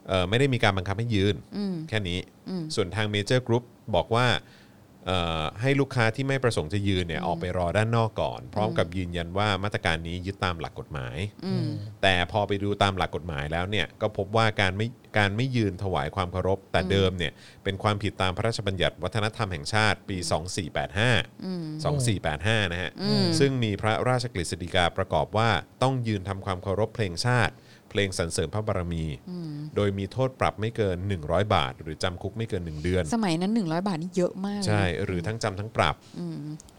B: เอ่อไม่ได้มีการบังคับให้ยืน
C: อืม
B: แค่นี้
C: อืม
B: ส่วนทางเมเจอร์กรุ๊ปบอกว่าเอ่อให้ลูกค้าที่ไม่ประสงค์จะยืนเนี่ยออกไปรอด้านนอกก่อน พร้อมกับยืนยันว่ามาตรการนี้ยึดตามหลักกฎหมาย
C: อืม
B: แต่พอไปดูตามหลักกฎหมายแล้วเนี่ยก็พบว่าการไม่การไม่ยืนถวายความเคารพ แต่เดิมเนี่ยเป็นความผิดตามพระราชบัญญัติวัฒนธรรมแห่งชาติปี 2485
C: อืม
B: 2485 นะฮะ
C: อืม
B: ซึ่งมีพระราชกฤษฎีกาประกอบว่าต้องยืนทำความเคารพเพลงชาติ เพลงสรรเสริญพระบารมี โดยมีโทษปรับไม่เกิน 100 บาท หรือจำคุกไม่เกิน 1 เดือน
C: สมัยนั้น 100 บาทนี่เยอะมากเลย
B: ใช่ หรือทั้งจำทั้งปรับ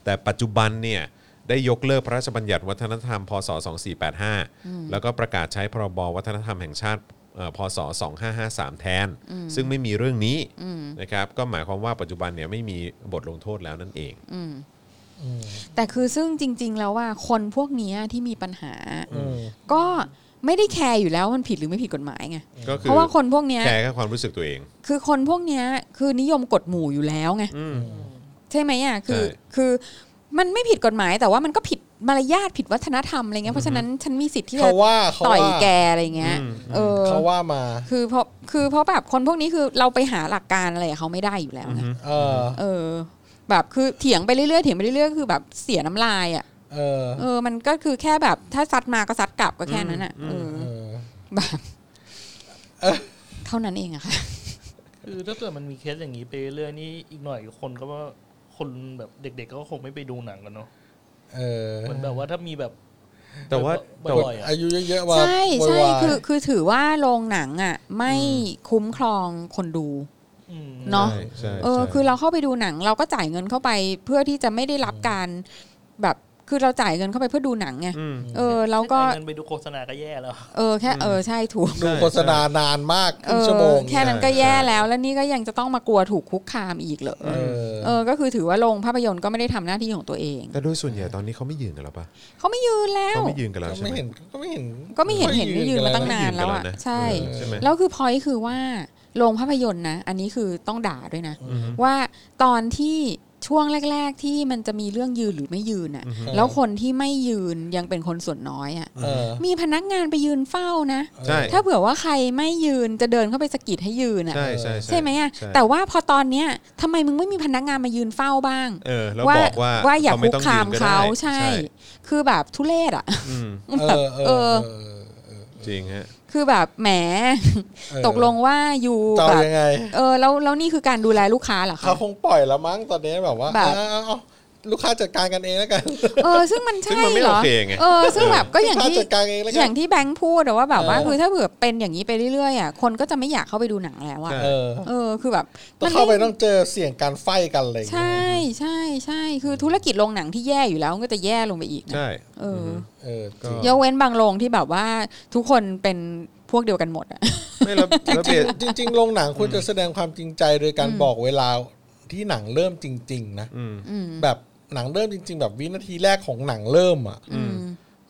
B: แต่ปัจจุบันเนี่ยได้ยกเลิกพระราชบัญญัติวัฒนธรรม พศ 2485 แล้วก็ประกาศใช้พรบวัฒนธรรมแห่งชาติเอ่อพศ 2553 แทน ซึ่งไม่มีเรื่องนี้นะครับก็หมายความว่าปัจจุบันเนี่ยไม่มีบทลงโทษแล้วนั่นเอง
C: อืมแต่คือซึ่งจริง ๆ แล้วว่าคนพวกเนี้ยที่มีปัญหา
D: อืม
C: ก็ไม่ได้แคร์อยู่แล้วว่ามันผิดหรือไม่ผิดกฎหมายไง
B: ก็คือ
C: เพราะว่าคนพวกเนี้ย
B: แชร์แค่ความรู้สึกตัวเอง
C: คือคนพวกเนี้ยคือนิยมกฎหมู่อยู่แล้วไง
B: อืม
C: ใช่ไหมอ่ะคือ
B: ใช่
C: คือมันไม่ผิดกฎหมายแต่ว่ามันก็ผิดมารยาทผิดวัฒนธรรมอะไรเงี้ยเพราะฉะนั้นฉันมีสิทธิ์ที่จะ
D: เขาว่าเขา
C: ต่อย
D: ว่า
C: แกอะไรเงี้ยเออ
D: เขาว่ามา
C: คือเพราะคือเพราะแบบคนพวกนี้คือเราไปหาหลักการอะไรกับเขาไม่ได้อยู่แล้วไง
D: เออ
C: เออ แบบคือเถียงไปเรื่อยๆเถียงไปเรื่อยๆคือแบบเสียน้ำลายอ่ะ
D: เออ
C: เออ มันก็คือแค่แบบถ้าซัดมาก็ซัดกลับก็แค่นั้นอ่ะเออ
D: เออ
C: แบบเท่านั้นเองอะค่ะ
E: คือถ้าเกิดมันมีเคสอย่างนี้ไปเรื่อยนี่อีกหน่อยคนก็ว่าคนแบบเด็ก ๆ ก็คงไม่ไปดูหนังกันเนาะ
D: เออ
E: เหมือนแบบว่าถ้ามีแบบ
B: แต่ว่า
E: บ่
B: แต่
E: อยๆ
B: ว่า
E: อะ
D: อายุเยอะๆว่า
C: ใช่ใช่
D: โวยวาย
C: คือคือถือว่าโรงหนังอ่ะ ไม่คุ้มครองคนดู
E: อืม
C: เนาะ
B: ใช่ใช่
C: เออ
B: ใช่
C: คือเราเข้าไปดูหนัง เราก็จ่ายเงินเข้าไปเพื่อที่จะไม่ได้รับการ แบบคือเราจ่ายเงินเข้าไปเพื่อดูหนังไง
B: อืม
C: เออแล้วก็
E: จ่ายเงินไปดูโฆษณาก็แย่แล้ว
C: เออแค่เออใช่ถูก
D: ดูโฆษณานานมากค
C: เอ
D: รึ่ง
C: อ
D: ชั่วโมง
C: แค่นั้นก็แย่แล้ว แล้วนี่ก็ยังจะต้องมากลัวถูกคุกคามอีกเหรอ
D: เออ
C: เออ ก็คือถือว่าโรงภาพยนตร์ก็ไม่ได้ทำหน้าที่ของตัวเอง
B: แต่โดยส่วนใหญ่ตอนนี้เขาไม่ยืนกันแล้วปะ
C: เขาไม่ยืนแล้ว
B: เขาไม่ยืนกันแล้ว
D: ก็
B: ใช่
D: ไม่
B: ไหม
D: เห็นก็ไม่เห็น
C: ก็ไม่เห็นเห็นไม่ยืนมาตั้งนานแล้วอ่ะ
B: ไม่ยืนกันแล้วนะ
C: ใช่
B: เออใช่ไหม
C: แล้วคือพอยคือว่าโรงภาพยนตร์นะ อันนี้คือต้องด่าด้วยนะ
B: อืม
C: ว่าตอนที่ช่วงแรก ๆ ที่มันจะมีเรื่องยืนหรือไม่ยืนอ่ะ
B: อือฮึ
C: แล้วคนที่ไม่ยืนยังเป็นคนส่วนน้อยอ่ะ
D: เออ
C: มีพนักงานไปยืนเฝ้านะ
B: ใช่
C: ถ้าเผื่อว่าใครไม่ยืนจะเดินเข้าไปสะกิดให้ยืนอ่ะ
B: ใช่ใช่
C: ใช่ไหมอ่ะแต่ว่าพอตอนเนี้ยทำไมมึงไม่มีพนักงานมายืนเฝ้าบ้าง
B: เออแล้วบอกว่า
C: ว่าอย่า
B: เข
C: คุ
B: ไม่
C: ก
B: ต้อง
C: คาม
B: ยืนก็ได้
C: เขาใช่ คือแบบทุเลศอ่ะ [laughs]
B: อืม
D: เออเออเออเออ
B: จริงฮะ
C: คือแบบแหม
D: เออ
C: ตกลงว่าอยู่
D: จะ
C: แบ
D: เอา
C: บ
D: ยังไง
C: เออแล้วแล้วนี่คือการดูแลลูกค้าเหรอคะ
D: เขาคงปล่อยแล้วมั้งตอนนี้แบบว่า
C: แบบ
D: เอาเอาเอาลูกค้าจัดการกันเองแล้วกัน
C: เออซึ่งมัน
B: ซึ่ง
C: ใช่
B: มันไม่
C: เหรอ
B: โอเคไง
C: เออ ซึ่งแบบก็อย่างที่
D: จัดการเองแล้วกัน
C: อย่างที่แบงค์พูดอะว่าแบบว่า
D: เออ
C: คือถ้าเผื่อเป็นอย่างนี้ไปเรื่อยๆอ่ะคนก็จะไม่อยากเข้าไปดูหนังแล้วอ่ะ
B: ใช่
D: เออ
C: เออคือแบบ
D: ต้องเข้าไปต้องเจอเสี่ยงการไฟกันอะไรอย่างเงี้ย
C: ใช่ใช่ใช่คือธุรกิจโรงหนังที่แย่อยู่แล้วมันก็จะแย่ลงไปอีกนะ
B: ใช่
C: เออ
D: เออ
B: ก็
C: อยกเว้นบางโรงที่แบบว่าทุกคนเป็นพวกเดียวกันหมดอ่ะ
B: ไม่แล้วแล้วเบส
D: จริงจริงๆโรงหนังควรจะแสดงความจริงใจโดยการบอกเวลาที่หนังเริ่มจริง ๆ นะ
B: อืม
C: อืม
D: แบบหนังเริ่มจริง ๆ แบบวินาทีแรกของหนังเริ่มอ่ะ
C: อืม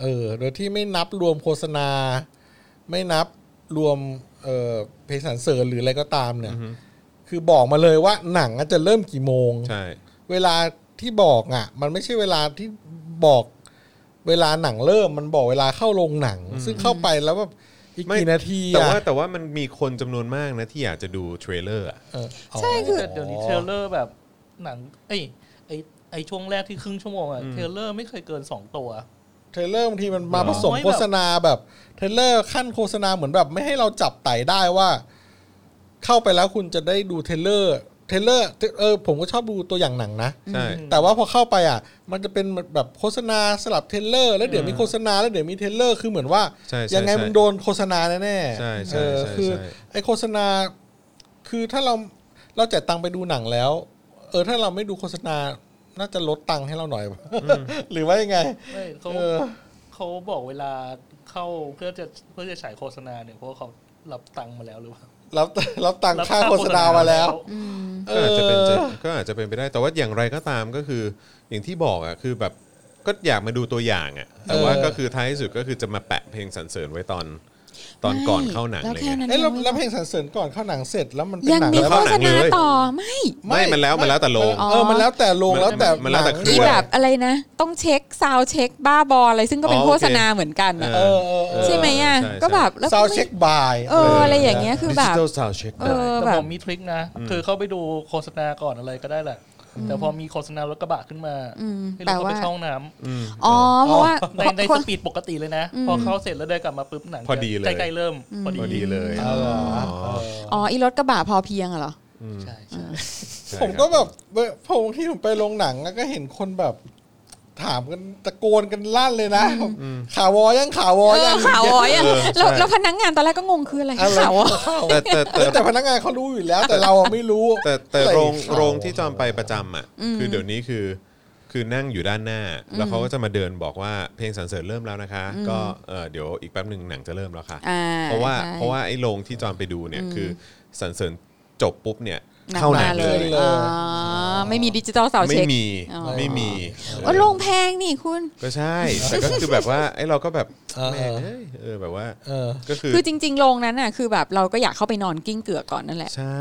D: เออ โดยที่ไม่นับรวมโฆษณา ไม่นับรวมเออเพลงสรรเสริญหรืออะไรก็ตามเนี่ย
B: อือฮึ
D: คือบอกมาเลยว่าหนังอะจะเริ่มกี่โมง
B: ใช่
D: เวลาที่บอกอ่ะ มันไม่ใช่เวลาที่บอก เวลาหนังเริ่มมันบอกเวลาเข้าโรงหนัง ซึ่งเข้าไปแล้วแบบอีกกี่นาที
B: แต่
D: อ่ะ
B: ว่าแต่ว่ามันมีคนจำนวนมากนะที่อยากจะดูเทรลเลอร์อะ
D: เอออ๋อ
C: ใช่คือ
E: แต่เดี๋ยวนี้เทรลเลอร์แบบหนัง เอ้ยไอไอช่วงแรกที่ครึ่งชั่วโมงอะเทรลเลอร์ไม่เคยเกินสองตัว
D: เทรลเลอร์บางทีมันมาผสม
E: น้อยแบบ
D: โฆษณาแบบเทรลเลอร์ขั้นโฆษณาเหมือนแบบ ไม่ให้เราจับไต่ได้ว่า เข้าไปแล้วคุณจะได้ดูเทรลเลอร์เทรลเลอร์เออผมก็ชอบดูตัวอย่างหนังนะ
B: ใช่
D: แต่ว่าพอเข้าไปอ่ะ มันจะเป็นแบบโฆษณาสลับเทรลเลอร์แล้วเดี๋ยวมีโฆษณาแล้วเดี๋ยวมีเทรลเลอร์คือเหมือนว่า
B: ใช่ใช่
D: ยังไง
B: ใช่
D: มึงโดนโฆษณาแน่ๆ
B: ใช่ใช่
D: เออ
B: ใช่
D: คือ
B: ใช่
D: ไอโฆษณา คือถ้าเราเราจ่ายตังค์ไปดูหนังแล้ว เออถ้าเราไม่ดูโฆษณาน่าจะลดตังค์ให้เราหน่อย [laughs] หรือว่ายังไง
E: ไม่เขา
D: เออ
E: เขาบอกเวลาเข้าเพื่อจะเพื่อจะฉายโฆษณาเนี่ยเพราะว่าเขารับตังค์มาแล้วหรือเปล่า
D: รับรับตังค์ค่าโฆษณามาแล้ว
C: อืม
B: ก็อาจจะเป็นจะก็อาจจะเป็นไปได้แต่ว่าอย่างไรก็ตามก็คือ อย่างที่บอกอ่ะคือแบบก็อยากมาดูตัวอย่างอ่ะแต่ว่า
D: เออ
B: ก็คือท้ายที่สุดก็คือจะมาแปะเพลงสรรเสริญไว้ตอน ตอนก่อนเข้าหนัง
C: แล้ว
B: เลย
C: แค่
B: ไง
C: นั้น
D: เอ้ยแล้ว
C: งไม่
D: แล้วเพลงสรรเสริญก่อนเข้าหนังเสร็จแล้วมันเป็น
C: ยัง
D: หนัง
C: มี
D: แล้ว
C: โฆ
B: เข้าห
D: ปะ
B: นั
C: ษ
B: ง
C: ณา
B: เลย
C: ต่อไม่
B: ไม่มันแล้วมันแล้วแต่โรง
D: เออมันแล้วแต่โรงแล้วแต่
B: มันแล้วแต่
D: หง
B: ครั
C: มี
B: ว
D: ด้วย
C: แบบอะไรนะ ต้องเช็คซาวเช็คบ้าบออะไรซึ่งก็เป็น
B: อ๋อโอเค
C: โฆษณาเหมือนกันอะ
D: เออเออเออ
C: ใช่ไหมอ่ะ
B: ใช่ใช่
C: ก็แบบแล้วก็
D: ซาว
C: ไม่
D: เช็คบาย
C: เอออะไรอย่างเงี้ยคือแบบ
B: Digital Sound Check
C: เออ
E: แต่
C: แบ
E: ผ
C: บ
E: มมีทริคนะ คือเข้าไปดูโฆษณาก่อนอะไรก็ได้แหละ แต่พอมีโฆษณารถกระบะขึ้นมา
C: อืม
E: ให้
C: แปล
E: เราเข้า
C: ว่า
E: ไปเข้าห้องน้ำ
C: อ๋อเพราะว่า
E: ในใน
C: ค
E: ส
C: น
E: ปีดปกติเลยนะ
C: อืม
E: พอเข้าเสร็จแล้วเดินกลับมาปุ๊บหนังจะ
B: พอดีเลย
E: ใกล้ๆเริ่มพอ
B: พอดี
E: ดี
B: เลย
D: เออเออ
C: อ๋ออีรถกระบะพอเพียงอะเหรอ
E: ใช่ใช่
B: ใช่
D: ผมก็แบบเว้ยผมที่ผมไปโรงหนังแล้วก็เห็นคนแบบ ถามกันตะโกนกันลั่นเลยนะข่าววอยังข่าววอ
C: เอ
D: ยั
C: อง ขาวอ๋อยอ่ะแล้วแล้วพนักงานตอนแรกก็งงคืออะไร
D: อะไร
C: ขาวอ๋อย
B: แต่แต่แต่
D: แต่พนักงานเขารู้อยู่แล้ว แต่เราอะไม่รู้
B: แต่แต่โรง
D: ใส่เขา
B: โรงที่จอมไปประจำอ่ะคือเดี๋ยวนี้คือ คือนั่งอยู่ด้านหน้า แล้วเขาก็จะมาเดินบอกว่าเพลงสรรเสริญเริ่มแล้วนะคะ ก็เอ่อเดี๋ยวอีกแป๊บหนึ่งหนังจะเริ่มแล้วค่ะ
C: อ่
B: เพราะว่า
C: ใช่
B: เพราะว่าไอ้โรงที่จอมไปดูเนี่ย
C: อืม
B: คือสรรเสริญจบปุ๊บเนี่ย
C: หนัก
B: เข้าหนั
C: มาง เล
B: เลย ย
D: เลย
C: อ๋อไม่มีดิจิตอลเสา
B: ไม่
C: เช็ค
B: มี
C: อ๋อ
B: ไม่มี
C: โอ้ยโรงแพงนี่คุณ
B: ก็ใช่ แต่ก็คือแบบว่าไอ้เราก็แบบ
D: เออ
B: แม่งเอ้ยเออแบบว่า
D: เออ
B: ก็คือ
C: คือจริง ๆ โรงนั้นน่ะคือแบบเราก็อยากเข้าไปนอนกิ้งเกือกก่อนนั่นแหละ
B: ใช่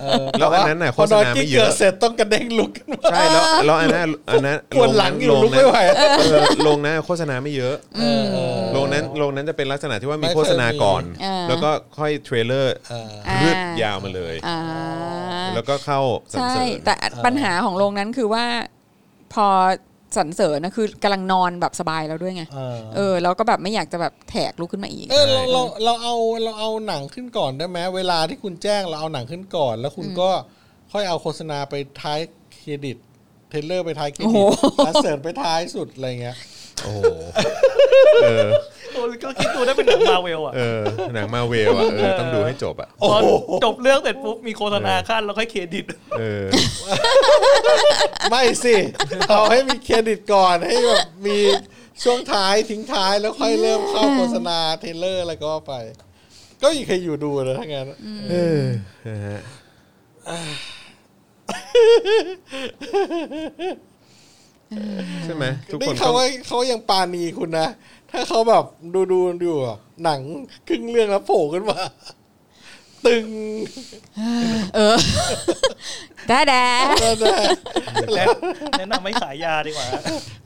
D: เออ
B: แล้วอันนั้นน่ะ
D: พอ
B: โฆษณาไม่เยอะ
D: พนนกินกิดเสร็จต้องกระเด้งลุกกันมา
B: ใช่แล้วแล้วอันนั้นอันนั้น
D: ปวดหลังอยู่ลุก
B: นั้น
D: ไม่ไหว
B: เออโรงนั้นโฆษณาไม่เยอะ
D: เออ
B: โรงนั้นโรงนั้นจะเป็นลักษณะที่ว่ามี
D: ไม่เคย
B: โฆษณาก่อน
D: มี
C: อ่า
B: แล้วก็ค่อยเทรลเลอร์
D: เออ
C: อ่า
B: รืดยาวมาเลย
C: อ่า
B: แล้วก็เข้าสรร
C: ใช่
B: เสริญ
C: แต่ปัญหาของโรงนั้นคือว่า พอสรรเสริญนะคือกำลังนอนแบบสบายแล้วด้วยไง
D: เออ
C: เออเราก็แบบไม่อยากจะแบบแถกลุกขึ้นมาอีก
D: เออเราเราเราเอาเราเอาหนังขึ้นก่อนได้ไหมเวลาที่คุณแจ้งเราเอาหนังขึ้นก่อน แล้วคุณก็ค่อยเอาโฆษณาไปท้ายเครดิต เทรลเลอร์ไปท้ายเคร
C: โอ้
D: ดิต
C: โห
D: แล้วเสริมไปท้ายสุดอะไรเงี้ย
B: โอ้โหเออ
E: โอ้ยก็คิดดูได้เป็นหนังมาเวลอ่ะ
B: เออหนังมาเวลอ่ะเออต้องดูให้จบอ่ะ
E: พอจบเรื่องเสร็จปุ๊บมีโฆษณาขั้นแล้วค่อยเครดิต
B: เออ
D: ไม่สิเอาให้มีเครดิตก่อนให้แบบมีช่วงท้ายทิ้งท้ายแล้วค่อยเริ่มเข้าโฆษณาเทรลเลอร์อะไรก็ว่าไป ก็อยู่เคยอยู่ดูนะทั้างนั้น
B: เออนะฮะใช่ไหมทุกค
D: นี่
B: น
D: เขา
B: ก็
D: ว่าเขายังปาณีคุณนะ ถ้าเขาแบบดูดูอยู่แบบหนังครึ่งเรื่องแล้วโผล่ขึ้นมา ตึง
C: เออ [laughs] ได้แดะ
D: แล้วนะ
E: และแนะนำไม่ขายยาดีกว่า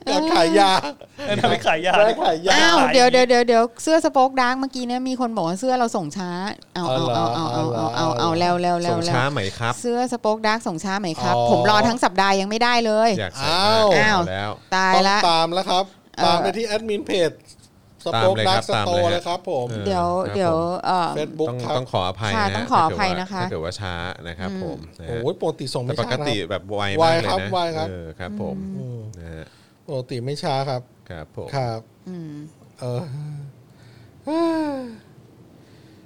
D: แล้วขายยา
E: แนะนำไม่ขายยา
D: แล้
E: ดี
D: ว
E: กว่า
D: ขายยา
C: อ้าว
E: ขาย
C: เดี๋ยว
E: ดี
C: เดี๋ยวเดี๋ยวเดี๋ยวเสื้อสโป๊กดาร์กเมื่อกี้เนี่ยมีคนบอกว่าเสื้อเราส่งช้าเอาเอาเอาเอาเอาเอาเอาเอาแล้วแล้วแล้
B: ส่
C: ว
B: ง
C: แล้ว
B: ช้าไหมครับ
C: เสื้อสป็อกดาร์กส่งช้าไหมครับ
D: อ๋อ
C: ผมรอทั้งสัปดาห์ยังไม่ได้เลย
B: อยากใส่
D: อ้าว
B: มาก
C: อ้าว
B: เแล้ว
C: ตาย
D: ต้อง
C: ละ
D: ตามแล้วครับ
C: เออ
D: ตามไปที่แอดมินเพจส
B: ตาม
D: ป o อค
B: เลยค
D: ดัก
B: รับ
D: ส
B: ตาม
D: โต
B: เลยฮะ
D: เลยครับผม
B: เออ
C: เดี๋ยว
B: ครับ
C: เดี๋ยวเออ
D: เฟซบุ๊ก
B: ต้อง
D: ครับ
B: ต้องขออภัย
C: ค่ะ
B: นะ
C: ต้อง
B: ฮะ
C: ขออภัย
B: ถ้าเกิดว่า
C: นะคะ
B: ถ้าเกิดว่าช้านะครับผมนะฮะ
D: โอ้ยปกติส่ง
B: แต่
D: ไม่
B: ป
D: ช้าก ครับ
B: ติแบบไว
D: ไว
B: มากเลย
D: ครั
B: นะ
D: บไวครับ
B: เออครับผม
D: อืม
B: นะฮะ
D: ปกติไม่ช้าครับ
B: ครับผม
D: ครับ
C: อืม
D: เออ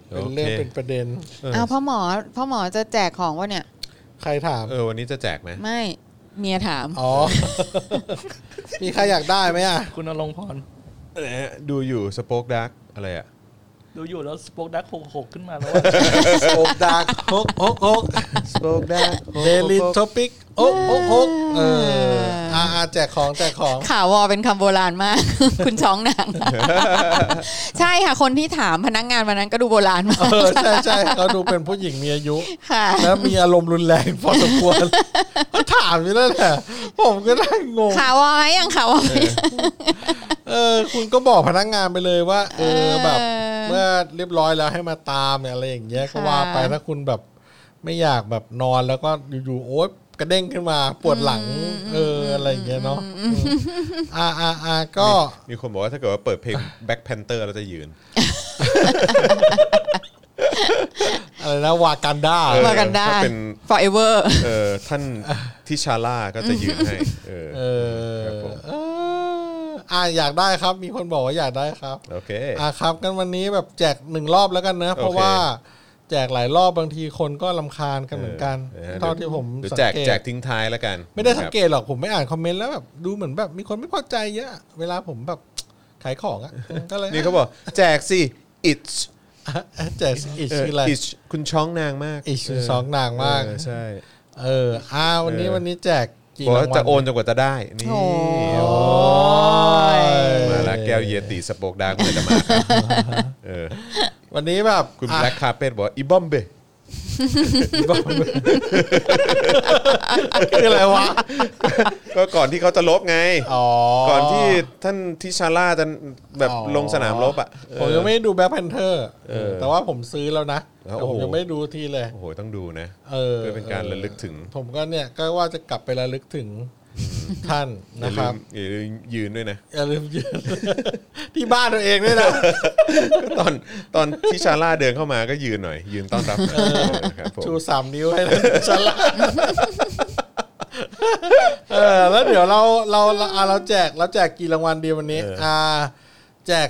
B: โ
D: เป็นเรื่อง
B: ค
D: เป็นประเด็น
B: เออ
C: เอาพ่อหมอพ่อหมอจะแจกของวะเนี่ย
D: ใครถาม
B: เออวันนี้จะแจกไหม
C: ไม่เมียถาม
B: [laughs]
D: อ๋อ มีใครอยากได้ไหมอ่ะ
E: คุณอลงพร
B: เอ๊ะดูอยู่สป็อกดักอะไรอ่ะ
E: ดูอยู่แล้วสป o อ e ดักหกหกขึ้นมาแล้ว
D: โอบดักฮกฮกฮก
B: สป็อกดัก
D: เดลิทอปิกโอ๊กโอ๊กโอ๊กเอออ่าอ่าแจกของแจกของ
C: ข่าววอเป็นคำโบราณมาก [laughs] คุณช้องน [laughs] าง ใช่ค่ะ คนที่ถามพนักงานวันนั้นก็ดูโบราณมาก [laughs]
D: เออใช่ใช่เขาดูเป็นผู้หญิงมีอายุ
C: ค่ะ
D: แล้วมีอารมณ์รุนแรงพอสมควรเขาถามอยู่นั่นแหละผมก็นั่งงง
C: ข่าววอไหมยังข่าววอไหม
D: เออ คุณก็บอกพนักงานไปเลยว่า เออแบบ
C: เออ
D: เมื่อเรียบร้อยแล้วให้มาตามเนี่ยอะไรอย่างเงี้ยก็
C: ค่ะ
D: ว่าไปถ้าคุณแบบ ไม่อยากแบบนอนแล้วก็อยู่ๆโอ๊ยกระเด้งขึ้นมาปวดหลัง เอออะไรอย่างเงี้ยเนาะเอออ่าอ่าอ่าก็
B: มีคนบอกว่าถ้าเกิดว่าเปิดเพลง Black Panther เราจะยืน
D: อะไรนะวากันด้า
B: เออ
C: มากันได้
B: ถ้าเป็น
C: forever
B: เออท่านทิชาล่าก็จะยืนให้เออ
D: เออ
B: ครับผม
D: เอออ่าอยากได้ครับ มีคนบอกว่าอยากได้ครับ
B: โอเค
D: อ่ะครับกันวันนี้แบบแจกหนึ่งรอบแล้วกันนะเพราะ
B: โอเค
D: ว่าแจกหลายรอบบางทีคนก็ลำคาญกันเหมือนกันเท่าที่ผม
B: เดี๋ยว
D: สัง
B: แจก
D: เก
B: แจก
D: ต
B: ทิ้งท้ายแล้วกัน
D: ไม่ได้สังเกตหรอกผมไม่อ่านคอมเมนต์แล้วแบบดูเหมือนแบบมีคนไม่พอใจเยอะเวลาผมแบบขายของอ่ะก็เลย
B: ครับนี่เขาบอกแจกสิ it's
D: อ่ะแจกสิอิช
B: เออ
D: คืออะไร
B: it's คุณช้องนางมาก
D: อิชคือสองนางมาก
B: เออใช่
D: เอออ่าวันนี้วันนี้แจกกี่
B: บอก
D: ราง
B: ว่า
D: วัล
B: จะโอนจนกว่าจะได้นี่
C: โอ้
D: โอ้ย
B: มาละเก แก้วเยติสโปกดาร์กเพื่อนมา
D: [laughs]
B: เออ
D: วันนี้แบบ
B: คุณ
D: อ่ะ
B: แบล็คคาเป t บอกว่าอีบอมเบ
D: คืออะไรวะ
B: ก็ก่อนที่เขาจะลบไง
D: อ๋อ
B: ก่อนที่ท่านทิชาร่าจะแบบลงสนามลบอ่ะเออ
D: ผมยังไม่ได้ดูแบ็คแพนเทอร์แต่ว่าผมซื้อแล้วนะ
B: แล้ว
D: แต่ผม
B: โอ้โห
D: ยังไม่ดูทีเลย
B: โอ้โหต้องดูนะ
D: เออ
B: เพื่อเป็นการระลึกถึง
D: ผมก็เนี่ยก็ว่าจะกลับไประลึกถึงท่าน
B: อย่า
D: นะค
B: ลื
D: รับ
B: มอย่าลืมยืนด้วยนะ
D: อย่าลืมยืน [laughs] ที่บ้านตัวเองด้วยนะ
B: ตอนตอนที่ชาร่าเดินเข้ามาก็ยืนหน่อย ยืนต้อนรับหน่อยนะครับผม
D: ชูสามนิ้วให้นะ [laughs] ฉลาดเออแล้วเดี๋ยวเราเราเราอ่ะเราแจกเราแจกกี่รางวัลดีวันนี้ อ่า แจก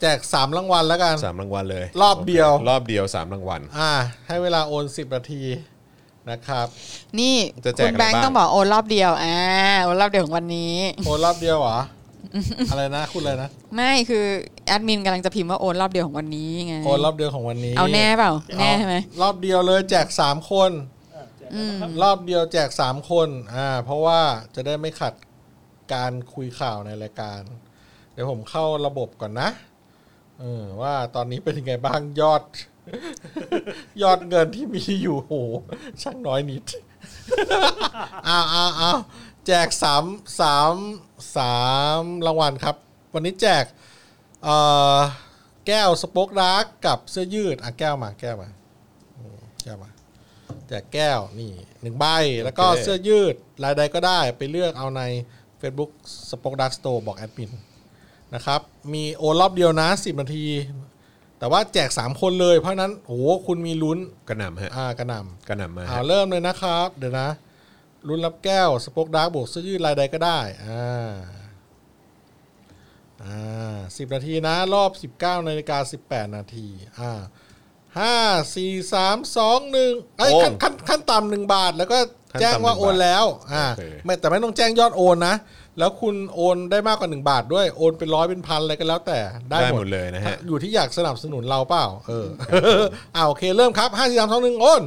D: แจกสามรางวัลแล้วกัน
B: สามรางวัลเลย
D: รอบเดียว
B: รอบเดียวสามรางวัล
D: อ่า ให้เวลาโอนสิบนาทีนะครับ
C: นี่
B: จะแจก
C: คุณแบงค์
B: อะไรบ้าง
C: ต้องบอกโอนรอบเดียวอ่าโอนรอบเดียวของวันนี้
D: โอนรอบเดียวเหรอ อะไรนะคุณอะไรนะ
C: ไม่คือแอดมินกำลังจะพิมพ์ว่าโอนรอบเดียวของวันนี้ไง
D: โอนรอบเดียวของวันนี้
C: เอาแน่เปล่า
D: เอา
C: แน่ใช่ไหม
D: รอบเดียวเลยแจกสามคน
E: อ่ะแจก
D: รอบเดียวแจกสามคน อ่า เพราะว่าจะได้ไม่ขัดการคุยข่าวในรายการ เดี๋ยวผมเข้าระบบก่อนนะเออว่าตอนนี้เป็นยังไงบ้างยอด [laughs] ยอดเงินที่มีอยู่โหช่างน้อยนิด [laughs] อ้าวอ้าวอ้าวแจกสามสามสามรางวัลครับ วันนี้แจกเอ่อแก้วสป็อกดาร์กกับเสื้อยืด อ่ะแก้วมาแก้วมาอืมแก้วมา แจกแก้วนี่หนึ่งใบ แล้วก็
B: โอเค
D: เสื้อยืดรายใดก็ได้ไปเลือกเอาใน Facebook สป็อกดาร์กสโตร์บอกแอดมินนะครับ มีโอนรอบเดียวนะ 10 นาที แต่ว่าแจก 3 คนเลย เพราะฉะนั้นโอ้โหคุณมีลุ้น
B: กระหน่ำฮะ
D: อ่ากระหนำ
B: กระหน่ำมา
D: อ่า
B: ฮะ
D: เริ่มเลยนะครับ เดี๋ยวนะรุ่นรับแก้วสป็อกดาร์กบวกเสื้อยืดลายใดก็ได้อ่าอ่าสิบนาทีนะ รอบสิบเก้านาฬิกาสิบแปดนาทีอ่าห้าสี่สามสองหนึ่งไอ้ยขั้นขั้นขั้นต่ำหนึ่งบาท แล้วก็แจ้งว่าโอนแล้วอ่าไม่แต่ไม่ต้องแจ้งยอดโอนนะ แล้วคุณโอนได้มากกว่าหนึ่งบาทด้วยโอนเป็นร้อยเป็นพันอะไรก็แล้วแต่ได้
B: ได้
D: หม
B: หม
D: ด
B: ดเลยนะฮะ
D: อยู่ที่อยากสนับสนุนเราเปล่าเอ [laughs] ออ่าโอเคเริ่มครับห้าสี่สามสองหนึ่งโอน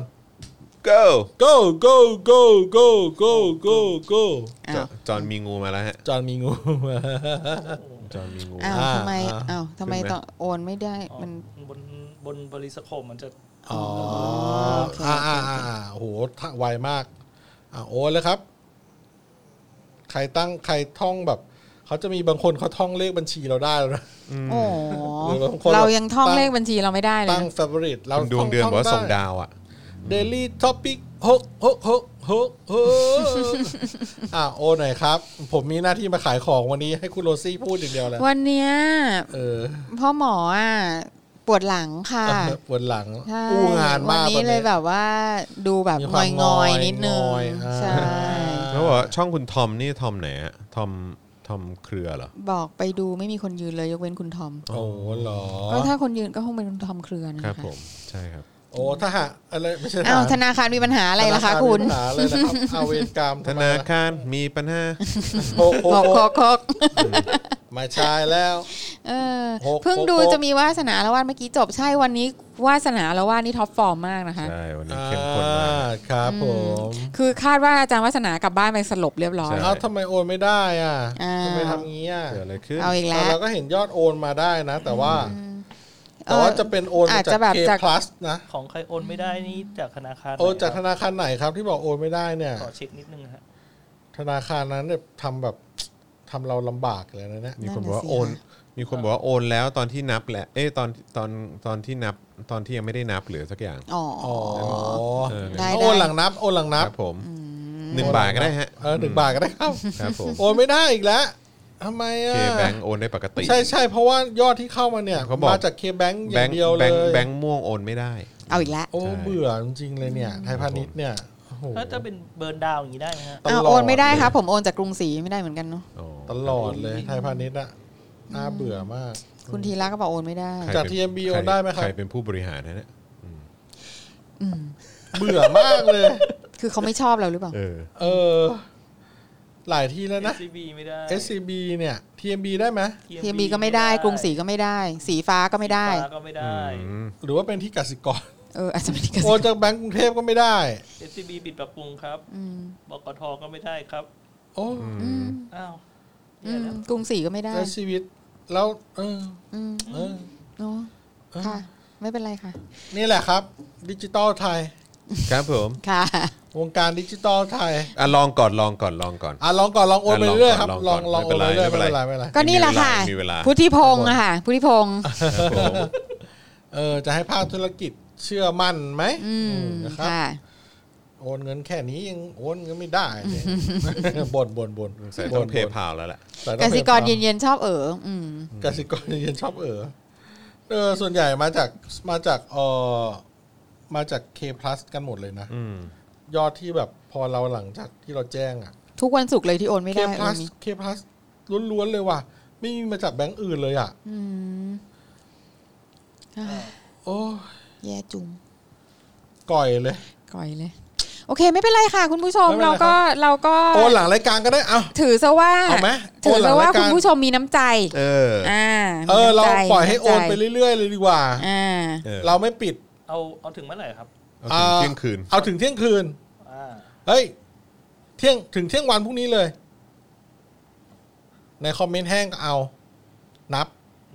B: go
D: go go go go go go go
C: อ้าว
B: จอห์นมีงูมาแล้วฮะ
D: จอห์นมีงู [laughs]
B: จอห์นมีงู
C: อ้าวทำไม
D: อ่า
C: อ้าวทำไม
B: ขึ้นไหม
C: ต้องโอนไม่ได้
E: อ๋อ
C: มัน
E: บนบนบริสโคมมันจะ
D: อ๋อ
C: โอเค
D: อ่าอ่าอ่าอ่าโหถ้าไวมาก อ่าโอนเลยครับ ใครตั้งใครท่องแบบ เขาจะมีบางคนเขาท่องเลขบัญชีเราได้แล้วนะ
C: โอ้โ
D: หรือบางค
C: ห
D: น
C: เรายังท่องเลขบัญชีเราไม่ได้เลย
D: ตั้ง
C: นะ
D: เฟเวอริตเรา
B: คุณดวงเดือนบอกว่าส่ง
D: ว
B: ดาวอ่ะ
D: เดลี่ท็อปิกฮกฮกฮกฮกฮกอ่าโอนหน่อยครับ ผมมีหน้าที่มาขายของวันนี้ให้คุณโรซี่พูดอย่างเดียวแหล้ว
C: วันเนี้ย
D: เออ
C: พ่อหมออ่ะปวดหลังค่ะ
D: ปวดหลัง
C: ใช่
D: อู้งานมาก
C: วันนี้
D: วั
C: เลยแบบว่าดูแบบ
D: มี
C: ง
D: ควา
C: อ
D: ม
C: ยงอย
D: งอย
C: ๆนิดนึง
D: งอยอ่า
C: ใช่
B: แล้วบอกว่าช่องคุณทอมนี่ทอมไหนฮะทอมทอมเครือเหรอ
C: บอกไปดูไม่มีคนยืนเลยยกเว้นคุณทอม
D: โอ้โหเหรอ
C: ก็ถ้าคนยืนก็คงเป็นคุณทอมเครือนะะ
B: ครับผมใช่ครับ
D: โอ้ถ้าหาอะไรไม่ใช่
C: อ้าว
D: ห
C: ธนาคารมีปัญหาอะไรล่ะคะ
D: ธน
C: คุณ
D: มีปัญหาเลยนะครับเอาเวรกรรม
B: ธ
D: ทำไม
B: นา
D: ล่ะ
B: คารมีปัญหา
D: โอ้โห
C: บอกคอกคอก
D: ไม่ใช่แล้ว
C: เออ
D: โอ้โห
C: เพิ่งดู
D: โอ้โห
C: จะมีวาสนาละวาดเมื่อกี้จบใช่วันนี้วาสนาละวาดนี่ท็อปฟอร์มมากนะคะ
B: ใช่วันนี้
D: อ่า
B: เข้มข้นมาก
D: ครับผม
C: คือคาดว่าอาจารย์วาสนากลับบ้านไปสลบเรียบร้อย
B: ใช่
D: เอ้าทำไมโอนไม่ได้อ่ะ
C: อ้าว
D: ทำไมทำงี้อ่ะ
B: เกิดอะไรขึ้น
C: เอาอีกแล้
D: เรา
C: ว
D: ก็เห็นยอดโอนมาได้นะ แต่ว่า
C: เอ
D: แต่
C: อ
D: ว่าจะเป็นโอนมา
C: อาจ
D: จา
C: จะ
D: ก
C: แบบ
D: เค
C: จาก
D: พลัสนะ
E: ของใครโอนไม่ได้นี่จากธนาคารไห
D: โอนจากธ
E: ครับ
D: นาคารไหนครับที่บอกโอนไม่ได้เนี่ย
E: ขอเช็คนิดนึงนะฮะ
D: ธนาคารนั้นเนี่ยทำแบบทำเราลำบากเลยนะเนี่ย
B: มีคน
C: นั่
B: บอก
C: นน่ะ
B: ว่า
C: สิ
B: โอน
C: ค่ะ
B: มีคนบอกว่าโอนแล้วตอนที่นับแหละ เอ้ยตอนตอนตอนที่นับตอนที่ยังไม่ได้นับหรือสักอย่าง
C: อ๋อ
D: อ๋อ
B: เออ
C: ได้
D: โอนหลังนับโอนหลัง
B: ค
D: นั
B: รั
D: บบ
B: ผมหนึ่งบาทก็ได้ฮะ
D: เออหนึ่งบาทก็ได้ครับ
B: ครับผม
D: โอนไม่ได้อีกแล้วทำไมอ่ะ
B: เคแบงโอนได้ปกติ
D: ใช่ใช่เพราะว่ายอดที่เข้ามาเนี่ย
B: เขาบอก
D: มาจากเคแบงอ
B: แบ
D: ย่าง ง
B: ค์
D: เดียว
B: แบ
D: เล
B: งค์
D: ย
B: แบงค์ม่วงโอนไม่ได้
C: เอาอีกแล้ว
D: โอ้
B: ใช่
D: เบื่อจริงๆเลยเนี่ย ไทยพาณิชย์เนี่ยโอ้โห
E: ถ้าจะเป็นเบิร์นดาวน์อย่างนี้ได้ไหมฮะ
D: ต
C: อ้าว
D: ล
C: โอ
D: อด
C: นไม่ได้ครับผมโอนจากกรุงศรีไม่ได้เหมือนกันเนาะ
B: โอ้
D: ตลอดเลยไทยพาณิชย์อะน่าเบื่อมาก
C: คุณธีระก็บอกโอนไม่ได้
B: ใคร
D: จาก TMB โอนได้ไหมครับ
B: ใครเป็นผู้บริหารนะเนี่ย
D: เบื่อมากเลย
C: คือเขาไม่ชอบเราหรือเปล่า
B: เออ
D: เออ หลายที่แล้วนะ
E: SCB ไม่ได้
D: SCB เนี่ย TMB ได้ไหม
C: TMB ก็ไม่ได้ กรุงศรีก็ไม่ได้ สีฟ้าก็ไม่ได้
E: ฟ้าก็ไม่ได้
D: หรือว่าเป็นที่กสิกร
C: เอออาจจะไม่ได้กระ
D: โอ
C: สิ
D: นจากแบงก์กรุงเทพก็ไม่ได้
E: SCB ปิดปรับปรุงครับ
C: อืม
E: บกทก็ไม่ได้ครับ
D: โอ้
C: อืม
E: อ้าว
C: อื
E: เนี่ย
C: ม
E: แล้ว
C: กรุงศรีก็ไม่ได้
D: แล้วชีวิต แล้วเออ
C: อืม
D: เออ
C: เนาะ
D: เออ
C: ค่ะ ไม่เป็นไรค่ะ
D: นี่แหละครับ ดิจิตอลไทย
B: ครับผม
C: ค่ะ
D: วงการดิจิตอลไทย
B: อ่ะลองก่อนลองก่อนลองก่อน
D: อ่ะลองก่อนลองโอนไป
B: อ่ะลอง
D: เรื่อยครับ
B: ก่
D: ล
B: อ
D: อน ง
B: ล
D: ล
B: อ
D: อง ง
B: ก่อน
D: โอนไปเรื่อย
B: ไม่
D: ไม่
B: เป็นไร
D: เป็นไรไม่เป็นไร
C: ก็นี่แหละค่ะ
B: มีเวลา
C: พุทธิพงศ์อะค่ะ พุทธิพงศ์
B: ครับผม
D: เออจะให้ภาคธุรกิจเชื่อมั่นไหม
C: อืม
D: นะครับ
C: ค่ะ
D: โอนเงินแค่นี้ยังโอนเงินไม่ได้เลยบ่นบ่นบ่น
B: ใส่ต้
D: บ่
B: อน งเพย์พาแล้วแหละ
D: แต่
C: ก
D: ต้อง
C: สิกร
D: เพ
C: เย็
D: ย์พาน
C: ๆชอบเอออืม
D: กสิกรเย็นๆชอบเออเออส่วนใหญ่มาจากมาจากเออมาจาก K plus กันหมดเลยนะ
B: อืม
D: ยอดที่แบบพอเราหลังจากที่เราแจ้งอ่ะ
C: ทุกวันศุกร์เลยที่โอนไม่
D: K
C: ได้
D: plus
C: เออมี
D: K plus ล้วนๆเลยว่ะ ไม่มีมาจากแบงก์อื่นเลยอ่ะ
C: อืมอ่า
D: โอ้ย
C: แย่จุง
D: ก่อยเลย
C: ก่อยเลย โอเค ไม่เป็นไรค่ะ คุณผู้ชม
D: ไม่เป็นไร
C: เราก็เราก็
D: โอนหลังรายการก็ได้ เอา
C: ถือซะว่า
D: เอาไหม
C: ถือซะว่า
D: โอนหลังรายการ
C: คุณผู้ชมมีน้ำใจ
B: เออ
C: อ่า
D: เออ เรา
C: มีน้ำใจ
D: ปล่อยให้โอน
C: มีำจ
D: ไปเรื่อยๆเลยดีกว่า
C: อ่า
B: เออ
D: เราไม่ปิด
E: เอาเอาถึงเมื่อไหร่ครับ
B: เอาถึงเที่ยงคืน
D: เอาถึงเที่ยงคืน
E: อ่า
D: เฮ้ย เที่ยงถึงเที่ยงวันพรุ่งนี้เลย ในคอมเมนต์แห้งก็เอา นับ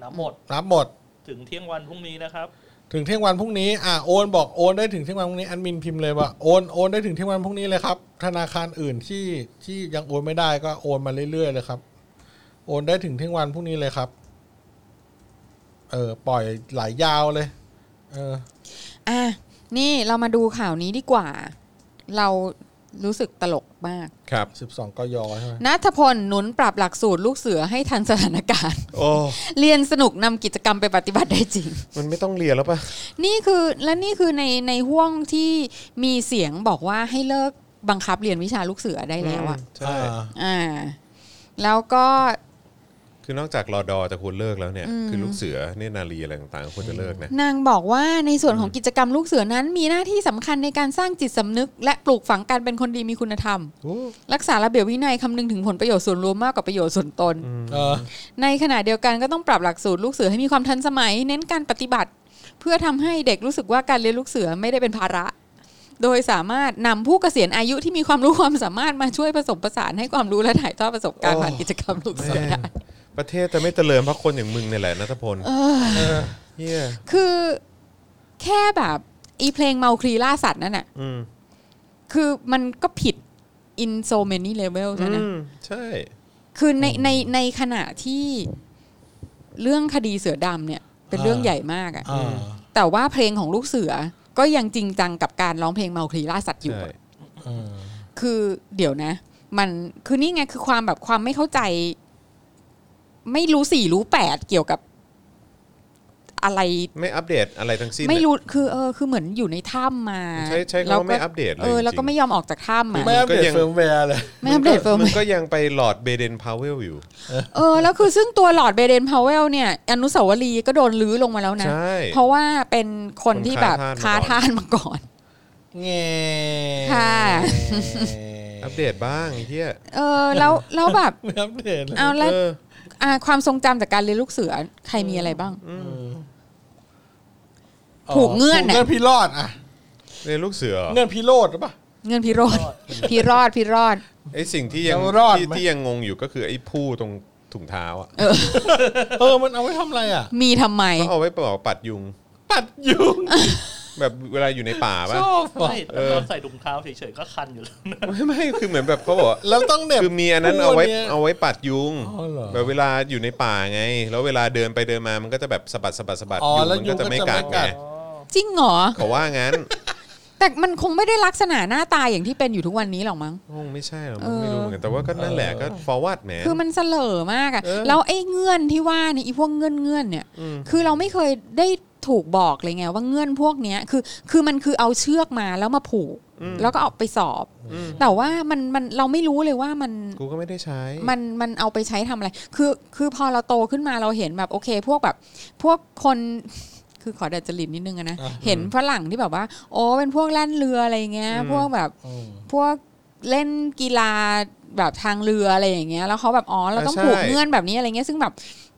E: นับหมด
D: นับหมด
E: ถึงเที่ยงวันพรุ่งนี้นะครับ
D: ถึงเที่ยงวันพรุ่งนี้ อ่ะโอนบอกโอนได้ถึงเที่ยงวันพรุ่งนี้แอดมินพิมพ์เลยว่าโอนโอนได้ถึงเที่ยงวันพรุ่งนี้เลยครับ ธนาคารอื่นที่ที่ยังโอนไม่ได้ก็โอนมาเรื่อยๆเลยครับ โอนได้ถึงเที่ยงวันพรุ่งนี้เลยครับ เออปล่อยไหลายยาวเลย เออ
C: อ่ะนี่เรามาดูข่าวนี้ดีกว่า เรารู้สึกตลกมาก
B: ครับ
D: สิบสองกยใช่ไหม
C: นัทพลหนุนปรับหลักสูตรลูกเสือให้ทันสถานการณ์ [laughs]
B: โอ้
C: เรียนสนุกนำกิจกรรมไปปฏิบัติได้จริง
B: มันไม่ต้องเรียนแล้วป่ะ
C: นี่คือและนี่คือในในห่วงที่มีเสียงบอกว่าให้เลิกบังคับเรียนวิชาลูกเสือได้แล้วอ่ะ
B: ใช่
D: อ่า
C: อ่า แล้วก็
B: คือนอกจากรอดอจะควรเลิกแล้วเนี่ย
C: อืม
B: คือลูกเสือเนตรนารีอะไรต่างๆควรจะเลิกนะ
C: นางบอกว่าในส่วนของกิจกรรมลูกเสือนั้น มีหน้าที่สำคัญในการสร้างจิตสำนึก และปลูกฝังการเป็นคนดีมีคุณธรรม รักษาระเบียบวินัยคำนึงถึงผลประโยชน์ส่วนรวมมากกว่าประโยชน์ส่วนตน
D: เออ
C: ในขณะเดียวกันก็ต้องปรับหลักสูตรลูกเสือให้มีความทันสมัย เน้นการปฏิบัติ เพื่อทำให้เด็กรู้สึกว่าการเรียนลูกเสือไม่ได้เป็นภาระ โดยสามารถนำผู้เกษียณอายุที่มีความรู้ความสามารถมาช่วยผสมผสานให้ความรู้และถ่ายทอดประสบการณ์ผ่านกิจกรรมลูกเสือได้
B: ประเทศจะไม่เจริญเพราะคนอย่างมึงเนี่ยแหละนัทพล
C: เออ
D: เออ
B: เฮีย
C: คือแค่แบบอีเพลงเมาคลีล่าสัตว์นั่นน่ะ
B: อืม
C: คือมันก็ผิด in so many levels นะ
B: อืมใช่
C: คือในในในขณะที่เรื่องคดีเสือดำเนี่ย เป็นเรื่อง
D: อ่า
C: ใหญ่มากอะ
D: อ่า
C: แต่ว่าเพลงของลูกเสือก็ยังจริงจังกับการร้องเพลงเมาคลีล่าสัตว์อยู่
B: ใช่
C: อะ
D: เออ
C: คือเดี๋ยวนะ มันคือนี่ไงคือความแบบความไม่เข้าใจ ไม่รู้สี่รู้แปดเกี่ยวกับอะไร
B: ไม่อัปเดตอะไรทั้งสิ้น
C: ไม่
B: เลย
C: รู้คือเออคือเหมือนอยู่ในถ้ำมา
B: ใช้ใช้คำว่า
C: แล้ว
B: ไม่อัปเดตเลย
C: เออแล้ว
B: จริงๆ
C: ก็ไม่ยอมออกจากถ้ำมา
D: ไม่อัปเดตเฟิร์มแวร์เลย
C: ไม่อัปเดตเฟิร์ม
B: มึงก็ยังไปหลอดเบเดนพาวเวลอยู่
C: เออแล้วคือซึ่งตัวหลอร์ดเบเดนพาวเวลเนี่ย อนุสาวรีย์ก็โดนลื้อลงมาแล้วนะ
B: ใช่
C: เพราะว่าเป็นคน
B: คน
C: ที่แบบ
B: ค้า
C: ค้า
B: ทา
C: ทา
B: ส
C: นมาก่อน
D: แง่
C: ค่ะ
B: อัปเดตบ้างไอ้เฮีย
C: เออแล้วแล้วแบบ
D: ไม่อัปเดตเลย
C: เอาแล้ว
B: เออ
C: อ่าความทรงจำจากการเรียนลูกเสือใครมีอะไรบ้าง
D: เออ
C: ผูกเงื่อน
D: ผู
C: น่ะ
D: เงื่อนพี่รอดอ่ะ
B: เรียนลูกเสือ
D: เงื่อนพี่โรดหรือเปล่า
C: เงินพี่รอดพี่รอดพี่รอด
B: ไอ้สิ่งที่ยัง
D: เรารอด
B: ที่
D: ไหม
B: ที่ยังงงอยู่ก็คือไอ้ผู้ตรงถุงเท้าอะ
D: เออ มันเอาไว้ทำอะไรอ่ะ
C: มีทำไม
B: ก็เอาไว้เปอกปัดยุง
D: ปัดยุง
B: แบบเวลาอยู่ในป่าป่ะ
D: ชอบอ่ะ
E: ไม่แต่เราใส่ถุงเท้าเฉยๆก็คันอยู่แล้วนะ
B: ไม่ไม่คือเหมือนแบบเขาบอกว่า
D: แล้วต้องเหน็บ
B: คือมีอันนั้นเอาไว้
D: เนี่ย
B: เอาไว้ปัดยุง
D: อ๋อเหรอ
B: แบบเวลาอยู่ในป่าไง แล้วเวลาเดินไปเดินมามันก็จะแบบสะบัดสะบัดสะบัด
D: อ๋อ
B: ยุง
D: แล้ว
B: มัน
D: ยุ
B: ก็
D: ง
B: จะ
D: ก็จะ
B: ไม่
D: ไม่
B: กั
D: กั
B: ด
D: ด
B: ไง
C: จริงเหรอ
B: เขาว่างั้น
C: แต่มันคงไม่ได้ลักษณะหน้าตาอย่างที่เป็นอยู่ทุกวันนี้หรอกมั้ง
B: คงไม่ใช่หรอกมันไม่รู้เหมือนกันแต่ว่าก็นั่นแหละก็ forward แหม
C: คือมันเสลอมากอะ
B: เออ
C: แล้วไอ้เงื่อนที่ว่าเนี่ยไอีพวกเงื่อนเงื่อนๆเนี่ย คือเราไม่เคยได้ถูกบอกเลยไงว่าเงื่อนพวกเนี้ยคือ คือมันคือเอาเชือกมาแล้วมาผูก แล้วก็เออกไปสอบ แต่ว่ามันมันเราไม่รู้เลยว่ามัน
B: กูก็ไม่ได้ใช้
C: มันมันเอาไปใช้ทำอะไร คือคือพอเราโตขึ้นมาเราเห็นแบบโอเค พวกแบบ พวกคน [laughs] คือขอดัดจริตนิดนึงอะนะเห็นฝรั่งที่แบบว่า โอ้เป็นพวกแล่นเรืออะไรเงี้ย พวกแบบ พวกเล่นกีฬาแบบทางเรืออะไรอย่างเงี้ยแล้วเขาแบบอ๋อเราต้อง
B: ใช่
C: ผูกเงื่อนแบบนี้อะไรเงี้ยซึ่งแบบ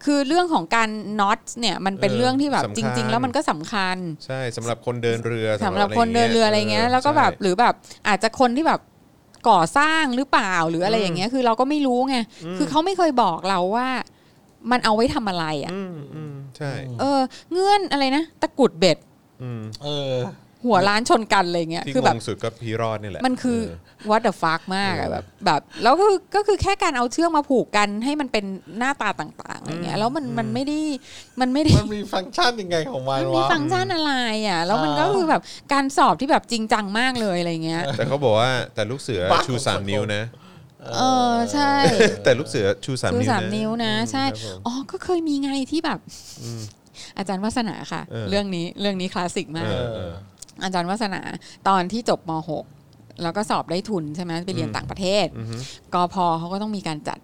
C: คือเรื่องของการน็อตเนี่ยมันเป็น
B: เออ
C: เรื่องที่แบบ
B: สำคั
C: จ
B: ญ
C: ริง ๆ แล้วมันก็สำคัญ
B: ใช่สำหรับคนเดินเรือ
C: สำหรับคนเดินเรืออะไรเงี้ย แล้วก็แบบหรือแบบอาจจะคนที่แบบก่อสร้างหรือเปล่าหรืออะไรอย่างเงี้ยคือเราก็ไม่รู้ไงคือเขาไม่เคยบอกเราว่า มันเอาไว้ทำอะไรอ่ะ
B: อืมอืมใช่
C: เออ เงื่อนอะไรนะ ตะกรุดเบ็ด
B: อืม
D: เออ
C: หัวล้านชนกันอะไรเงี้ย
B: ที่
C: คือง แบบ
B: งสุดก็พีรอดนี่แหละ
C: มันคือ
B: เ
C: what the fuck มากอะแบบแบบ แล้วก็ก็คือแค่การเอาเชือกมาผูกกันให้มันเป็นหน้าตาต่างๆอะไรเงี้ยแล้วมันมันไม่ได้มันไม่ได้
D: มันมีฟังก์ชันยังไงของมัน
C: มันมี
D: วะ
C: ฟังก์ชันอะไรอ่ะ แล้วมันก็
D: อ่า
C: คือแบบการสอบที่แบบจริงจังมากเลยอะไรเงี้ย
B: แต่เขาบอกว่าแต่ลูกเสือ
D: บ้า
B: ชู 3 นิ้วนะ
C: เออใช่
B: [laughs] แต่ลูกเสือชู
C: ชู
B: 3 นิ้ว
C: สาม
B: นะ
C: นิ้วนะ ใช่ อ๋อ ก็เคยมีไงที่แบบ อาจารย์วัสนาค่ะ
B: เออ
C: เรื่องนี้เรื่องนี้คลาสสิกมา
B: เอก อเออ
C: อาจารย์วัสนาตอนที่จบม .6 แล้วก็สอบได้ทุนใช่ไหมไปเรียนต่างประเทศ
B: อือฮึ
C: กพเขาก็ต้องมีการจัด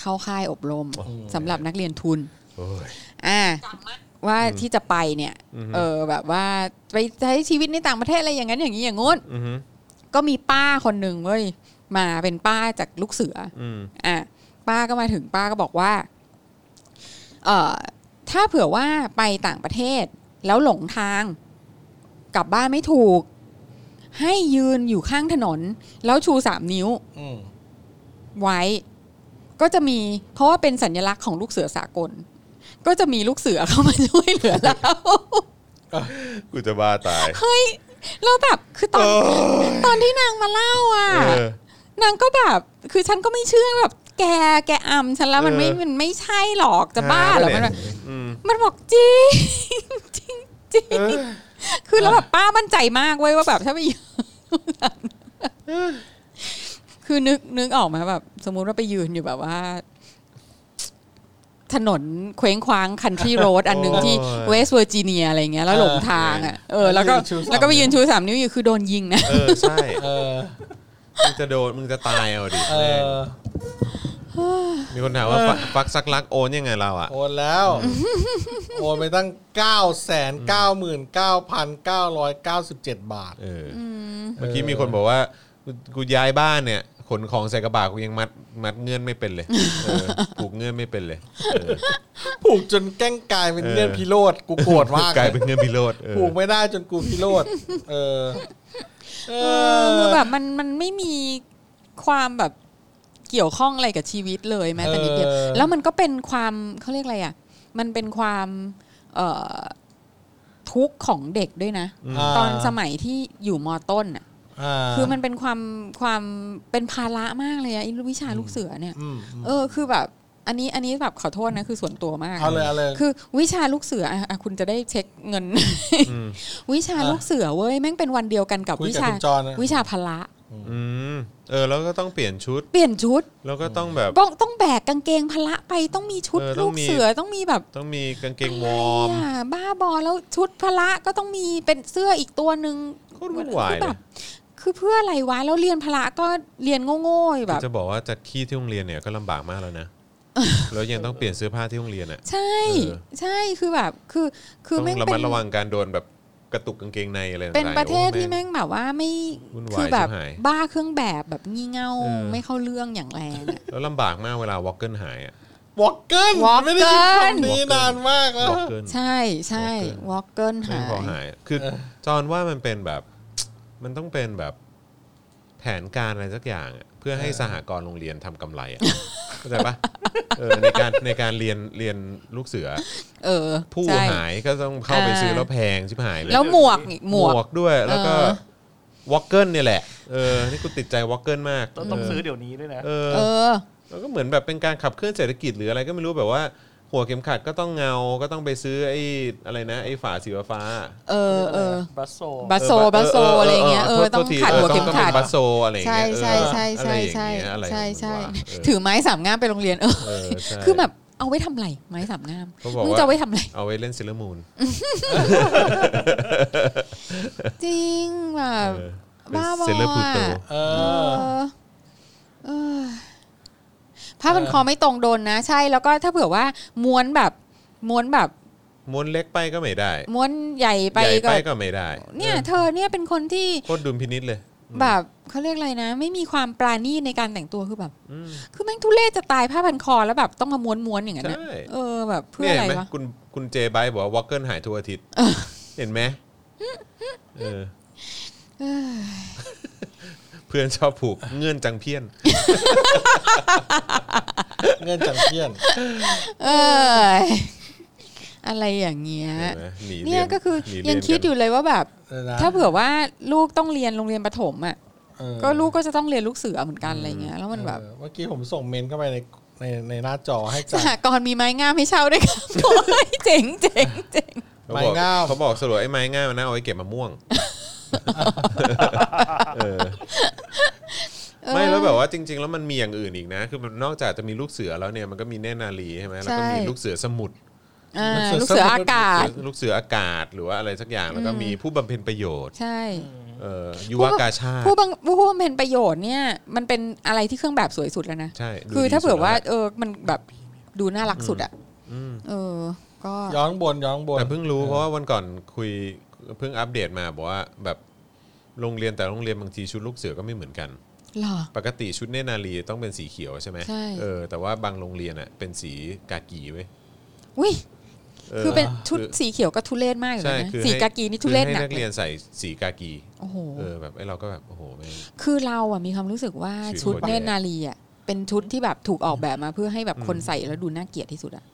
C: เข้าค่ายอบรมสำหรับนักเรียนทุน
B: โอ้ย
C: อ่าว่าที่จะไปเนี่ย เออแบบว่าไปใช้ชีวิตในต่างประเทศอะไรอย่างนั้นอย่างนี้อย่างงู้น
B: อือฮึ
C: ก็มีป้าคนหนึ่งเว้ยมาเป็นป้าจากลูกเสือ
B: อืม
C: อ่ะป้าก็มาถึงป้าก็บอกว่า เอ่อ ถ้าเผื่อว่าไปต่างประเทศ แล้วหลงทาง กลับบ้านไม่ถูก ให้ยืนอยู่ข้างถนน แล้วชูสามนิ้ว
D: อืม
C: ไว้ ก็จะมี เพราะว่าเป็นสัญลักษณ์ของลูกเสือสากล ก็จะมีลูกเสือเข้ามาช่วยเหลือเรา [laughs]
B: กูจะบ้าตาย
C: เราแบบคือตอนตอนที่นางมาเล่าอ่ะ
B: เออ
C: นางก็แบบ คือฉันก็ไม่เชื่อแบบ แก แกอำฉันแล้วมันไม่
B: เออ
C: มันไม่ใช่หรอกจะบ้าเหรอ
B: ห
C: มั
B: ปะ
C: นแบบ
B: เยอืม
C: มันบอกจริง [laughs] จริงจริง
B: เออ
C: คือแล้วแบบป้ามั่นใจมากเว้ยว่าแบบถ้าไปยื [laughs] นคือนึกนึกออกไหมาแบบ สมมุติว่าไปยืนอยู่แบบว่า ถนนเคว้งคว้างคันทรีโรดอันหนึ่งที่เวสเวอร์จิเนียอะไรเงี้ยแล้วหลงทางอ่ะเออแล้วก็แล้วก็ไปยืนชูสามนิ้วอยู่คือโดนยิงนะ
B: เออ ใช่
D: เออ
B: มึงจะโดน มึงจะตายเอาดิ
D: เออ
B: มีคนถามว่าฟักฟักซักลักโอนยังไงเราอ่ะ
D: โอนแล้ว
C: [laughs]
D: โอนไปตั้ง 9 9 9 9 9 9 7 บาท
B: เอออเมื่อกี้มีคนบอกว่ากูกูย้ายบ้านเนี่ย ขนของใส่กระบะกูยังมัดมัดเงื่อนไม่เป็นเลยเออผูกเงื่อนไม่เป็นเลยเออ
D: ผูกจนแกล้งกลายเป็น
B: เออ
D: เงื่อนพิโรธกูโกรธมาก
B: กลาย
D: เล
B: เป็น
D: ย
B: เงื่อนพิโรธเออ
D: ผูกไม่ได้จนกูพิโรธเออ เอ
C: เออคือแบบมันมันไม่มีความแบบเกี่ยวข้องอะไรกับชีวิตเลยแม้แต่นิดเดียว
D: เออ
C: แล้วมันก็เป็นความเขาเรียกอะไรอ่ะ มันเป็นความเอ่อทุกข์ของเด็กด้วยนะ ตอนสมัยที่อยู่มต้นอ่ะ
D: อ่า
C: คือมันเป็นความความเป็นภาระมากเลยอะไอ้วิชาลูกเสือเนี่ย
D: อืม
C: เออคือแบบ อันนี้อันนี้แบบขอโทษนะคือส่วนตัวมาก
D: เอาเลยเอาเลย
C: คือวิชาลูกเสืออ่ะอ่ะคุณจะได้เช็คเงิน วิชาลูกเสือเว้ยแม่งเป็นวันเดียวกันกับ
D: คุยกั
C: วิชา
D: บคุณจรนะ
C: วิชาพละ
B: อืมเออ แล้วก็ต้องเปลี่ยนชุด
C: เปลี่ยนชุด
B: แล้วก็ต้องแบบ
C: ต้องต้องแบกกางเกงพละไปต้องมีชุด
B: เออต้
C: ลู
B: อง
C: ก
B: มี
C: เสือต้องมีแบบ
B: ต้องมีกางเกงวอร์ม
C: อะไรอะบ้าบอแล้วชุดพละก็ต้องมีเป็นเสื้ออีกตัวหนึ่ง
B: โคตรวุ่นวาย
C: คือ
B: เล
C: แบ
B: ย
C: บคือเพื่ออะไรวะแล้วเรียนพละก็เรียนโง่ๆอยู่แบบ
B: จะบอกว่าจัดขี้ที่โรงเรียนเนี่ยก็ลำบากมากแล้วนะ แล้วยังต้องเปลี่ยนเสื้อผ้าที่โรงเรียนอ่ะ
C: ใช่
B: เออ
C: ใช่คือแบบคือคือ
B: ต้อง
C: แม่ง
B: ระ
C: เป็
B: มัด
C: น
B: ระวังการโดนแบบกระตุกกางเกงในอะไรต่างๆ
C: เป็นประเทศ
B: โอ้
C: ที่แม่งแบบว่าไม่
B: วุ่นวาย
C: คือแบบ
B: ชิบหาย
C: บ้าเครื่องแบบแบบงี่เง่า
B: เออ
C: ไม่เข้าเรื่องอย่างแรง
B: [laughs]
C: อะ
B: แล้วลำบากมากเวลาวอลเกิลหายอ่ะ
D: วอลเกิล
C: Walken
D: ไม่ได้ยินคำนี้นานมากแล้ว
B: วอลเกิล
C: ใช่ใช่
B: Walker
C: วอลเกิลหา
B: ไม่พอย หาย คือจอนว่ามันเป็นแบบ มันต้องเป็นแบบแผนการอะไรสักอย่างอะเพื่อให้สหกรณ์โรงเรียนทำกำไรอ่ะ เข้าใจปะเออในการในการเรียนเรียนลูกเสือ
C: เออ
B: ผู้
C: ใช่
B: หายก็ต้องเข้าไปซื้อแล้วแพงชิบหายเลย
C: แล้วหมวกอีกหมวก
B: ด้วย แล้วก็
C: เออ
B: วอลเกิลเนี่ยแหละ เออ นี่กูติดใจวอลเกิลมาก
E: ต้องต้องซื้อเดี๋ยวนี้ด้วยนะ
B: เออ
C: เออ
B: แล้วก็เหมือนแบบเป็นการขับเคลื่อนเศรษฐกิจหรืออะไรก็ไม่รู้แบบว่า หัวเข็มขัดก็ต้องเงา ก็ต้องไปซื้อไอ้อะไรนะไอ้ฝาสีฟ้า
C: เออเออ
E: บัสโซ
C: บัสโซบัสโซอะไรเงี้ยเออต้องขัดหัวเข็มขัด
B: บัสโซอะไรอย่าง
C: ใช่
B: เงี้ย
C: ใช่
B: เอ
C: ใช่
B: ออะไรอย่าง
C: ใช่ใช่
B: เงี้ยอะไร
C: ใช่ใช่
B: อย่างเงี้ยเออ
C: ถือไม้สามง่ามไปโรงเรียนเออ
B: เออใช่
C: คือแบบเอาไว้ทำไรไม้สามง่าม
B: เขาบอกว่ามึ
C: มึงจะเอาไว้ทำไร
B: เอาไว้เล่นซิลมูน
C: จริงแบบบ้าบอ
B: เป็น Sailor Pluto
C: อะ
D: เอ
C: เอ
D: อ
C: อเออผ้าพันคอไม่ตรงโดนนะ ใช่แล้วก็ถ้าเผื่อว่าม้วนแบบม้วนแบบ
B: ม้วนเล็กไปก็ไม่ได้
C: ม้วนใหญ่ไป
B: ใหญ่
C: ก็
B: ไปก็ไม่ได้
C: เนี่ย เธอเนี่ยเป็นคนที่
B: โคตรดุลพินิษเลย
C: แบบเขาเรียกอะไรนะ ไม่มีความปราณีตในการแต่งตัวคือแบบ คือแม่งทุเรศจะตายผ้าพันคอแล้วแบบต้องมาม้วนๆอย่างนั้นน่ะ
B: ใช่
C: เออแบบเพื่อ
B: เนี่ย
C: อะ
B: เห็
C: ไร
B: นไหม
C: วะ
B: คุณคุณเจไบบอกว่าวอลเกิลหายทุกอาทิตย์เห็นไหมเออ พื่อนชอบผูกเงื่อนจังเพี้ยน
D: เงินจังเพี้ยน
C: เอย [laughs] อะไรอย่างเงี้ย
B: เห็นไหมหนีรี
C: เนี่ยก็คือ
B: หนีเรี
C: ยังคิดอยู่เลยว่าแบบ
D: เออนะ
C: ถ้าเผื่อว่าลูกต้องเรียนโรงเรียนประถมอ่ะ
D: เออ
C: ก็ลูกก็จะต้องเรียนลูกเสือเหมือนกันอะไรเงี้ยแล้วมันแบบ
D: เออเมื่อกี้ผมส่งเมนเข้าไปในในในหน้าจอให้
C: ส
D: จั
C: ห
D: ด
C: กรณ์มีไม้งามให้เช่าด้วยค่ะ [laughs] โอ้ยเจ๋งเจ๋งเจ๋ง
B: เขาบอก
D: ไม้งาม
B: เขาบอกสรุปไอ้ไม้ง่ามมันน่าเอาไว้เก็บมะม่วง เออ
C: เออ
B: ไม่แล้วแบบว่าจริง ๆ แล้วมันมีอย่างอื่นอีกนะ คือมันนอกจากจะมีลูกเสือแล้วเนี่ยมันก็มีแน่นาลีใช่ไหมแล้วก็มี
C: ใช่
B: ลูกเสือสมุทร
C: อ่าลูกเสืออากาศ
B: ลูกเสืออากาศหรือว่าอะไรสักอย่างแล้วก็มีผู้บำเพ็ญประโยชน์
C: ใช่
B: เอ่อยุวกาชาติ
C: ผู้บังผู้บำเพ็ญประโยชน์เนี่ย มันเป็นอะไรที่เครื่องแบบสวยสุดแล้วนะ
B: ใช่ดู
C: คือถ้า
B: ดีสุด
C: เผื่อว่า
B: แล้ะ
C: เออมันแบบดูน่ารักสุดอ่ะ
B: อืม
C: เออ ก็
D: ย้อนบนย้อนบน
B: แต่เพิ่งรู้เพราะว่าวันก่อนคุยเพิ่งอัปเดตมาบอกว่าแบบโรงเรียนแต่โรงเรียนบางทีชุดลูกเสือก็ไม่เหมือนกัน
C: หรอ
B: ปกติชุดเนตรนารีต้องเป็นสีเขียวใช่ไหม
C: ใช่
B: เออแต่ว่าบางโรงเรียนอ่ะเป็นสีกากีเว้ย
C: อุ้ยคือเป็นชุด
B: คือ
C: สีเขียวก็ทุเรศมากอยู่
B: ใช่
C: แล้วนะ
B: คือ
C: สี
B: ให้
C: กากีนี่ทุเรศ
B: คือ
C: หนั
B: ให้
C: ก
B: นักเรียนใส่สีกากี
C: โอ้โห
B: เออแบบไอ้เราก็แบบโอ้โหแม่ง
C: คือเราอ่ะมีความรู้สึกว่า
B: ชีวิต
C: ชุด
B: คน
C: เนต
B: เนี่ย
C: รนารีอ่ะเป็นชุดที่แบบถูกออกแบบมาเพื่อให้แบบคนใส่แล้วดูน่าเกลียดที่สุดอ่ะ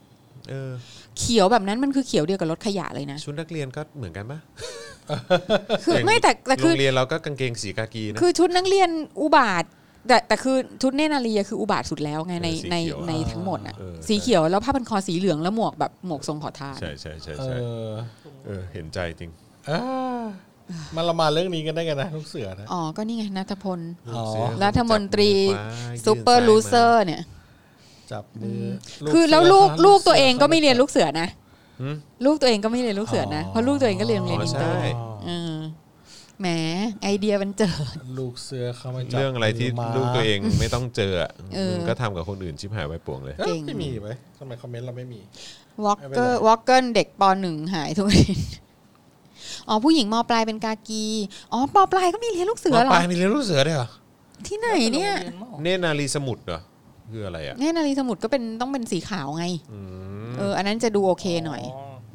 B: เออ
C: เขียวแบบนั้นมันคือเขียวเดียวกับรถขยะเลยนะ
B: ชุดนักเรียนก็เหมือนกันปะ
C: คือไม่แต่แต่
B: โร
C: คือ
B: งเรียนเราก็กางเกงสีกากีนะ
C: คือชุดนักเรียนอุบาท แต่แต่คือชุดเนตรนารีอะคืออุบาทสุดแล้วไงใน
B: เออสี
C: ใน
B: เขียวอะ
C: ในทั้งหมดอ่ะ
B: เออ
C: สีเขียวแล้วผ้าพันคอสีเหลืองแล้วหมวกแบบหมวกทรงขอทาน
B: ใช่ใช่ใช่
D: เอ
B: ใช่
D: อ
B: เออเห็นใจจริง
D: อ่ามันละมาเรื่องนี้กันได้กันนะลูกเสือนะ
C: อ๋อ ก็นี่ไงนัทพล
D: อ๋อ
C: รัฐมนตรี
B: จับมือขวายื่น
C: ซูเปอร์
B: ซ้าย
C: ลู
B: มา
C: เซอร์เนี่ย
D: จับมือ
C: คือแล้วลูก
D: เสื
C: ลูกตัวเองก็ไม่
D: สื
C: เรียนลูกเสือนะ
B: หืม
C: ลูกตัวเองก็ไม่เรียนลูกเสือนะ
D: อ๋อ
C: เพราะลูกตัวเองก็เรียนโรงเรียน
B: อ๋อ
C: อินเตอ
B: ใช่
C: ร์เออแหมไอเดียมันเจิด
D: ลูกเสือเข้ามาจับ
B: เรื่องอะไรที่
D: ม้า
B: ลูกตัวเองไม่ต้องเจออะ
C: เออ
B: มึงก็ทำกับคนอื่นชิบหายไว้ป่วงเลย
D: เอ้ย
C: เก่ง
D: ไม่มีไหมทำไมคอมเมนต์เราไม่มี
C: วอล
D: ไม่เป็
C: เก
D: น
C: อ
D: ไร
C: ร์วอลเกิลเด็กปหนึ่งหายทุกทีอ๋อผู้หญิงมปลายเป็นกากีอ๋อปปลายก็มีเรียนลูกเสือเหร
B: ป
C: อ
B: ลายมีเรียนลูกเสือด้วยเหรอ
C: ที่ไหนเนี่ย
B: เนตรนารีสมุทรเหรอคืออะไรอ่ะ
C: แน่นารีสมุทรก็เป็นต้องเป็นสีขาวไง
B: อืม
C: เออ อันนั้นจะดูโอเคหน่อย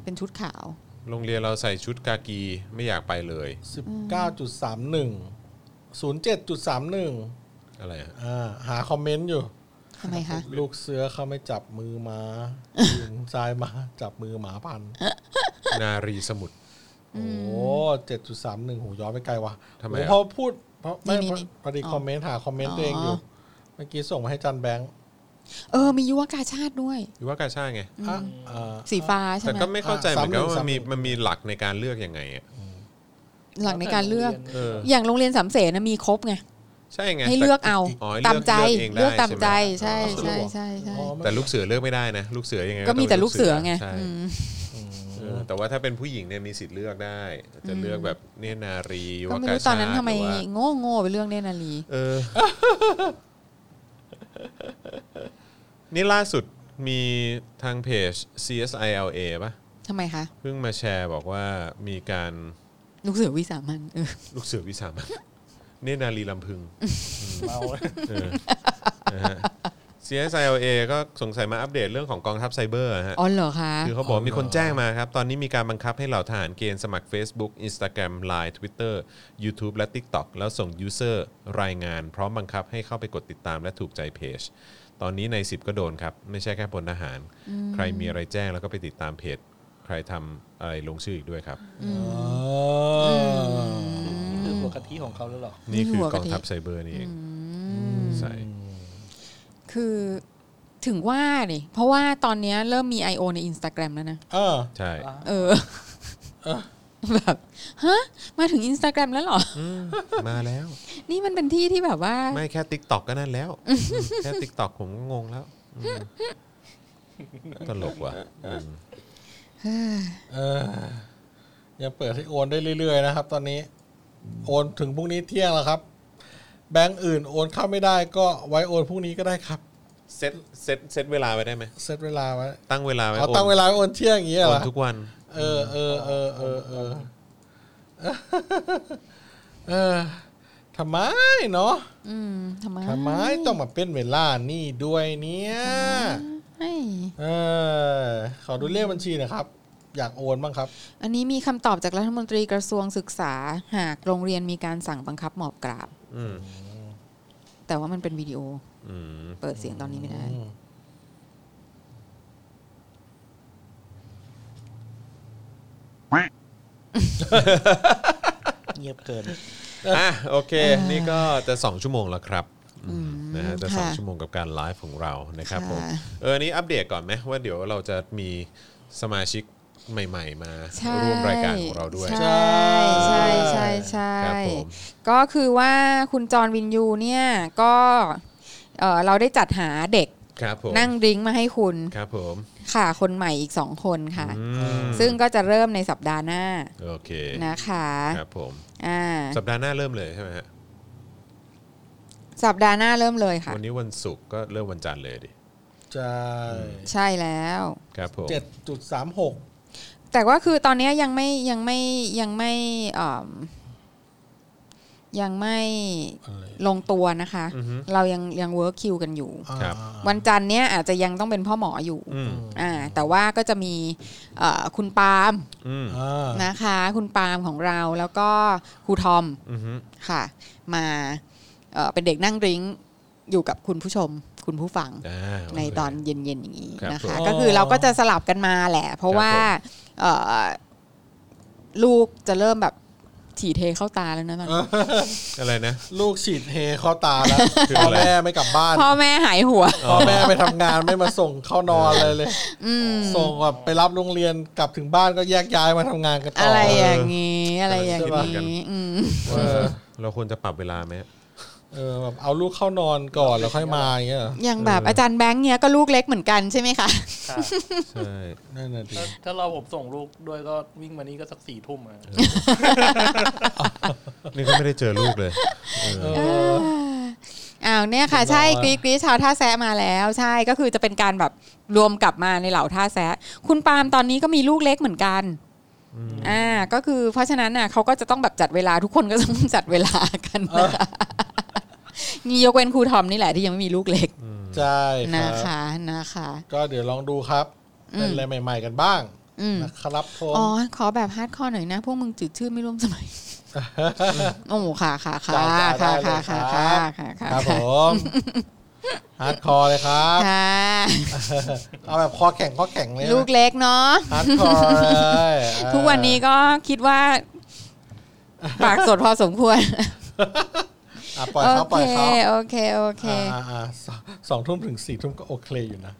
C: เป็นชุดขาว
B: โรงเรียนเราใส่ชุดกากีไม่อยากไปเลย
D: สิบเก้าจุดสามหนึ่งศูนย์เจ็ดจุดสามหนึ่ง
B: อะไรอะ
D: อ่าหาคอมเมนต์อยู่
C: ทำไมคะ
D: ลูกเสือเขาไม่จับมือหมาหญิงซ้ายมาจับมือหมาพัน
B: นารีสมุทร
D: โอ้เจ็ดจุดสามหนึ่งหูย้อนไปไกลว่ะ
B: ทำไม
D: โอ้
B: อ่ะ
D: เพราะพูด เพราะไม่
C: นี่
D: พอ
C: นี่
D: พอดี
C: อ๋อ
D: คอมเมนต์หาคอมเมนต์
C: อ๋อ
D: ตัวเองอยู่ เมื่อกี้ส่งมาให้จันแบงค์
C: เออ มียุวกาชาติด้วย
B: หรือว่ากาชาติไง
D: อ่ะอ่า
C: สีฟ้าใช่
B: แต่
C: ไหม
B: ก็ไม่เข้าใจเหมือนกันว่า
D: สามหนึ่ง
B: มันมี
D: สามหนึ่ง
B: มันมีหลักในการเลือกยังไงอ่ะ
C: หลังในการเลือก
B: เออ
C: อย่างโรงเรียนสามเสนนะมีครบไง
B: ใช่ไง
C: ให้เลือกเอา
B: แต่อ๋อ
C: ตามใจ
B: เลื
C: เลื
B: อเอง
C: อก ก
B: ได้
C: ตามใจ
B: ช่
C: ใช่
B: ไหม
C: ใช่ใช่ใช่
D: อ๋อไม่
B: แต่ลูกเสือเลือกไม่ได้นะ ลูกเสือยังไง
C: ก็มีแต่
B: ต้
C: ลูกเสือไง
B: ใช่
C: อืม
B: เออแต่ว่าถ้าเป็นผู้หญิงเนี่ยมีสิทธิ์เลือกได้ จะเลือกแบบเนตรนารี
C: ก็ไม่
B: ว
C: รู้
B: กา
C: ต
B: ชา
C: อนนั้นทำไม
B: หรือว่า
C: โง่โง่ๆไปเรื่องเนตรนารี
B: เออ นี่ล่าสุดมีทางเพจ CSILA ป่ะ
C: ทำไมคะ
B: เพิ่งมาแชร์บอกว่ามีการ
C: ลูกเสือวิสามันเออ
B: ลูกเสือวิสามัน [laughs] เนตรนารีลำพึง
E: เมา
C: [laughs]
E: เลย
B: เออนะฮะ CSILA ก็สงสัยมาอัปเดตเรื่องของกองทัพไซเบอร์นะฮะ
C: อ๋อเหรอคะ
B: คือเขาบอกมีคนแจ้งมาครับ ตอนนี้มีการบังคับให้เหล่าทหารเกณฑ์สมัคร Facebook Instagram Line Twitter YouTube และ TikTok แล้วส่ง User รายงาน พร้อมบังคับให้เข้าไปกดติดตามและถูกใจเพจ ตอนนี้ใน 10 ก็โดนครับ ไม่ใช่แค่พลทหาร ใครมีอะไรแจ้งแล้วก็ไปติดตามเพจ ใครทำอะไรลงชื่ออีกด้วยครับ
D: อ๋อ
E: คือหัวกะทิของเขาแล้วเหรอ
B: นี่คือกองทัพไซเบอร์นี่เองใส่
C: คือถึงว่าเนี่ยเพราะว่าตอนเนี้ยเริ่มมี I.O. ใน Instagram แล้วนะ
D: เออ
B: ใช่
C: เออ แบบฮะมาถึง Instagram แล้วเหรอ
B: มาแล้ว
C: นี่มันเป็นที่ที่แบบว่า
B: ไม่แค่ติ๊กตอกก็นั่นแล้ว แค่ติ๊กตอกผมก็งงแล้วอืมตลกว่ะอืม
D: เออ ยังเปิดให้โอนได้เรื่อยๆนะครับ ตอนนี้ โอนถึงพรุ่งนี้เที่ยงแล้วครับ แบงก์อื่นโอนเข้าไม่ได้ก็ไว้โอนพรุ่งนี้ก็ได้ครับ
B: เซตเซตเซตเวลาไว้ได้ไหม
D: เซตเวลาไว้
B: ตั้งเวลาไว้
D: เอาตั้งเวลาไว้โอนเที่ยงอย่างเงี้ย
B: โอ
D: เหร
B: น
D: อ
B: ทุกวัน
D: เออเออเออเออเออเออทำไมเนาะ
C: อืมทำไม
D: ทำไมต้องมาเป็นเวลานี่ด้วยเนี่ย
C: เฮ้ย
D: เออขอดูเลขบัญชีหนะครับ อยากโอนบ้างครับ
C: อันนี้มีคำตอบจากรัฐมนตรีกระทรวงศึกษา หากโรงเรียนมีการสั่งบังคับหมอบกราบ
B: อืม
C: แต่ว่ามันเป็นวิดีโอ
B: อืม
C: เปิดเสียงตอนนี้ไม่ได้
D: อืม
E: เงียบเกิน
B: อ่ะโอเค นี่ก็จะ 2 ชั่วโมงแล้วครับอืม
C: อืม
B: นะฮะจะสอง
C: ค่ะ
B: ชั่วโมงกับการไลฟ์ของเรานะครับผม
C: ค่ะ
B: เอออันนี้อัปเดตก่อนไหมว่าเดี๋ยวเราจะมีสมาชิกใหม่ ๆ มา
C: ใช่
B: ร่วมรายการของเราด้วย
C: ใช่ใช่ใช่ใช่
B: ครับผม
C: ก็คือว่าคุณจอห์นวินยูเนี่ยก็เอ่อเราได้จัดหาเด็ก
B: ครับผม
C: นั่งดริ้งก์มาให้คุณ
B: ครับผม
C: ค่ะคนใหม่อีกสองคนค่ะ
B: อืม
C: ซึ่งก็จะเริ่มในสัปดาห์หน้า
B: โอเค
C: นะคะ
B: ครับผม
C: อ่า
B: สัปดาห์หน้าเริ่มเลยใช่ไหมฮะ
C: สัปดาห์หน้าเริ่มเลยค่ะ
B: วันนี้วันศุกร์ก็เริ่มวันจันทร์เลยดิ
D: ใช่
C: ใช่แล้ว
B: ครับผม
D: เจ็ดจุดสามหก
C: แต่ว่าคือตอนเนี้ยยังไม่ยังไม่ยังไม่เอิ่มยังไม่
D: อะไร
C: ลงตัวนะคะ
B: อือฮึ
C: เรายังยังเวิร์คคิวกันอยู่
B: ครับ
D: อ่า
C: วันจันทร์เนี้ยอาจจะยังต้องเป็นพ่อหมออยู่
B: อืม
C: อ่าแต่ว่าก็จะมีเอ่อคุณปาล์ม
B: อืม
D: อ่า
C: นะคะ คุณปาล์มของเราแล้วก็ครูทอม
B: อือฮึ
C: ค่ะ มาเอ่อเป็นเด็กนั่งดริ้งก์อยู่กับคุณผู้ชม คุณผู้ฟัง
B: อ่าโเค
C: ในตอนเย็นๆอย่างนี้นะ
B: ครั
C: คะ
B: บผม
C: ก็คือเราก็จะสลับกันมาแหละ เพราะว่า
B: ครับผม
C: เอ่อลูกจะเริ่มแบบถี่เทเข้าตาแล้วนะตอนนี้
B: อะไรนะ
D: ลูกฉีดเฮเข้าตาแล้ว
B: คือ
D: พ่อ
B: อะไร
D: แม่ไม่กลับบ้าน
C: พ่อแม่หายหัว
D: พ่อแม่ไปทำงานไม่มาส่งเข้านอนเลยเลย
C: อืม
D: ส่งแบบไปรับโรงเรียนกลับถึงบ้านก็แยกย้ายมาทำงานกันต่
C: อะ
D: ออ
C: ไรอย่างนี้อะไรอย่าง
B: คิดเหมือนกัน
C: นี้อืม
D: เออ
B: เราควรจะปรับเวลาไหม
D: เออแบบเอาลูกเข้านอนก่อนแล้วค่อยมาอย่างเงี้ยเหรอ
C: อย่างแบบอาจารย์แบงค์เนี้ยก็ลูกเล็กเหมือนกันใช่ไหมคะ
E: ค่ะ
B: ใช่
D: นั่นน่ะดิ
E: ถ้าถ้าเราผมส่งลูกด้วยก็วิ่งมานี่ก็สักสี่ทุ่มอะ
B: นี่ก็ไม่ได้เจอลูกเลยเออ
D: เออ
C: อ้าวเนี่ยค่ะ ใช่ก
D: เรี
C: รี๊
D: ย
C: ดก
D: บร้อย
C: รี๊ดชาวท่าแซะมาแล้ว ใช่ก็คือจะเป็นการแบบรวมกลับมาในเหล่าท่าแซะคุณปาล์มตอนนี้ก็มีลูกเล็กเหมือนกันอ่าก็คือเพราะฉะนั้นน่ะเขาก็จะต้องแบบจัดเวลาทุกคนก็ต้องจัดเวลากันนะคะมียกเว้นครูทอมนี่แหละที่ยังไม่มีลูกเล็ก
D: ใช่ค
C: นะ
D: รับ
C: คะนะคะ
D: ก็เดี๋ยวลองดูครับ
C: อืม
D: เป็นอะไรใหม่ ๆกันบ้าง
C: อืม
D: นะครับผม
C: อ๋อขอแบบฮาร์ดคอร์หน่อยนะ พวกมึงจืดชื่อไม่ร่วมส
D: [laughs]
C: มัยโอ้ค่ะค่ะค่ะค่ะค่ะค่ะค่ะค่ะค่ะ
D: ครับผมฮาร์ดคอร์เลยครับ
C: ค่ะ
D: เอาแบบคอแข็งคอแข็งเลยนะ
C: ลูกเล็กเนาะ
D: ฮาร์ดคอร์เลยเออ
C: [laughs] ทุกวันนี้ก็คิดว่าปากสดพอสมควร
D: อ่ะปล่อย
C: โอ
D: เขาปล่
C: เค
D: อยเขา
C: โอเค โอเค
D: อ่าอ่าสองสองทุ่มถึงสี่ทุ่มก็โอเคอยู่นะ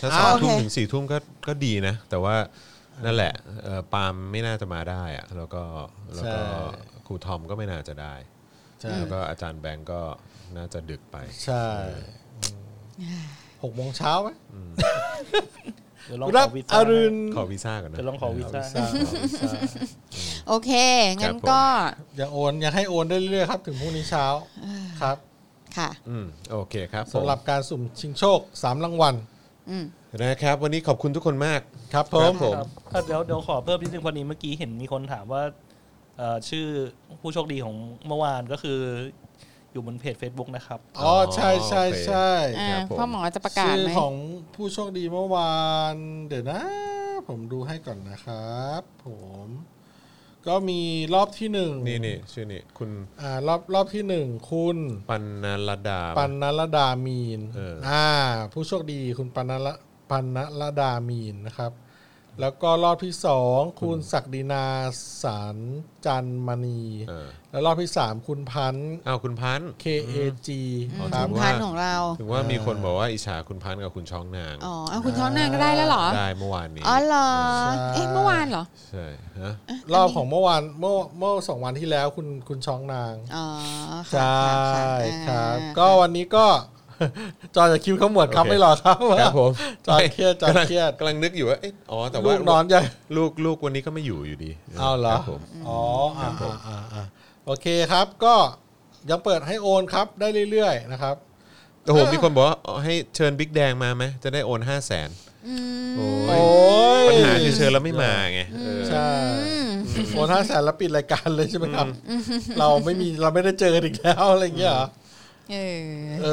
B: ถ้าสอง
C: โอเค
B: ทุ่มถึงสี่ทุ่มก็ก็ดีนะ แต่ว่านั่นแหละเอ่อปาล์มไม่น่าจะมาได้อะแล้วก็แล้วก็
D: ใช่
B: ครูทอมก็ไม่น่าจะได้
D: ใช่
B: แล้วก็อาจารย์แบงก์ก็น่าจะดึกไป
D: ใช่อืมหกโมงเช้าไหม
E: เดี๋ยวลอง
D: รับ
E: ขอวี
D: อ
E: ซ่า
D: รุณ
B: ขอวีซ่าก่อนนะ
E: จะลองขอวีซ่า
D: ใช่ใช่
C: โอเค
B: ค
C: งั้น
B: รับผม
C: ก็
D: อย่าโอนอย่าให้โอนได้เรื่อยๆครับ ถึงพรุ่งนี้เช้าครับ
C: ค่ะ
B: อืมโอเคครับผม
D: สำหรับการสุ่มชิงโชคสามรางวัล
C: อืม
B: นะครับ วันนี้ขอบคุณทุกคนมาก
D: ครับผ
B: ครั
D: ม
B: บผม
E: ครับอ่ะเดี๋ยวเดี๋ยวขอเพิ่มนิดนึงพอดีเมื่อกี้เห็นมีคนถามว่าเอ่อชื่อผู้โชคดีของเมื่อวานก็คือ อยู่บนเพจ Facebook นะครับ
D: อ๋อใช่ใช่ใช่
C: อ่า
B: ครับผม
C: พ่อหมอจะประกาศ
D: ชื่อ
C: ไหม
D: ของผู้โชคดีเมื่อวาน เดี๋ยวนะ ผมดูให้ก่อนนะครับ ผม ก็มีรอบที่หนึ่ง
B: นี่นี่ชื่อนี่คุณ
D: อ่ารอบรอบที่หนึ่งคุณ
B: ปันนรดา
D: ปันนรดามีน
B: เอออ่
D: ่า ผู้โชคดีคุณปันนรปันนรดามีนนะครับ แล้วก็รอบที่สองคุณศักดินาสารจันมณี
B: เออ
D: แล้วรอบที่สามคุณพันธ์
B: อ้าวคุณพันธ์
D: KAG
C: อืม
D: ค
B: รั
D: รั
B: บบ
C: คุณพันธุ์ของเรา
B: ถึงว่ามีคนบอกว่าอิจฉาคุณพันธ์กับคุณช้องนาง
C: อ๋อเอาคุณช้อนนางก็ได้แล้วเหรอ
B: ได้เมื่อวานนี้
C: อ๋อเหรอ
D: ใช่
C: เอ๊ะ เมื่อวานเหรอ
B: ใช่ฮะ
D: รอบของเมื่อวานเมื่อเมื่อสองวันที่แล้วคุณคุณช้องนาง
C: อ๋อ
D: ใช
C: ค่ะ
D: ่
C: ค่ะ
D: ค
C: ค่ะ
D: รับ
C: อ่า
D: ก็วันนี้ก็ [laughs] จอจะคิวเขาหมวดครับไม่หรอครับ
B: ครับผม
D: จอเครียดจอเครียด
B: กำลังนึกอยู่ว่าเอ๊ะอ๋อแต่
D: ลู
B: ว่าก
D: นอนยัง
B: ลูกลูกวันนี้ก็ไม่อยู่อยู่ดี
D: เอาเหรอ
B: คบผม
D: อ๋ออ่าอ่าอ่าอ่าโอเคครับ ก็ยังเปิดให้โอนครับได้เรื่อยๆนะครับ
B: โอ้โหมีคนบอกว่าให้เชิญบิ๊กแดงมาไหมจะได้โอนห้าแสน
C: อืม
B: โอ้
D: โอ้
B: ย
D: ย
B: ปัญหาคือเชิญแล้วไม่มาไงเออ
D: ใช่
C: อืม
D: โอนห้าแสนแล้วปิดรายการเลยใช่ไหมครับ เราไม่มีเราไม่ได้เจอกันอีกแล้วอะไรอย่างเงี้ยเหรอ
C: เออ
D: เอ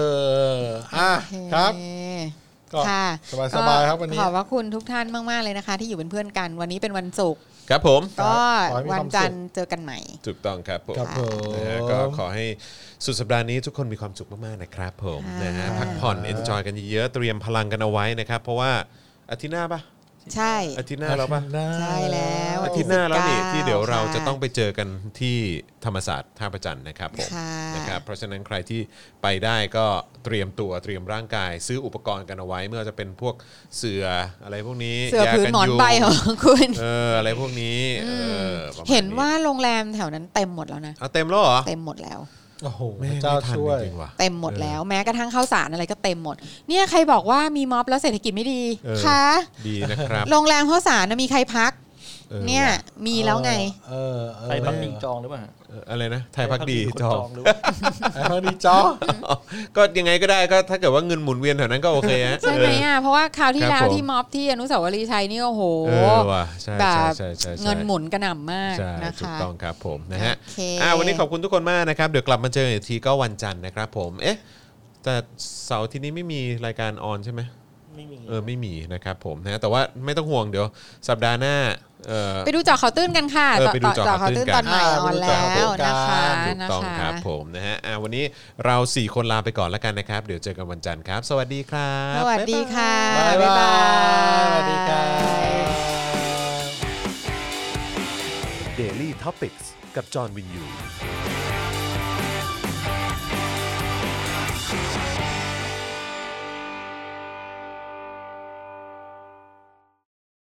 D: ออ่ะ
C: โอเ
D: ครับก็
C: โค่ะ
D: สบายๆครับวันนี้
C: ขอบพระคุณทุกท่านมาก ๆ เลยนะคะ ที่อยู่เป็นเพื่อนกัน วันนี้เป็นวันศุกร์
B: ครับผม
C: ก็
D: ขอให้มี
C: วั
D: คน วามสุข
C: จันทร์เจอกันใหม่
B: ถูกต้องครับผม
D: ครับผม
B: นะฮะก็ขอให้สุดสัปดาห์นี้ทุกคนมีความสุขมากๆนะครับผม
C: ค่ะ
B: นะฮะพักผ่อนเอนจอยกันเยอะๆเตรียมพลังกันเอาไว้นะครับ เพราะว่าอาทิตย์หน้าปะ
C: ใช่
B: อาทิตย์หน้าแล้วปะ
C: ใช่แล้ว
B: อาทิตย์หน้าแล้วนี่
C: 19
B: ที่เดี๋ยวเราจะต้อง
C: ค่
B: ไปเจอกันที่ธรรมศาสตร์ท่าประจันทร์นะครับผม
C: ค่ะ
B: นะครับเพราะฉะนั้นใครที่ไปได้ก็เตรียมตัวเตรียมร่างกาย ซื้ออุปกรณ์กันเอาไว้ เมื่อจะเป็นพวกเสืออะไรพวกนี้
C: เสือผืน
B: ยากั
C: หมอน
B: ยุง
C: ใบของ [laughs] คุณ
B: เอออะไรพวกนี้เออประมณ
C: เห็นว่าโรงแรมแถวนั้นเต็มหมดแล้วนะ
B: เอาเต็มแล้วเหรอ
C: เต็มหมดแล้ว
D: โอ้โห
B: แม่ง
D: เจ้า
B: ไม่ทัน
D: ช่วย
B: จริงๆว่ะ
C: เต็มหมดแล้ว แม้กระทั่งข้าวสารอะไรก็เต็มหมด เนี่ยใครบอกว่ามีม็อบแล้วเศรษฐกิจไม่ดี
B: เออ
C: คะ
B: ดีนะครับ
C: โรงแรมข้าวสารน่ะมีใครพัก
B: ออ
C: เนี่ยมีแล้วไง
D: เออเออ
E: ไทยพักดีจองหรือเปล่า
B: เอออะไรนะ ไทยพักดี
E: ไทยคน
B: จอง
E: หรือเปล่า
D: ไอ้พักดีจอ
B: ก็ยังไงก็ได้ก็ถ้าเกิดว่าเงินหมุนเวียนแถวนั้นก็โอเคฮะ
C: ใช่
B: เ
C: ไหมอ่ะเพราะว่าคราวที่
B: ครับ
C: แล้
B: ผ
C: ว
B: ม
C: ที่ม็อบที่อนุสาวรีย์ชัยนี่โอ้โห
B: เออว่ะใช่
C: แบ
B: ใช่
C: บ
B: ใช่ใช่ใช่
C: เงินหมุนกระหน่ำมาก
B: ใช่
C: นะ
B: ถูก
C: คะ
B: ต้องครับผมนะฮะ
C: โอเค
B: อ่าวันนี้ขอบคุณทุกคนมากนะครับ เดี๋ยวกลับมาเจอกันอีกทีก็วันจันทร์นะครับผมเอ๊ะแต่เสาร์อาที่นี้ไม่มีรายการออนใช่ไหม
E: ไม่มี
B: เออไม่มีนะครับผมนะฮะแต่ว่าไม่ต้องห่วงเดี๋ยวสัปดาห์หน้าเออ
C: ไปดูเจอเขาวตื้นกันค่ะ
B: เออไปดูเจาะ
C: เจาะ
B: ข่า
C: เขา
B: ว
C: ว
B: ตื้
C: ตื้
B: น
C: น
B: กัน
C: ตอนใหม่
D: อ่า
C: ออน
D: ไปดู
C: แล้
D: เจาะข่าวตื้
C: วน
D: กั
C: นะ
D: น
B: ถูก
C: คะนะ
B: ต้อง
C: คะ
B: ครับผมนะฮะอ่าวันนี้เรา 4 คนลาไปก่อนแล้วกันนะครับ เดี๋ยวเจอกันวันจันทร์ครับ สวัสดีครับ
C: สวัสดีค่ะ
D: บายบายสวัสดีครั
C: ย
D: บ
A: Daily t o p i c กกับจอห์นวินยู